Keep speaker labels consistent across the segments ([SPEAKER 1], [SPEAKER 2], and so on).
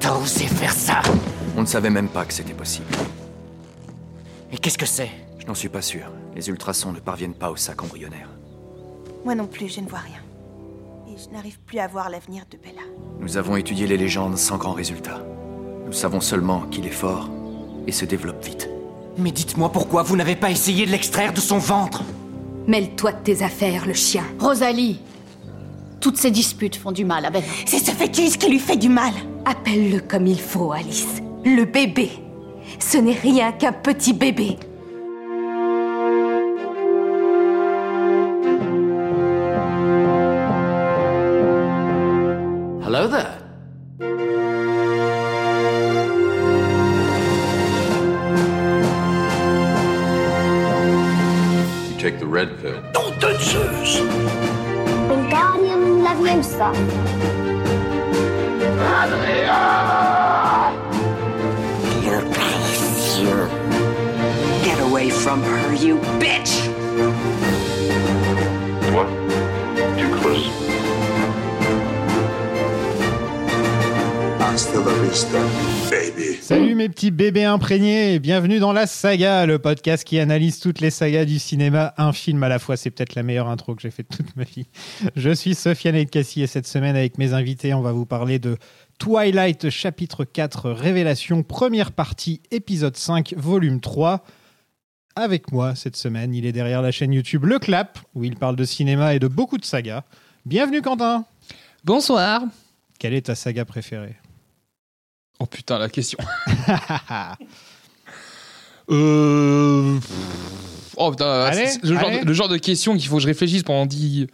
[SPEAKER 1] T'as osé faire ça
[SPEAKER 2] On ne savait même pas que c'était possible.
[SPEAKER 1] Et qu'est-ce que c'est
[SPEAKER 2] Je n'en suis pas sûr. Les ultrasons ne parviennent pas au sac embryonnaire.
[SPEAKER 3] Moi non plus, je ne vois rien. Et je n'arrive plus à voir l'avenir de Bella.
[SPEAKER 2] Nous avons étudié les légendes sans grand résultat. Nous savons seulement qu'il est fort et se développe vite.
[SPEAKER 1] Mais dites-moi pourquoi vous n'avez pas essayé de l'extraire de son ventre
[SPEAKER 4] Mêle-toi de tes affaires, le chien.
[SPEAKER 5] Rosalie Toutes ces disputes font du mal à Bella.
[SPEAKER 3] C'est ce fétiche qui lui fait du mal
[SPEAKER 4] Appelle-le comme il faut, Alice. Le bébé. Ce n'est rien qu'un petit bébé.
[SPEAKER 1] Hello there
[SPEAKER 6] You take the red pill.
[SPEAKER 7] Wingardium Leviosa.
[SPEAKER 8] Get away from her, you bitch!
[SPEAKER 6] What? Too close.
[SPEAKER 9] Hasta la vista, baby.
[SPEAKER 10] Salut mes petits bébés imprégnés et bienvenue dans La Saga, le podcast qui analyse toutes les sagas du cinéma, un film à la fois. C'est peut-être la meilleure intro que j'ai faite toute ma vie. Je suis Sofiane Elkassi et cette semaine avec mes invités, on va vous parler de Twilight chapitre 4 Révélation, première partie, épisode 5, volume 3. Avec moi cette semaine, il est derrière la chaîne YouTube Le Clap, où il parle de cinéma et de beaucoup de sagas. Bienvenue Quentin
[SPEAKER 11] Bonsoir.
[SPEAKER 10] Quelle est ta saga préférée
[SPEAKER 11] Oh putain, la question. Ah. Euh, pff, Oh putain,
[SPEAKER 10] Allez,
[SPEAKER 11] c'est- c'est le, genre
[SPEAKER 10] allez.
[SPEAKER 11] de, le genre de question qu'il faut que je réfléchisse pendant 10.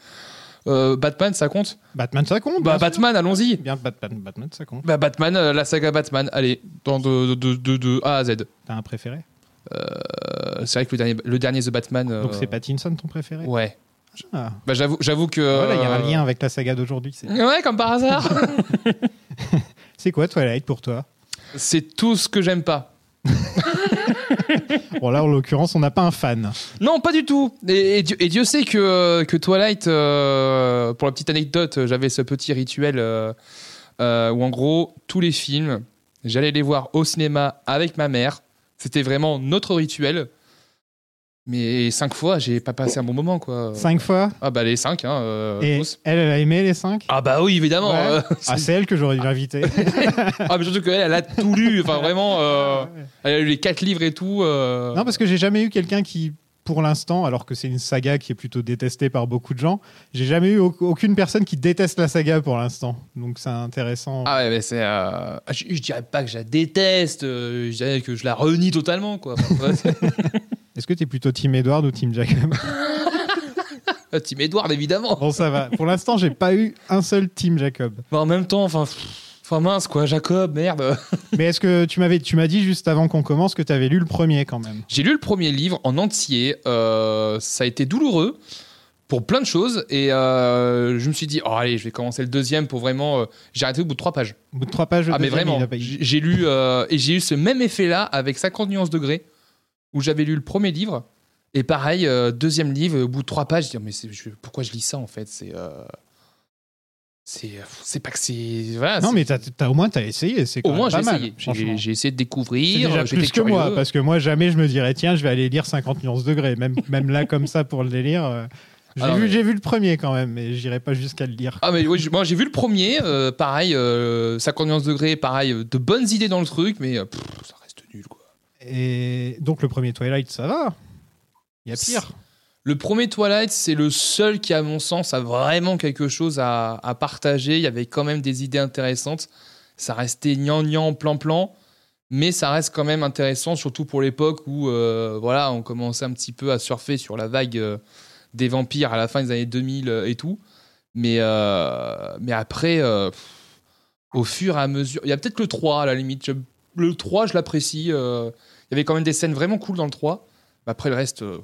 [SPEAKER 11] euh, Batman, ça compte
[SPEAKER 10] Batman, ça compte
[SPEAKER 11] Bah,
[SPEAKER 10] bien sûr.
[SPEAKER 11] Batman, allons-y.
[SPEAKER 10] Bien, Batman, Batman, ça compte.
[SPEAKER 11] Bah, Batman, euh, la saga Batman, allez, dans de, de, de- de A à Z.
[SPEAKER 10] T'as un préféré
[SPEAKER 11] Euh, c'est vrai que le dernier, le dernier The Batman. euh,
[SPEAKER 10] Donc c'est Pattinson ton préféré
[SPEAKER 11] Ouais.
[SPEAKER 10] Ah.
[SPEAKER 11] Bah, j'avoue, j'avoue que. euh,
[SPEAKER 10] Voilà, il y a un lien avec la saga d'aujourd'hui. c'est-
[SPEAKER 11] Ouais, comme par hasard.
[SPEAKER 10] C'est quoi Twilight pour toi
[SPEAKER 11] c'est tout ce que j'aime pas.
[SPEAKER 10] Bon là, en l'occurrence, on n'a pas un fan.
[SPEAKER 11] Non, pas du tout. Et, et Dieu, et Dieu sait que, euh, que Twilight, euh, pour la petite anecdote, euh, j'avais ce petit rituel euh, euh, où en gros, tous les films, j'allais les voir au cinéma avec ma mère. C'était vraiment notre rituel. Mais cinq fois, j'ai pas passé un bon moment, quoi.
[SPEAKER 10] Cinq fois
[SPEAKER 11] Ah bah les cinq, hein. euh,
[SPEAKER 10] Et
[SPEAKER 11] tous.
[SPEAKER 10] elle, elle a aimé les cinq
[SPEAKER 11] Ah bah oui, évidemment.
[SPEAKER 10] Ouais.
[SPEAKER 11] euh,
[SPEAKER 10] Ah, c'est elle que j'aurais dû inviter.
[SPEAKER 11] ah mais surtout qu'elle, elle a tout lu. Enfin vraiment, euh,
[SPEAKER 10] Ah, Ouais.
[SPEAKER 11] elle a lu les quatre livres et tout. euh.
[SPEAKER 10] Non, parce que j'ai jamais eu quelqu'un qui, pour l'instant, alors que c'est une saga qui est plutôt détestée par beaucoup de gens, j'ai jamais eu au- aucune personne qui déteste la saga pour l'instant. Donc c'est intéressant.
[SPEAKER 11] Ah ouais, mais c'est. euh, Je, je dirais pas que je la déteste, euh, je dirais que je la renie totalement, quoi. Enfin, bref.
[SPEAKER 10] Est-ce que t'es plutôt Team Edward ou Team Jacob
[SPEAKER 11] Ah, Team Edward, évidemment.
[SPEAKER 10] Bon, ça va. Pour l'instant, j'ai pas eu un seul Team Jacob.
[SPEAKER 11] Mais Bah, en même temps, enfin. pff, Enfin mince, quoi, Jacob, merde.
[SPEAKER 10] Mais est-ce que tu m'avais, tu m'as dit juste avant qu'on commence que tu avais lu le premier quand même
[SPEAKER 11] J'ai lu le premier livre en entier, euh, ça a été douloureux pour plein de choses, et euh, je me suis dit, oh allez, je vais commencer le deuxième pour vraiment. euh, J'ai arrêté au bout de trois pages.
[SPEAKER 10] Au bout de trois pages. le
[SPEAKER 11] ah, mais
[SPEAKER 10] deuxième,
[SPEAKER 11] vraiment,
[SPEAKER 10] il a pas-
[SPEAKER 11] j'ai j'ai lu. euh, et j'ai eu ce même effet-là avec 50 nuances degrés, où j'avais lu le premier livre. Et pareil, euh, deuxième livre, au bout de trois pages, je dis, mais c'est- je- pourquoi je lis ça en fait C'est. euh, c'est euh, c'est pas que c'est. Voilà,
[SPEAKER 10] Non,
[SPEAKER 11] c'est-
[SPEAKER 10] mais t'as, t'as- au moins t'as essayé. C'est quand
[SPEAKER 11] au moins
[SPEAKER 10] même
[SPEAKER 11] j'ai
[SPEAKER 10] pas mal,
[SPEAKER 11] essayé. J'ai-
[SPEAKER 10] franchement.
[SPEAKER 11] J'ai essayé
[SPEAKER 10] C'est
[SPEAKER 11] de découvrir.
[SPEAKER 10] déjà
[SPEAKER 11] j'étais
[SPEAKER 10] plus que moi,
[SPEAKER 11] curieux.
[SPEAKER 10] parce que moi jamais je me dirais tiens, je vais aller lire 50 nuances degrés, même même là comme ça pour le délire. euh, J'ai,
[SPEAKER 11] Alors,
[SPEAKER 10] vu,
[SPEAKER 11] mais-
[SPEAKER 10] j'ai vu le premier quand même, mais j'irai pas jusqu'à le lire.
[SPEAKER 11] Ah mais oui, j- moi j'ai vu le premier, euh, pareil, euh, 51 degrés, pareil, euh, de bonnes idées dans le truc, mais euh, pff, ça reste nul quoi.
[SPEAKER 10] Et donc le premier Twilight, ça va. Il y a pire.
[SPEAKER 11] Le premier Twilight, c'est le seul qui, à mon sens, a vraiment quelque chose à, à partager. Il y avait quand même des idées intéressantes. Ça restait gnangnan, plan-plan, mais ça reste quand même intéressant, surtout pour l'époque où euh, voilà, on commençait un petit peu à surfer sur la vague euh, des vampires à la fin des années 2000 euh, et tout. Mais, euh, mais après, euh, pff, au fur et à mesure... Il y a peut-être le 3, à la limite. Je- le 3, je l'apprécie. euh, il y avait quand même des scènes vraiment cool dans le 3. Mais après, le reste... euh,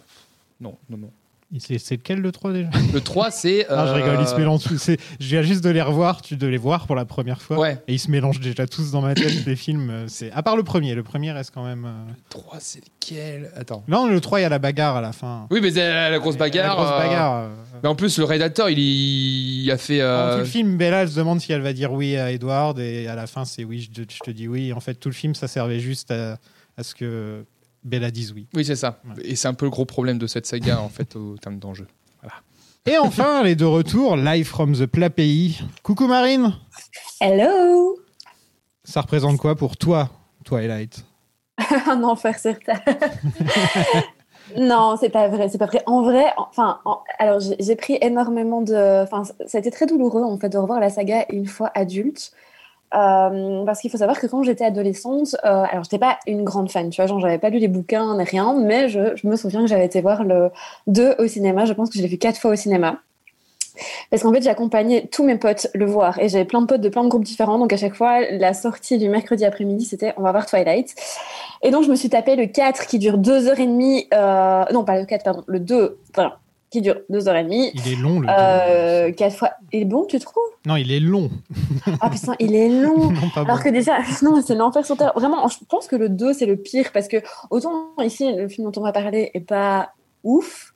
[SPEAKER 11] non, non, non.
[SPEAKER 10] Il- C'est c'est lequel le 3 déjà
[SPEAKER 11] Le 3, c'est.
[SPEAKER 10] Ah, je
[SPEAKER 11] euh,
[SPEAKER 10] rigole, ils se mélangent tous. C'est- Je viens juste de les revoir, tu de les voir pour la première fois.
[SPEAKER 11] Ouais.
[SPEAKER 10] Et ils se mélangent déjà tous dans ma tête, les films. euh, C'est À part le premier, le premier reste quand même. euh,
[SPEAKER 11] 3, c'est lequel Attends.
[SPEAKER 10] Non, le 3, il y a la bagarre à la fin.
[SPEAKER 11] Oui, mais c'est la, la grosse bagarre.
[SPEAKER 10] La grosse
[SPEAKER 11] euh,
[SPEAKER 10] bagarre. euh,
[SPEAKER 11] Mais en plus, le rédacteur, il, y- il a fait.
[SPEAKER 10] Pendant tout
[SPEAKER 11] euh,
[SPEAKER 10] le film, Bella elle se demande si elle va dire oui à Edward et à la fin c'est oui, je, te- je te dis oui. En fait, tout le film, ça servait juste à, à ce que Bella dise oui.
[SPEAKER 11] Oui, c'est ça.
[SPEAKER 10] Ouais.
[SPEAKER 11] Et c'est un peu le gros problème de cette saga, en fait, au terme d'enjeu.
[SPEAKER 10] Et enfin, les deux retours, Live from the Plat Pays. Coucou Marine
[SPEAKER 12] Hello
[SPEAKER 10] Ça représente quoi pour toi, Twilight
[SPEAKER 12] Un enfer certain. non, c'est pas vrai, c'est pas vrai. En vrai, enfin, en- alors j'ai j'ai pris énormément de. Enfin, c- ça a été très douloureux en fait de revoir la saga une fois adulte. Euh, parce qu'il faut savoir que quand j'étais adolescente, euh, alors j'étais pas une grande fan, tu vois, genre j'avais pas lu les bouquins ni rien, mais je, je me souviens que j'avais été voir le 2 au cinéma, je pense que je l'ai vu quatre fois au cinéma. Parce qu'en fait, j'ai accompagné tous mes potes le voir et j'avais plein de potes de plein de groupes différents, donc à chaque fois, la sortie du mercredi après-midi, c'était on va voir Twilight. Et donc, je me suis tapé le 4 qui dure 2h30. Euh... Non, pas le 4, pardon, le 2, pardon, qui dure 2h30.
[SPEAKER 10] Il est long le
[SPEAKER 12] Euh, 4 fois. Il est bon, tu trouves
[SPEAKER 10] deux. Non, il est long.
[SPEAKER 12] Ah putain, il est long
[SPEAKER 10] Non, pas
[SPEAKER 12] alors
[SPEAKER 10] bon.
[SPEAKER 12] que déjà, non, c'est l'enfer sur terre. Vraiment, je pense que le 2, c'est le pire parce que autant ici, le film dont on va parler est pas ouf,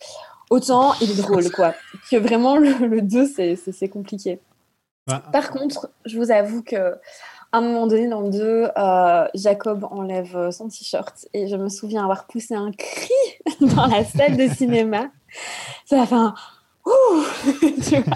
[SPEAKER 12] autant il est drôle, quoi. Que vraiment, le, le 2, c'est- c'est c'est compliqué.
[SPEAKER 10] Bah,
[SPEAKER 12] Par contre, je vous avoue que à un moment donné dans le 2, euh, Jacob enlève euh, son t-shirt et je me souviens avoir poussé un cri dans la salle de cinéma. Ça a fait un ouh, tu vois.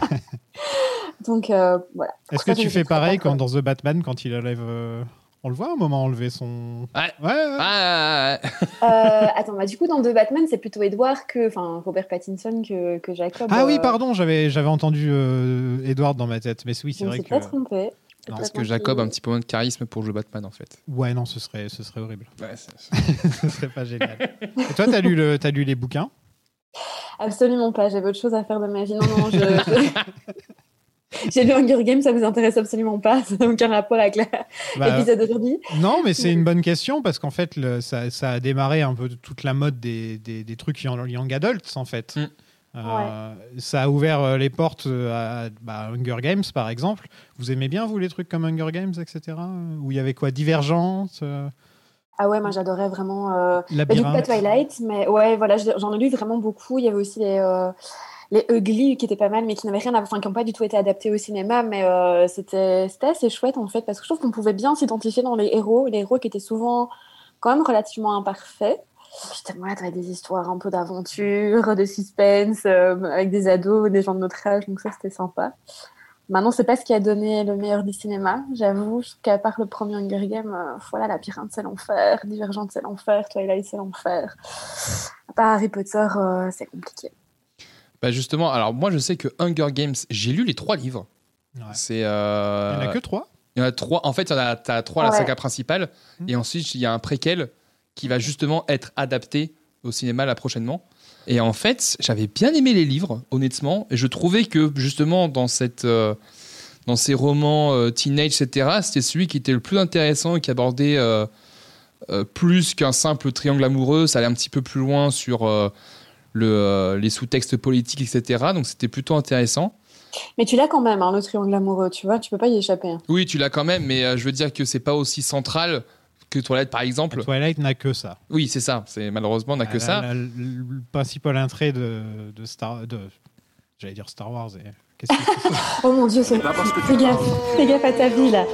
[SPEAKER 12] Donc euh, voilà.
[SPEAKER 10] Est-ce que
[SPEAKER 12] Ça, je
[SPEAKER 10] tu
[SPEAKER 12] ne
[SPEAKER 10] fais
[SPEAKER 12] comprends
[SPEAKER 10] pareil
[SPEAKER 12] pas,
[SPEAKER 10] quand
[SPEAKER 12] quoi.
[SPEAKER 10] dans The Batman, quand il enlève. euh, On le voit à un moment enlever son.
[SPEAKER 11] Ouais.
[SPEAKER 10] Ouais, ouais.
[SPEAKER 11] Ah, ah, ah,
[SPEAKER 12] Euh, attends, bah, du coup dans deux Batman, c'est plutôt Edward que, enfin Robert Pattinson que, que Jacob.
[SPEAKER 10] Ah oui,
[SPEAKER 12] euh,
[SPEAKER 10] pardon, j'avais j'avais entendu euh, Edward dans ma tête. Mais oui,
[SPEAKER 12] Je
[SPEAKER 10] c'est
[SPEAKER 12] me
[SPEAKER 10] vrai
[SPEAKER 12] suis
[SPEAKER 10] que.
[SPEAKER 12] pas trompée.
[SPEAKER 10] Non,
[SPEAKER 11] parce que Jacob a un petit peu moins de charisme pour jouer Batman, en fait.
[SPEAKER 10] Ouais, non, ce serait, ce serait horrible.
[SPEAKER 11] Ouais, c'est-
[SPEAKER 10] ce serait pas génial. Et toi, t'as lu, le, t'as lu les bouquins
[SPEAKER 12] Absolument pas, j'avais autre chose à faire de ma vie. Non, non, je. je- J'ai lu Hunger Games, ça vous intéresse absolument pas, ça n'a aucun rapport avec la-
[SPEAKER 10] Bah,
[SPEAKER 12] l'épisode d'aujourd'hui.
[SPEAKER 10] Non, mais c'est une bonne question parce qu'en fait, le- ça, ça a démarré un peu toute la mode des, des, des trucs young, young adults, en fait.
[SPEAKER 11] Mm.
[SPEAKER 10] Euh, Ça a ouvert euh, les portes à bah, Hunger Games, par exemple. Vous aimez bien, vous, les trucs comme Hunger Games, etc. Où il y avait quoi Divergence, euh,
[SPEAKER 12] Ah ouais, moi j'adorais vraiment. euh, bah, du coup, pas
[SPEAKER 10] Labyrinthe.
[SPEAKER 12] Twilight, mais ouais, voilà, je- j'en ai lu vraiment beaucoup. Il y avait aussi les. euh, Les Ugly qui étaient pas mal, mais qui n'avaient rien à enfin, qui n'ont pas du tout été adaptés au cinéma, mais euh, c'était c'était assez chouette en fait, parce que je trouve qu'on pouvait bien s'identifier dans les héros, les héros qui étaient souvent quand même relativement imparfaits. Puis tellement là, t'avais des histoires un peu d'aventure, de suspense, euh, avec des ados, des gens de notre âge, donc ça c'était sympa. Maintenant, c'est pas ce qui a donné le meilleur du cinéma, j'avoue. Je trouve qu'à part le premier Hunger Games, euh, voilà, Labyrinthe, c'est l'enfer, Divergente, c'est l'enfer, Twilight, c'est l'enfer. À part Harry Potter, euh, c'est compliqué.
[SPEAKER 11] Bah, justement, alors moi, je sais que Hunger Games, j'ai lu les trois livres.
[SPEAKER 10] Ouais.
[SPEAKER 11] C'est.
[SPEAKER 10] Il
[SPEAKER 11] euh,
[SPEAKER 10] n'y en a que trois.
[SPEAKER 11] Il y en a trois. En fait, il y en a, t'as trois à la
[SPEAKER 12] Ouais.
[SPEAKER 11] saga principale.
[SPEAKER 10] Mhm.
[SPEAKER 11] Et ensuite, il y a un préquel qui va justement être adapté au cinéma là prochainement. Et en fait, j'avais bien aimé les livres, honnêtement. Et je trouvais que justement, dans, cette, euh, dans ces romans euh, teenage, etc., c'était celui qui était le plus intéressant et qui abordait euh, euh, plus qu'un simple triangle amoureux. Ça allait un petit peu plus loin sur euh, le, euh, les sous-textes politiques, etc. Donc c'était plutôt intéressant.
[SPEAKER 12] Mais tu l'as quand même, hein, le triangle amoureux, tu vois, tu peux pas y échapper. hein.
[SPEAKER 11] Oui, tu l'as quand même, mais euh, je veux dire que c'est pas aussi central que Toilette, par exemple.
[SPEAKER 10] Twilight n'a que ça.
[SPEAKER 11] Oui, c'est ça. C'est malheureusement on n'a que
[SPEAKER 10] La-
[SPEAKER 11] ça.
[SPEAKER 10] la- le principal intérêt de, de Star. De, J'allais dire Star Wars. Et... Qu'est-ce que c'est
[SPEAKER 12] Oh mon dieu, c'est. Fais gaffe, fais gaffe à ta vie là.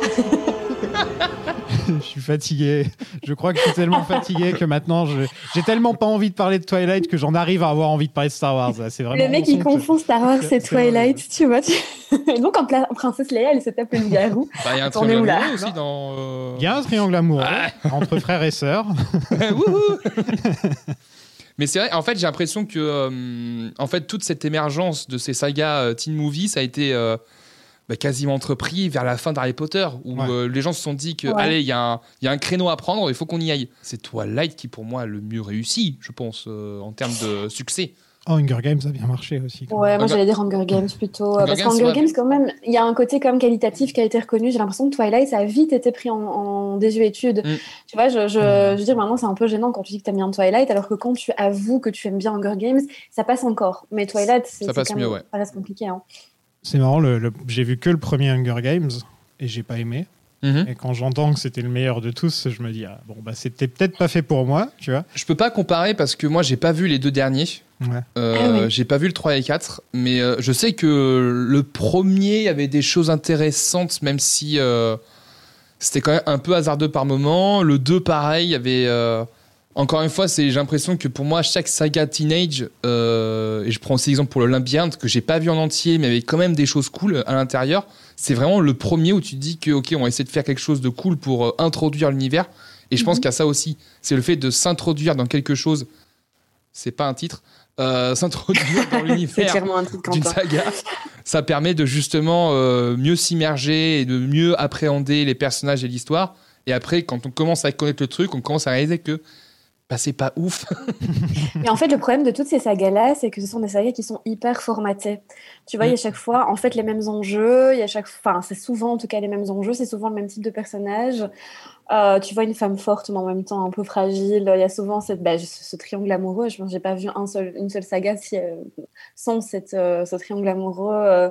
[SPEAKER 10] Je suis fatigué. Je crois que je suis tellement fatigué que maintenant, je- j'ai tellement pas envie de parler de Twilight que j'en arrive à avoir envie de parler de Star Wars. là. C'est vraiment
[SPEAKER 12] Le mec il
[SPEAKER 10] il
[SPEAKER 12] confond Star Wars
[SPEAKER 10] C'est-
[SPEAKER 12] et
[SPEAKER 10] c'est vrai.
[SPEAKER 12] Twilight, tu vois. tu- Donc en pla- Princesse Leia, elle se tape le loup-garou.
[SPEAKER 11] Bah, Il y a un
[SPEAKER 12] Attends, on est où,
[SPEAKER 11] triangle
[SPEAKER 12] là
[SPEAKER 11] amoureux aussi dans. euh,
[SPEAKER 10] Il y a un triangle amoureux
[SPEAKER 11] Ah.
[SPEAKER 10] entre frères et sœurs.
[SPEAKER 11] Wouhou Mais c'est vrai, en fait, j'ai l'impression que euh, en fait, toute cette émergence de ces sagas euh, teen movie, ça a été euh, bah, quasiment entrepris vers la fin d'Harry Potter, où
[SPEAKER 10] Ouais.
[SPEAKER 11] euh, les gens se sont dit que,
[SPEAKER 12] Ouais.
[SPEAKER 11] allez, il y, a un- il y a un créneau à prendre, il faut qu'on y aille. C'est Twilight qui, pour moi, a le mieux réussi, je pense, euh, en termes de succès.
[SPEAKER 10] Oh, Hunger Games a bien marché aussi. quand
[SPEAKER 12] Ouais,
[SPEAKER 10] même.
[SPEAKER 12] moi j'allais dire Hunger Games plutôt. euh,
[SPEAKER 11] Hunger
[SPEAKER 12] parce
[SPEAKER 11] Games,
[SPEAKER 12] qu'Hunger
[SPEAKER 11] ouais.
[SPEAKER 12] Games, quand même, il y a un côté comme qualitatif qui a été reconnu. J'ai l'impression que Twilight, ça a vite été pris en, en désuétude.
[SPEAKER 11] Mm.
[SPEAKER 12] Tu vois, je, je, je veux dire, maintenant c'est un peu gênant quand tu dis que t'aimes bien Twilight, alors que quand tu avoues que tu aimes bien Hunger Games, ça passe encore. Mais Twilight, c'est
[SPEAKER 11] Ça
[SPEAKER 12] c'est
[SPEAKER 11] passe
[SPEAKER 12] quand
[SPEAKER 11] mieux,
[SPEAKER 12] même-
[SPEAKER 11] ouais.
[SPEAKER 12] ça reste compliqué. hein.
[SPEAKER 10] C'est marrant, le- le- j'ai vu que le premier Hunger Games et j'ai pas aimé.
[SPEAKER 11] Mhm.
[SPEAKER 10] Et quand j'entends que c'était le meilleur de tous, je me dis, ah, bon, bah c'était peut-être pas fait pour moi, tu vois.
[SPEAKER 11] Je peux pas comparer parce que moi j'ai pas vu les deux derniers.
[SPEAKER 10] Ouais.
[SPEAKER 11] Euh,
[SPEAKER 12] Ah oui.
[SPEAKER 11] J'ai pas vu le 3 et 4, mais euh, je sais que le premier avait des choses intéressantes, même si euh, c'était quand même un peu hasardeux par moment. Le 2, pareil, il y avait. euh, encore une fois, c'est j'ai l'impression que pour moi, chaque saga teenage, euh, et je prends aussi l'exemple pour le Labyrinthe, que j'ai pas vu en entier, mais avec quand même des choses cool à l'intérieur, c'est vraiment le premier où tu te dis que, ok, on va essayer de faire quelque chose de cool pour euh, introduire l'univers. Et je pense qu'il y a ça aussi. C'est le fait de s'introduire dans quelque chose. C'est pas un titre. euh, s'introduire dans
[SPEAKER 12] C'est
[SPEAKER 11] l'univers
[SPEAKER 12] clairement un truc
[SPEAKER 11] d'une
[SPEAKER 12] Quentin.
[SPEAKER 11] saga, ça permet de justement euh, mieux s'immerger et de mieux appréhender les personnages et l'histoire. Et après, quand on commence à connaître le truc, on commence à réaliser que bah, c'est pas ouf.
[SPEAKER 12] Mais en fait, le problème de toutes ces sagas-là, c'est que ce sont des sagas qui sont hyper formatées. Tu vois, il y a chaque fois, en fait, les mêmes enjeux. Il y a chaque, enfin, c'est souvent, en tout cas, les mêmes enjeux. C'est souvent le même type de personnage. Euh, tu vois une femme forte, mais en même temps un peu fragile. Il y a souvent cette, bah, ce, ce triangle amoureux. Je pense, que j'ai pas vu un seul, une seule saga si, euh, sans cette, euh, ce triangle amoureux. euh,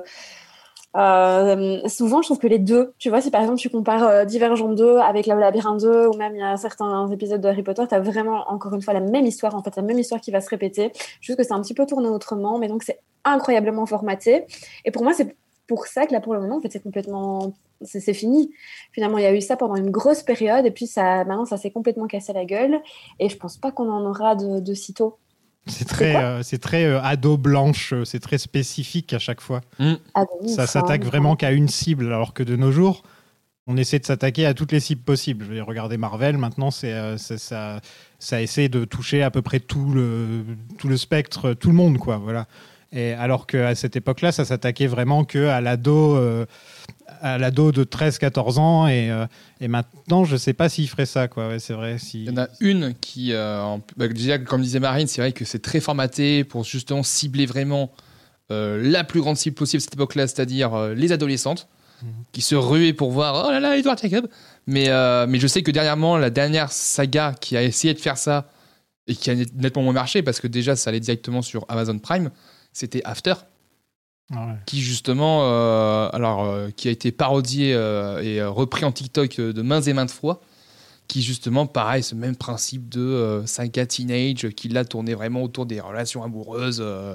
[SPEAKER 12] euh, souvent, je trouve que les deux, tu vois, si par exemple tu compares euh, Divergent 2 avec La Labyrinthe 2, ou même il y a certains épisodes de Harry Potter, t'as vraiment encore une fois la même histoire, en fait, la même histoire qui va se répéter, juste que c'est un petit peu tourné autrement, mais donc c'est incroyablement formaté. Et pour moi, c'est pour ça que là, pour le moment, en fait, c'est complètement. C'est c'est fini. Finalement, il y a eu ça pendant une grosse période, et puis ça, maintenant, ça s'est complètement cassé la gueule, et je pense pas qu'on en aura de, de sitôt.
[SPEAKER 10] C'est très,
[SPEAKER 12] quoi
[SPEAKER 10] euh, c'est très euh, ado blanche, euh, c'est très spécifique à chaque fois.
[SPEAKER 12] Ah bon,
[SPEAKER 10] ça
[SPEAKER 12] enfin,
[SPEAKER 10] s'attaque vraiment qu'à une cible, alors que de nos jours, on essaie de s'attaquer à toutes les cibles possibles. Je vais regarder Marvel, maintenant, c'est, euh, c'est- ça, ça essaie de toucher à peu près tout le, tout le spectre, euh, tout le monde, quoi, voilà. Et alors qu'à cette époque-là, ça s'attaquait vraiment que à l'ado, euh, à l'ado de 13-14 ans, et, euh, et maintenant, je sais pas s'il ferait ça, quoi, ouais, c'est vrai. Si...
[SPEAKER 11] Il y en a une qui, euh, en- bah, déjà, comme disait Marine, c'est vrai que c'est très formaté pour justement cibler vraiment euh, la plus grande cible possible à cette époque-là, c'est-à-dire euh, les adolescentes, qui se ruaient pour voir oh là là, Edward Jacob. Mais, euh, mais je sais que dernièrement, la dernière saga qui a essayé de faire ça et qui a nettement moins marché, parce que déjà, ça allait directement sur Amazon Prime, c'était After
[SPEAKER 10] Ah ouais.
[SPEAKER 11] qui justement, euh, alors, euh, qui a été parodié euh, et euh, repris en TikTok euh, de maintes et maintes fois, qui justement, pareil, ce même principe de euh, saga teenage, euh, qui l'a tourné vraiment autour des relations amoureuses, euh,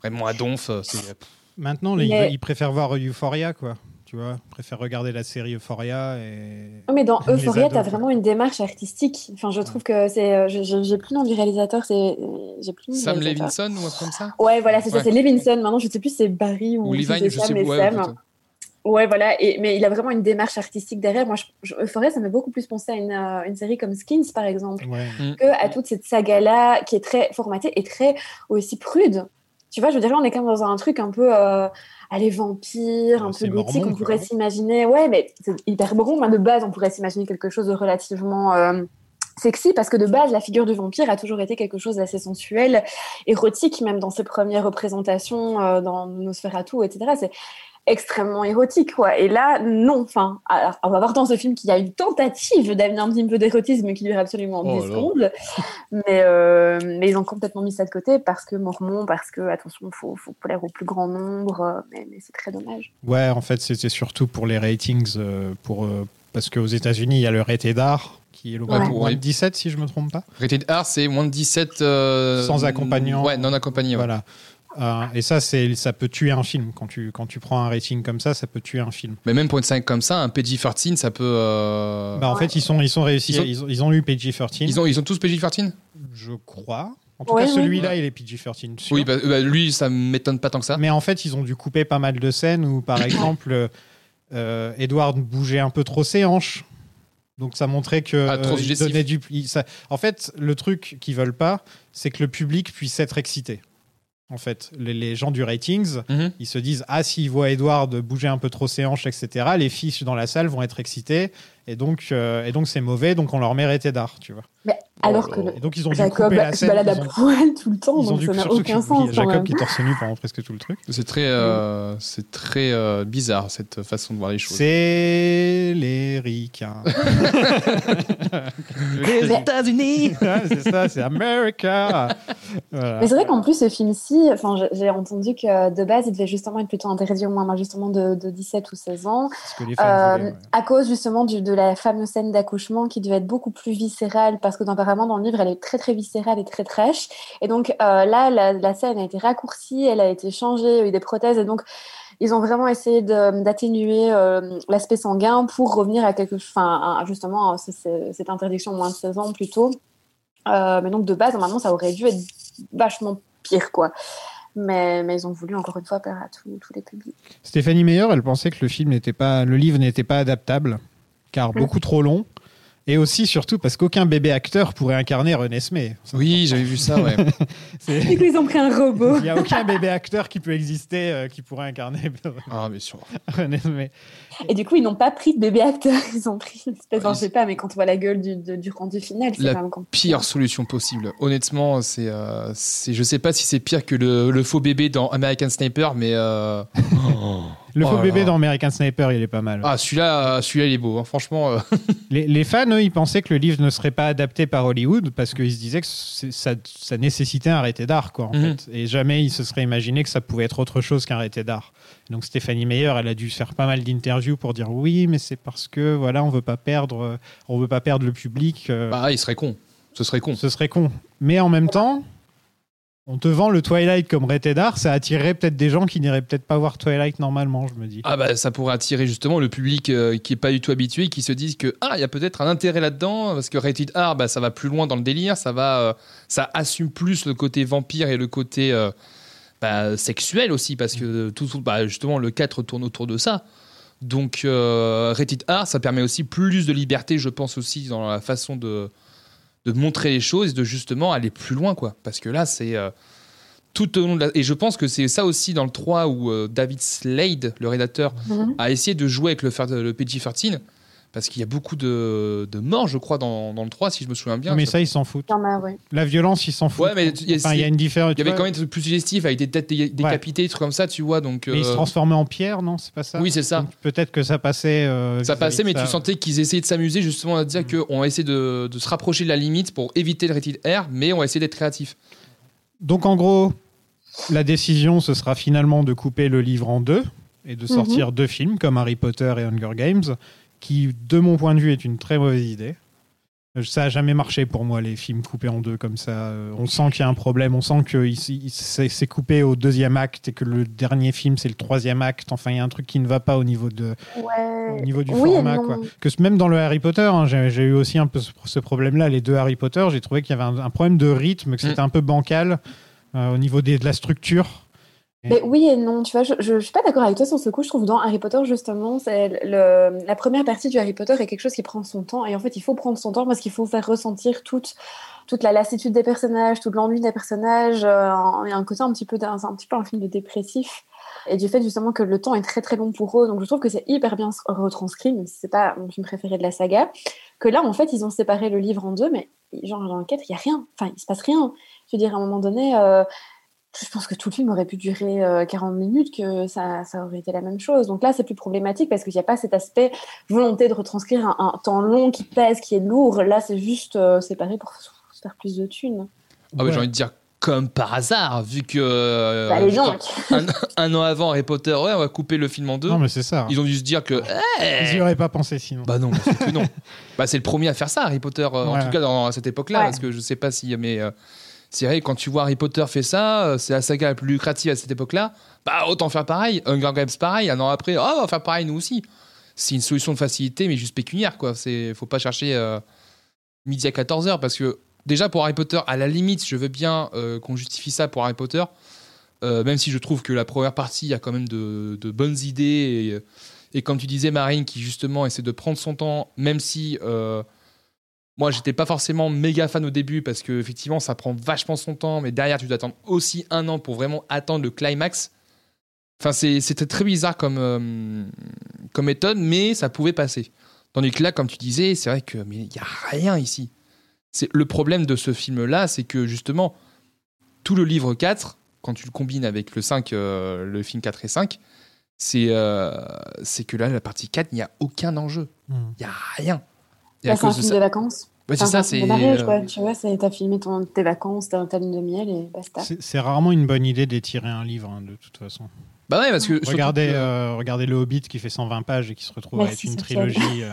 [SPEAKER 11] vraiment à donf. euh, c'est-
[SPEAKER 10] Maintenant, les-
[SPEAKER 12] Mais-
[SPEAKER 10] ils préfèrent voir Euphoria, quoi. Tu vois, ils préfèrent regarder la série Euphoria et.
[SPEAKER 12] Non, mais dans
[SPEAKER 10] Les
[SPEAKER 12] Euphoria,
[SPEAKER 10] ados,
[SPEAKER 12] t'as
[SPEAKER 10] quoi.
[SPEAKER 12] vraiment une démarche artistique. Enfin, je trouve que c'est. euh, je- je- J'ai plus le nom du réalisateur, c'est. euh, J'ai plus le nom du
[SPEAKER 11] Sam
[SPEAKER 12] réalisateur.
[SPEAKER 11] Levinson ou un truc comme ça
[SPEAKER 12] Ouais, voilà, c'est
[SPEAKER 11] Ouais.
[SPEAKER 12] ça, c'est Levinson. Maintenant, je sais plus si c'est Barry ou,
[SPEAKER 11] Ou
[SPEAKER 12] si
[SPEAKER 11] Levine,
[SPEAKER 12] c'est
[SPEAKER 11] je sais
[SPEAKER 12] Sam et
[SPEAKER 11] plus. ouais,
[SPEAKER 12] Sam.
[SPEAKER 11] peut-être.
[SPEAKER 12] Ouais, voilà, et, mais il a vraiment une démarche artistique derrière. Moi, je, je- Euphoria, ça m'a beaucoup plus pensé à une, euh, une série comme Skins, par exemple
[SPEAKER 10] Ouais.
[SPEAKER 11] Mm.
[SPEAKER 12] que à toute cette saga-là qui est très formatée et très aussi prude. Tu vois, je veux dire, là, on est quand même dans un truc un peu, euh, allez, vampire,
[SPEAKER 10] Ouais,
[SPEAKER 12] un
[SPEAKER 10] c'est
[SPEAKER 12] peu gothique,
[SPEAKER 10] mormon,
[SPEAKER 12] on pourrait
[SPEAKER 10] quoi.
[SPEAKER 12] s'imaginer. Ouais, mais c'est hyper bon, de base, on pourrait s'imaginer quelque chose de relativement. euh, sexy parce que de base la figure du vampire a toujours été quelque chose d'assez sensuel érotique même dans ses premières représentations euh, dans Nosferatu etc c'est extrêmement érotique quoi et là non enfin alors, on va voir dans ce film qu'il y a une tentative d'amener un petit peu d'érotisme qui dure absolument 10
[SPEAKER 11] Oh là.
[SPEAKER 12] secondes mais, euh, mais ils ont complètement mis ça de côté parce que Mormon, parce que attention, faut, faut plaire au plus grand nombre, euh, mais, mais c'est très dommage.
[SPEAKER 10] Ouais, en fait, c'était surtout pour les ratings, euh, pour, euh, parce qu'aux États-Unis, il y a le rated d'art, qui est le
[SPEAKER 12] Ouais.
[SPEAKER 10] moins de 17, si je me trompe pas.
[SPEAKER 11] Rated R, c'est moins de 17. euh,
[SPEAKER 10] Sans accompagnant.
[SPEAKER 11] Ouais, non accompagné. ouais.
[SPEAKER 10] Voilà. Euh, et ça, c'est, ça peut tuer un film. Quand tu, quand tu prends un rating comme ça, ça peut tuer un film.
[SPEAKER 11] Mais même pour une 5 comme ça, un PG-13, ça peut. euh,
[SPEAKER 10] Bah, en fait, ils sont, ils sont réussis.
[SPEAKER 11] Ils
[SPEAKER 10] Ils
[SPEAKER 11] ont-
[SPEAKER 10] ont, ils ont, eu PG-13,
[SPEAKER 11] Ils, ont, ils ont tous PG-13
[SPEAKER 10] je crois. En tout
[SPEAKER 12] Ouais,
[SPEAKER 10] cas,
[SPEAKER 12] ouais.
[SPEAKER 10] celui-là, il est PG-13. sûr.
[SPEAKER 11] Oui, bah, bah, lui, ça m'étonne pas tant que ça.
[SPEAKER 10] Mais en fait, ils ont dû couper pas mal de scènes où, par exemple, euh, Edward bougeait un peu trop ses hanches. Donc ça montrait que euh,
[SPEAKER 11] Ah, trop
[SPEAKER 10] il
[SPEAKER 11] suggestif.
[SPEAKER 10] donnait du. il- ça- En fait, le truc qu'ils veulent pas, c'est que le public puisse être excité. en fait. Les, les gens du ratings,
[SPEAKER 11] Mhm.
[SPEAKER 10] ils se disent Ah, s'ils voient Edward bouger un peu trop ses hanches, etc., les filles dans la salle vont être excitées. Et donc, euh, et donc c'est mauvais, donc on leur met rated d'art, tu vois.
[SPEAKER 12] Mais alors que le-
[SPEAKER 10] Et donc, Oh, ils ont dû
[SPEAKER 12] Jacob
[SPEAKER 10] couper la
[SPEAKER 12] se
[SPEAKER 10] scène,
[SPEAKER 12] balade à
[SPEAKER 10] ils ont-
[SPEAKER 12] poil tout le temps,
[SPEAKER 10] Ils ont
[SPEAKER 12] donc
[SPEAKER 10] dû
[SPEAKER 12] ça n'a
[SPEAKER 10] surtout qu'il
[SPEAKER 12] aucun
[SPEAKER 10] il y
[SPEAKER 12] sens.
[SPEAKER 10] a
[SPEAKER 12] quand
[SPEAKER 10] Jacob
[SPEAKER 12] même.
[SPEAKER 10] qui est torse nu pendant presque tout le truc.
[SPEAKER 11] C'est très, euh, c'est très euh, bizarre cette façon de voir les choses.
[SPEAKER 10] C'est les ricains.
[SPEAKER 11] Les
[SPEAKER 10] États-Unis C'est ça, c'est America Voilà.
[SPEAKER 12] Mais c'est vrai qu'en plus, ce film-ci, enfin, j'ai- j'ai entendu que de base, il devait justement être plutôt interdit au moins justement de, de 17 ou 16 ans,
[SPEAKER 10] que les fans
[SPEAKER 12] euh,
[SPEAKER 10] voulaient, ouais.
[SPEAKER 12] à cause justement du- de la fameuse scène d'accouchement qui devait être beaucoup plus viscérale, parce que dans- apparemment dans le livre, elle est très très viscérale et très trash. Et donc euh, là, la, la scène a été raccourcie, elle a été changée, il y a eu des prothèses, et donc ils ont vraiment essayé de- d'atténuer euh, l'aspect sanguin pour revenir à quelque, enfin, à- justement, à ce- ce- cette interdiction au moins de 16 ans plus tôt. Euh, mais donc de base, normalement, ça aurait dû être vachement pire, quoi. Mais, mais ils ont voulu encore une fois plaire à tous tous les publics.
[SPEAKER 10] Stéphanie Meyer, elle pensait que le film n'était pas, le livre n'était pas adaptable, car beaucoup trop long, et aussi surtout parce qu'aucun bébé acteur pourrait incarner René Smé.
[SPEAKER 11] Oui, j'avais vu ça, ouais.
[SPEAKER 10] C'est-
[SPEAKER 12] Du coup, ils ont pris un robot.
[SPEAKER 10] Il n'y a aucun bébé acteur qui peut exister euh, qui pourrait incarner
[SPEAKER 11] Ah, mais sûr.
[SPEAKER 10] René Smé.
[SPEAKER 12] Et du coup, ils n'ont pas pris de bébé acteur, ils ont pris une espèce,
[SPEAKER 11] Ouais,
[SPEAKER 12] enfin, je sais pas, mais quand on voit la gueule du, de- du rendu final, c'est
[SPEAKER 11] La
[SPEAKER 12] quand même compliqué.
[SPEAKER 11] Pire solution possible. Honnêtement, c'est, euh, c'est- je sais pas si c'est pire que le, le faux bébé dans American Sniper, mais. euh,
[SPEAKER 10] Le
[SPEAKER 11] oh
[SPEAKER 10] faux
[SPEAKER 11] là
[SPEAKER 10] bébé
[SPEAKER 11] là.
[SPEAKER 10] dans American Sniper, il est pas mal.
[SPEAKER 11] Ah, celui-là, euh, celui-là, il est beau. hein. Franchement, euh,
[SPEAKER 10] Les, les fans, eux, ils pensaient que le livre ne serait pas adapté par Hollywood parce qu'ils se disaient que c'est- ça, ça nécessitait un arrêté d'art, quoi, en
[SPEAKER 11] Mhm.
[SPEAKER 10] fait. Et jamais ils se seraient imaginé que ça pouvait être autre chose qu'un arrêté d'art. Donc Stéphanie Meyer, elle a dû faire pas mal d'interviews pour dire oui, mais c'est parce que voilà, on veut pas perdre, euh, on veut pas perdre le public. euh,
[SPEAKER 11] bah, il serait con. Ce serait con.
[SPEAKER 10] ce serait con. Mais en même temps, on te vend le Twilight comme rated d'art, ça attirerait peut-être des gens qui n'iraient peut-être pas voir Twilight normalement, je me dis.
[SPEAKER 11] Ah bah ça pourrait attirer justement le public euh, qui est pas du tout habitué, qui se disent que ah il y a peut-être un intérêt là-dedans parce que rated R bah ça va plus loin dans le délire, ça va euh, ça assume plus le côté vampire et le côté euh, bah, sexuel aussi parce que euh, tout, tout- bah, justement le 4 tourne autour de ça. Donc euh, rated R ça permet aussi plus de liberté je pense aussi dans la façon de de montrer les choses, de justement aller plus loin quoi parce que là c'est euh, tout au long de la... Et je pense que c'est ça aussi dans le 3 où euh, David Slade, le rédacteur,
[SPEAKER 12] Mhm.
[SPEAKER 11] a essayé de jouer avec le, fer- le PG-13 parce qu'il y a beaucoup de, de morts, je crois, dans, dans le 3, si je me souviens bien.
[SPEAKER 10] mais ça, ils s'en foutent.
[SPEAKER 12] Il y en a, ouais.
[SPEAKER 10] La violence, ils s'en foutent.
[SPEAKER 11] Ouais, mais tu- y a-
[SPEAKER 10] Enfin, il y a une différence.
[SPEAKER 11] Il y avait quand même des trucs plus suggestifs avec des têtes dé- décapitées, des trucs comme ça, tu vois. Donc,
[SPEAKER 10] Mais ils se
[SPEAKER 11] euh,
[SPEAKER 10] transformaient en pierre, non C'est pas ça
[SPEAKER 11] oui, c'est ça.
[SPEAKER 10] Donc, Peut-être que ça passait. euh,
[SPEAKER 11] Ça
[SPEAKER 10] vis-à-vis
[SPEAKER 11] passait,
[SPEAKER 10] de
[SPEAKER 11] mais
[SPEAKER 10] ça. Mm.
[SPEAKER 11] tu sentais qu'ils essayaient de s'amuser justement à dire qu'on va essayer de, de se rapprocher de la limite pour éviter le rated R, mais on va essayer d'être créatif.
[SPEAKER 10] Donc en gros, la décision, ce sera finalement de couper le livre en deux et de sortir deux films comme Harry Potter et Hunger Games, qui, de mon point de vue, est une très mauvaise idée. Euh, Ça a jamais marché pour moi, les films coupés en deux comme ça. Euh, On sent qu'il y a un problème, on sent que il- il- c'est c'est coupé au deuxième acte et que le dernier film, c'est le troisième acte. Enfin, il y a un truc qui ne va pas au niveau de, au
[SPEAKER 12] Ouais.
[SPEAKER 10] niveau du
[SPEAKER 12] Euh, Oui et
[SPEAKER 10] format.
[SPEAKER 12] non.
[SPEAKER 10] Quoi. Que ce- même dans le Harry Potter, hein, j'ai j'ai eu aussi un peu ce, ce problème-là. Les deux Harry Potter, j'ai trouvé qu'il y avait un, un problème de rythme,
[SPEAKER 11] Mm.
[SPEAKER 10] que c'était un peu bancal euh, au niveau des- de la structure. Et-
[SPEAKER 12] Mais oui et non, tu vois, je, je, je suis pas d'accord avec toi sur ce coup. Je trouve dans Harry Potter, justement, c'est le, la première partie du Harry Potter est quelque chose qui prend son temps. Et en fait, il faut prendre son temps parce qu'il faut faire ressentir toute, toute la lassitude des personnages, toute l'ennui des personnages. euh, un- et un côté un petit peu d'un- c'est un, petit peu un film de dépressif. Et du fait, justement, que le temps est très très long pour eux. Donc, je trouve que c'est hyper bien retranscrit, même si c'est pas mon film préféré de la saga. Que là, en fait, ils ont séparé le livre en deux, mais genre, dans le 4, il y a rien. Enfin, il se passe rien. Je veux dire, à un moment donné. euh, je pense que tout le film aurait pu durer euh, 40 minutes, que ça, ça aurait été la même chose. Donc là, c'est plus problématique parce qu'il n'y a pas cet aspect volonté de retranscrire un, un temps long qui pèse, qui est lourd. Là, c'est juste euh, séparé pour se faire plus de thunes.
[SPEAKER 11] Ah, mais
[SPEAKER 10] Ouais.
[SPEAKER 11] j'ai envie de dire comme par hasard, vu que. euh,
[SPEAKER 12] Bah, les gens,
[SPEAKER 11] un, un an avant Harry Potter, ouais, on va couper le film en deux.
[SPEAKER 10] Non, mais c'est ça.
[SPEAKER 11] Ils ont dû se dire que.
[SPEAKER 10] Ils
[SPEAKER 11] eh,
[SPEAKER 10] n'y auraient pas pensé sinon.
[SPEAKER 11] Bah non, c'est que non. bah c'est le premier à faire ça, Harry Potter, euh, en
[SPEAKER 10] Ouais.
[SPEAKER 11] tout cas dans, à cette époque-là, parce que je sais pas si. Mais euh, c'est vrai, quand tu vois Harry Potter fait ça, euh, c'est la saga la plus lucrative à cette époque-là, bah autant faire pareil. Hunger Games, pareil, un an après, oh, on va faire pareil nous aussi. C'est une solution de facilité, mais juste pécuniaire, quoi. C'est, faut pas chercher euh, midi à 14h, parce que déjà pour Harry Potter, à la limite, je veux bien euh, qu'on justifie ça pour Harry Potter. Euh, même si je trouve que la première partie il y a quand même de, de bonnes idées. Et, et comme tu disais, Marine, qui justement essaie de prendre son temps, même si euh, Moi, j'étais pas forcément méga fan au début parce que effectivement, ça prend vachement son temps, mais derrière, tu dois attendre aussi un an pour vraiment attendre le climax. Enfin, c'est- c'était très bizarre comme, euh, comme méthode, mais ça pouvait passer. Tandis que là, comme tu disais, c'est vrai que mais il y a rien ici. C'est le problème de ce film-là, c'est que justement, tout le livre 4, quand tu le combines avec le 5, euh, le film 4 et 5, c'est euh, c'est que là, la partie 4, il n'y a aucun enjeu. Il n'y a rien. Et à
[SPEAKER 12] Bah, c'est un
[SPEAKER 11] cause de
[SPEAKER 12] film
[SPEAKER 11] ça-
[SPEAKER 12] de vacances.
[SPEAKER 11] Ouais, c'est
[SPEAKER 12] Enfin,
[SPEAKER 11] ça,
[SPEAKER 12] un film
[SPEAKER 11] c'est,
[SPEAKER 12] de mariage,
[SPEAKER 11] euh,
[SPEAKER 12] quoi. Tu vois, c'est- t'as filmé ton, tes vacances, t'as ta lune de miel et basta.
[SPEAKER 10] C'est- C'est rarement une bonne idée d'étirer un livre, hein, de toute façon.
[SPEAKER 11] Bah ouais, parce que. surtout
[SPEAKER 10] Regardez,
[SPEAKER 11] que-
[SPEAKER 10] euh, regardez Le Hobbit qui fait 120 pages et qui se retrouve
[SPEAKER 12] Merci,
[SPEAKER 10] avec une
[SPEAKER 12] Sofiane.
[SPEAKER 10] trilogie, euh,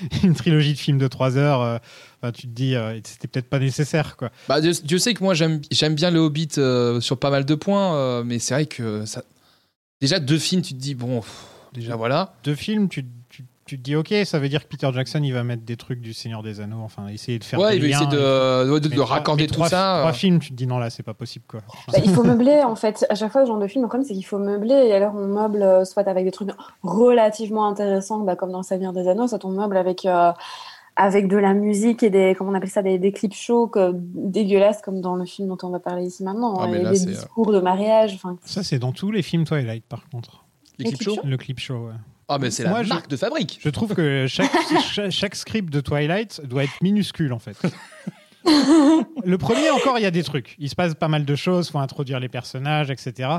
[SPEAKER 10] une trilogie de films de 3 heures. euh, enfin, tu te dis, euh, c'était peut-être pas nécessaire. Quoi.
[SPEAKER 11] Bah, Dieu, Dieu sait que moi j'aime j'aime bien le Hobbit euh, sur pas mal de points, euh, mais c'est vrai que ça. Déjà deux films, tu te dis bon, pff, déjà voilà.
[SPEAKER 10] Deux films, tu, tu- tu te dis, ok, ça veut dire que Peter Jackson, il va mettre des trucs du Seigneur des Anneaux, enfin, essayer de faire
[SPEAKER 11] ouais,
[SPEAKER 10] des
[SPEAKER 11] il veut
[SPEAKER 10] liens, euh,
[SPEAKER 11] essayer de, ouais, de,
[SPEAKER 10] Mais
[SPEAKER 11] de
[SPEAKER 10] trois-
[SPEAKER 11] raccorder
[SPEAKER 10] mais
[SPEAKER 11] tout
[SPEAKER 10] trois-
[SPEAKER 11] ça. euh.
[SPEAKER 10] Trois films, tu te dis, non, là, c'est pas possible. Quoi.
[SPEAKER 12] Bah, il faut meubler en fait. À chaque fois, ce genre de film, le problème c'est qu'il faut meubler. Et alors, on meuble euh, soit avec des trucs relativement intéressants, bah, comme dans Le Seigneur des Anneaux, soit on meuble avec, euh, avec de la musique et des, comment on appelle ça, des, des clips chauds que- dégueulasses, comme dans le film dont on va parler ici maintenant. hein,
[SPEAKER 11] Ah, mais
[SPEAKER 12] et
[SPEAKER 11] là,
[SPEAKER 12] des
[SPEAKER 11] c'est, euh,
[SPEAKER 12] discours de mariage. enfin,
[SPEAKER 10] Ça, c'est dans tous les films Twilight, par contre.
[SPEAKER 11] les clips
[SPEAKER 12] clips
[SPEAKER 11] shows.
[SPEAKER 12] shows.
[SPEAKER 10] Le clip show, ouais.
[SPEAKER 11] euh, Ah mais c'est la
[SPEAKER 10] Moi, je-
[SPEAKER 11] marque de fabrique.
[SPEAKER 10] Je trouve que chaque, chaque, chaque script de Twilight doit être minuscule en fait. Le premier encore, il y a des trucs. Il se passe pas mal de choses, faut introduire les personnages, etc.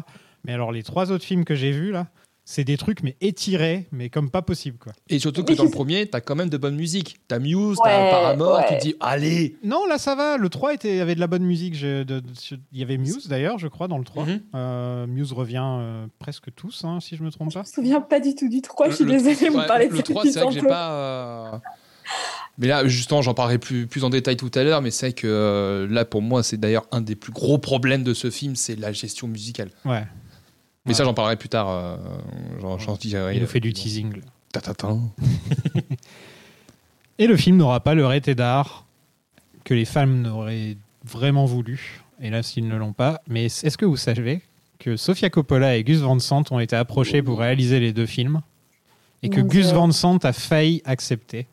[SPEAKER 10] Mais alors les trois autres films que j'ai vus là, c'est des trucs mais étirés, mais comme pas possible quoi.
[SPEAKER 11] Et surtout que dans le premier, t'as quand même de bonne musique. T'as Muse, t'as
[SPEAKER 12] Ouais,
[SPEAKER 11] Paramore, tu
[SPEAKER 12] ouais.
[SPEAKER 11] te dis allez.
[SPEAKER 10] Non, là ça va. Le 3 était, avait de la bonne musique. Je- de- de- je- il y avait Muse d'ailleurs, je crois, dans le 3.
[SPEAKER 11] Mhm.
[SPEAKER 10] Euh, Muse revient euh, presque tous, hein, si je me trompe
[SPEAKER 12] je
[SPEAKER 10] pas.
[SPEAKER 12] me souviens pas du tout du 3, je suis
[SPEAKER 11] Le- le-
[SPEAKER 12] désolée, vous
[SPEAKER 11] ouais,
[SPEAKER 12] parlez de
[SPEAKER 11] Le
[SPEAKER 12] cette
[SPEAKER 11] 3,
[SPEAKER 12] petite
[SPEAKER 11] c'est vrai que j'ai
[SPEAKER 12] enveloppe.
[SPEAKER 11] pas. euh, Mais là, justement, j'en parlerai plus, plus en détail tout à l'heure, mais c'est vrai que euh, là, pour moi, c'est d'ailleurs un des plus gros problèmes de ce film, c'est la gestion musicale.
[SPEAKER 10] Ouais.
[SPEAKER 11] Mais
[SPEAKER 10] Ouais.
[SPEAKER 11] ça, j'en parlerai plus tard. euh, j'en- j'en dirai,
[SPEAKER 10] Il nous
[SPEAKER 11] euh,
[SPEAKER 10] fait du
[SPEAKER 11] bon.
[SPEAKER 10] teasing. là.
[SPEAKER 11] Ta, ta, ta.
[SPEAKER 10] Et le film n'aura pas le raté d'art que les femmes n'auraient vraiment voulu, hélas ils ne l'ont pas. Mais est-ce que vous savez que Sofia Coppola et Gus Van Sant ont été approchés pour réaliser les deux films et que
[SPEAKER 12] Mon
[SPEAKER 10] Gus
[SPEAKER 12] Dieu.
[SPEAKER 10] Van Sant a failli accepter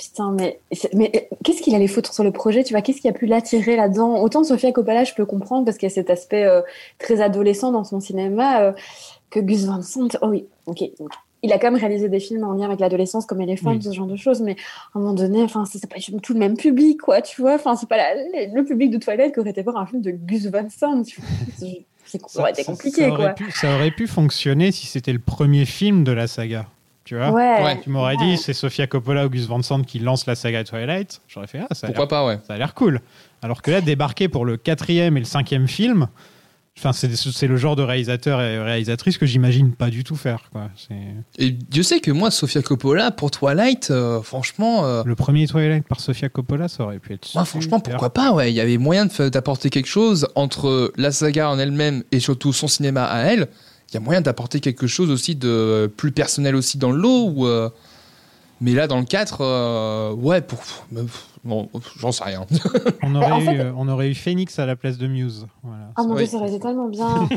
[SPEAKER 12] Putain, mais, c'est- mais euh, qu'est-ce qu'il allait foutre sur le projet Tu vois, qu'est-ce qui a pu l'attirer là-dedans Autant Sofia Coppola, je peux comprendre parce qu'il y a cet aspect euh, très adolescent dans son cinéma euh, que Gus Van Sant. Oh oui, ok. donc, il a quand même réalisé des films en lien avec l'adolescence, comme Elephant,
[SPEAKER 10] Oui.
[SPEAKER 12] ce genre de choses, mais à un moment donné, enfin, c'est c'est pas tout le même public, quoi, tu vois. Enfin, c'est pas la- le le public de Twilight qui aurait été voir un film de Gus Van Sant. tu vois. C'est- c'est- Ça aurait été compliqué,
[SPEAKER 10] ça aurait
[SPEAKER 12] quoi.
[SPEAKER 10] pu- ça aurait pu fonctionner si c'était le premier film de la saga. Tu vois
[SPEAKER 11] Ouais.
[SPEAKER 10] Tu m'aurais
[SPEAKER 12] Ouais.
[SPEAKER 10] dit, c'est Sofia Coppola ou Gus Van Sant qui lance la saga Twilight. J'aurais fait, ah, ça a l'air
[SPEAKER 11] Pourquoi pas, ouais.
[SPEAKER 10] ça a l'air cool. Alors que là, débarquer pour le quatrième et le cinquième film, enfin, c'est, c'est le genre de réalisateur et réalisatrice que j'imagine pas du tout faire. Quoi. C'est...
[SPEAKER 11] Et Dieu sait que moi, Sofia Coppola, pour Twilight, euh, franchement, euh,
[SPEAKER 10] Le premier Twilight par Sofia Coppola, ça aurait pu être.
[SPEAKER 11] moi,
[SPEAKER 10] super.
[SPEAKER 11] franchement, pourquoi pas, ouais. Il y avait moyen de fa- d'apporter quelque chose entre la saga en elle-même et surtout son cinéma à elle. Il y a moyen d'apporter quelque chose aussi de plus personnel aussi dans l'eau. Ou, euh, Mais là, dans le 4, euh, ouais, pour... mais, pff, bon, j'en sais rien.
[SPEAKER 10] On aurait,
[SPEAKER 12] Bah, en
[SPEAKER 10] eu,
[SPEAKER 12] fait-
[SPEAKER 10] euh, on aurait eu Phoenix à la place de Muse. Voilà.
[SPEAKER 12] Ah mon
[SPEAKER 11] Oui.
[SPEAKER 12] dieu, ça aurait été tellement bien.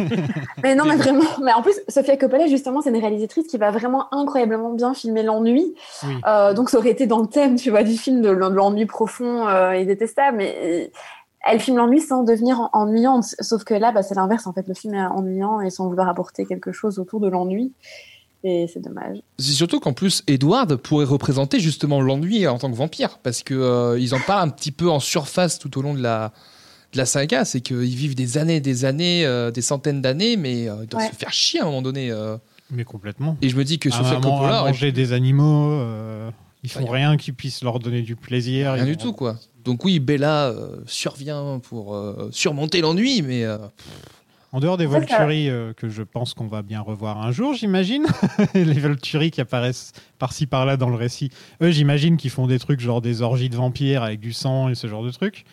[SPEAKER 12] mais non, mais vraiment. Mais en plus, Sofia Coppola, justement, c'est une réalisatrice qui va vraiment incroyablement bien filmer l'ennui.
[SPEAKER 10] Oui.
[SPEAKER 12] Euh, donc ça aurait été dans le thème, tu vois, du film de l'en- de l'ennui profond euh, et détestable. Mais euh, elle filme l'ennui sans devenir en- ennuyante. Sauf que là, bah, c'est l'inverse. En fait, le film est ennuyant et sans vouloir apporter quelque chose autour de l'ennui. Et c'est dommage.
[SPEAKER 11] C'est surtout qu'en plus, Edward pourrait représenter justement l'ennui en tant que vampire, parce que euh, ils en parlent un petit peu en surface tout au long de la, de la saga. C'est qu'ils vivent des années, des années, euh, des centaines d'années, mais euh, ils doivent
[SPEAKER 12] Ouais.
[SPEAKER 11] se faire chier à un moment donné. euh.
[SPEAKER 10] Mais complètement.
[SPEAKER 11] Et je me dis que
[SPEAKER 10] Ah,
[SPEAKER 11] Sofia
[SPEAKER 10] maman, à
[SPEAKER 11] Coppola, aurait
[SPEAKER 10] manger des animaux, euh, ils font
[SPEAKER 11] Bah, y a-
[SPEAKER 10] rien qui puisse leur donner du plaisir.
[SPEAKER 11] rien
[SPEAKER 10] Ils
[SPEAKER 11] du
[SPEAKER 10] ont-
[SPEAKER 11] tout, quoi. Donc oui, Bella euh, survient pour euh, surmonter l'ennui, mais euh,
[SPEAKER 10] En dehors des
[SPEAKER 12] En fait, ça-
[SPEAKER 10] Volturi, euh, que je pense qu'on va bien revoir un jour, j'imagine. les Volturi qui apparaissent par-ci par-là dans le récit. Eux, j'imagine qu'ils font des trucs genre des orgies de vampires avec du sang et ce genre de trucs.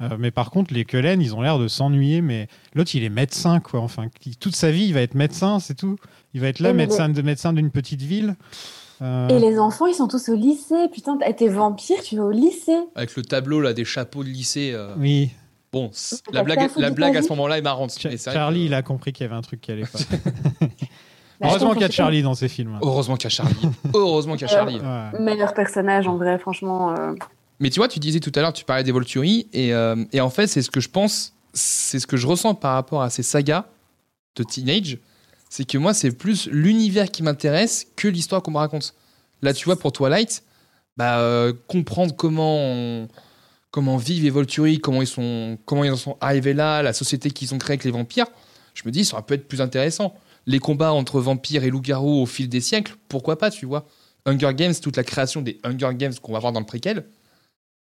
[SPEAKER 10] Euh, mais par contre, les Kellen, ils ont l'air de s'ennuyer. Mais l'autre, il est médecin, quoi. Enfin, qui- toute sa vie, il va être médecin, c'est tout. Il va être là,
[SPEAKER 12] Oui, mais
[SPEAKER 10] médecin de médecin d'une petite ville. Euh,
[SPEAKER 12] Et les enfants, ils sont tous au lycée. Putain, t'as été vampire, tu vas au lycée.
[SPEAKER 11] avec le tableau là des chapeaux de lycée, euh,
[SPEAKER 10] Oui,
[SPEAKER 11] bon, c'est-
[SPEAKER 12] T'as
[SPEAKER 11] la
[SPEAKER 12] fait un
[SPEAKER 11] blague,
[SPEAKER 12] fou
[SPEAKER 11] la
[SPEAKER 12] de
[SPEAKER 11] blague
[SPEAKER 12] ta
[SPEAKER 11] à ce
[SPEAKER 12] vie
[SPEAKER 11] moment-là est marrante.
[SPEAKER 10] Cha-
[SPEAKER 11] mais c'est vrai que- euh,
[SPEAKER 10] Charlie, il a compris qu'il y avait un truc qui allait pas.
[SPEAKER 12] Bah,
[SPEAKER 10] Heureusement
[SPEAKER 12] attends,
[SPEAKER 10] qu'il y a
[SPEAKER 12] faut-
[SPEAKER 10] Charlie dans ces films.
[SPEAKER 11] Heureusement qu'il y a Charlie. Heureusement qu'il y a Charlie.
[SPEAKER 10] Ouais.
[SPEAKER 12] Meilleur personnage en vrai, franchement. euh,
[SPEAKER 11] Mais tu vois, tu disais tout à l'heure, tu parlais des Volturi, et, euh, et en fait, c'est ce que je pense, c'est ce que je ressens par rapport à ces sagas de teenage, c'est que moi, c'est plus l'univers qui m'intéresse que l'histoire qu'on me raconte. Là, tu vois, pour Twilight, bah, euh, comprendre comment, on- comment vivent les Volturi, comment ils, sont, comment ils en sont arrivés là, la société qu'ils ont créée avec les vampires, je me dis, ça aurait pu être plus intéressant. Les combats entre vampires et loups-garous au fil des siècles, pourquoi pas, tu vois Hunger Games, toute la création des Hunger Games qu'on va voir dans le préquel,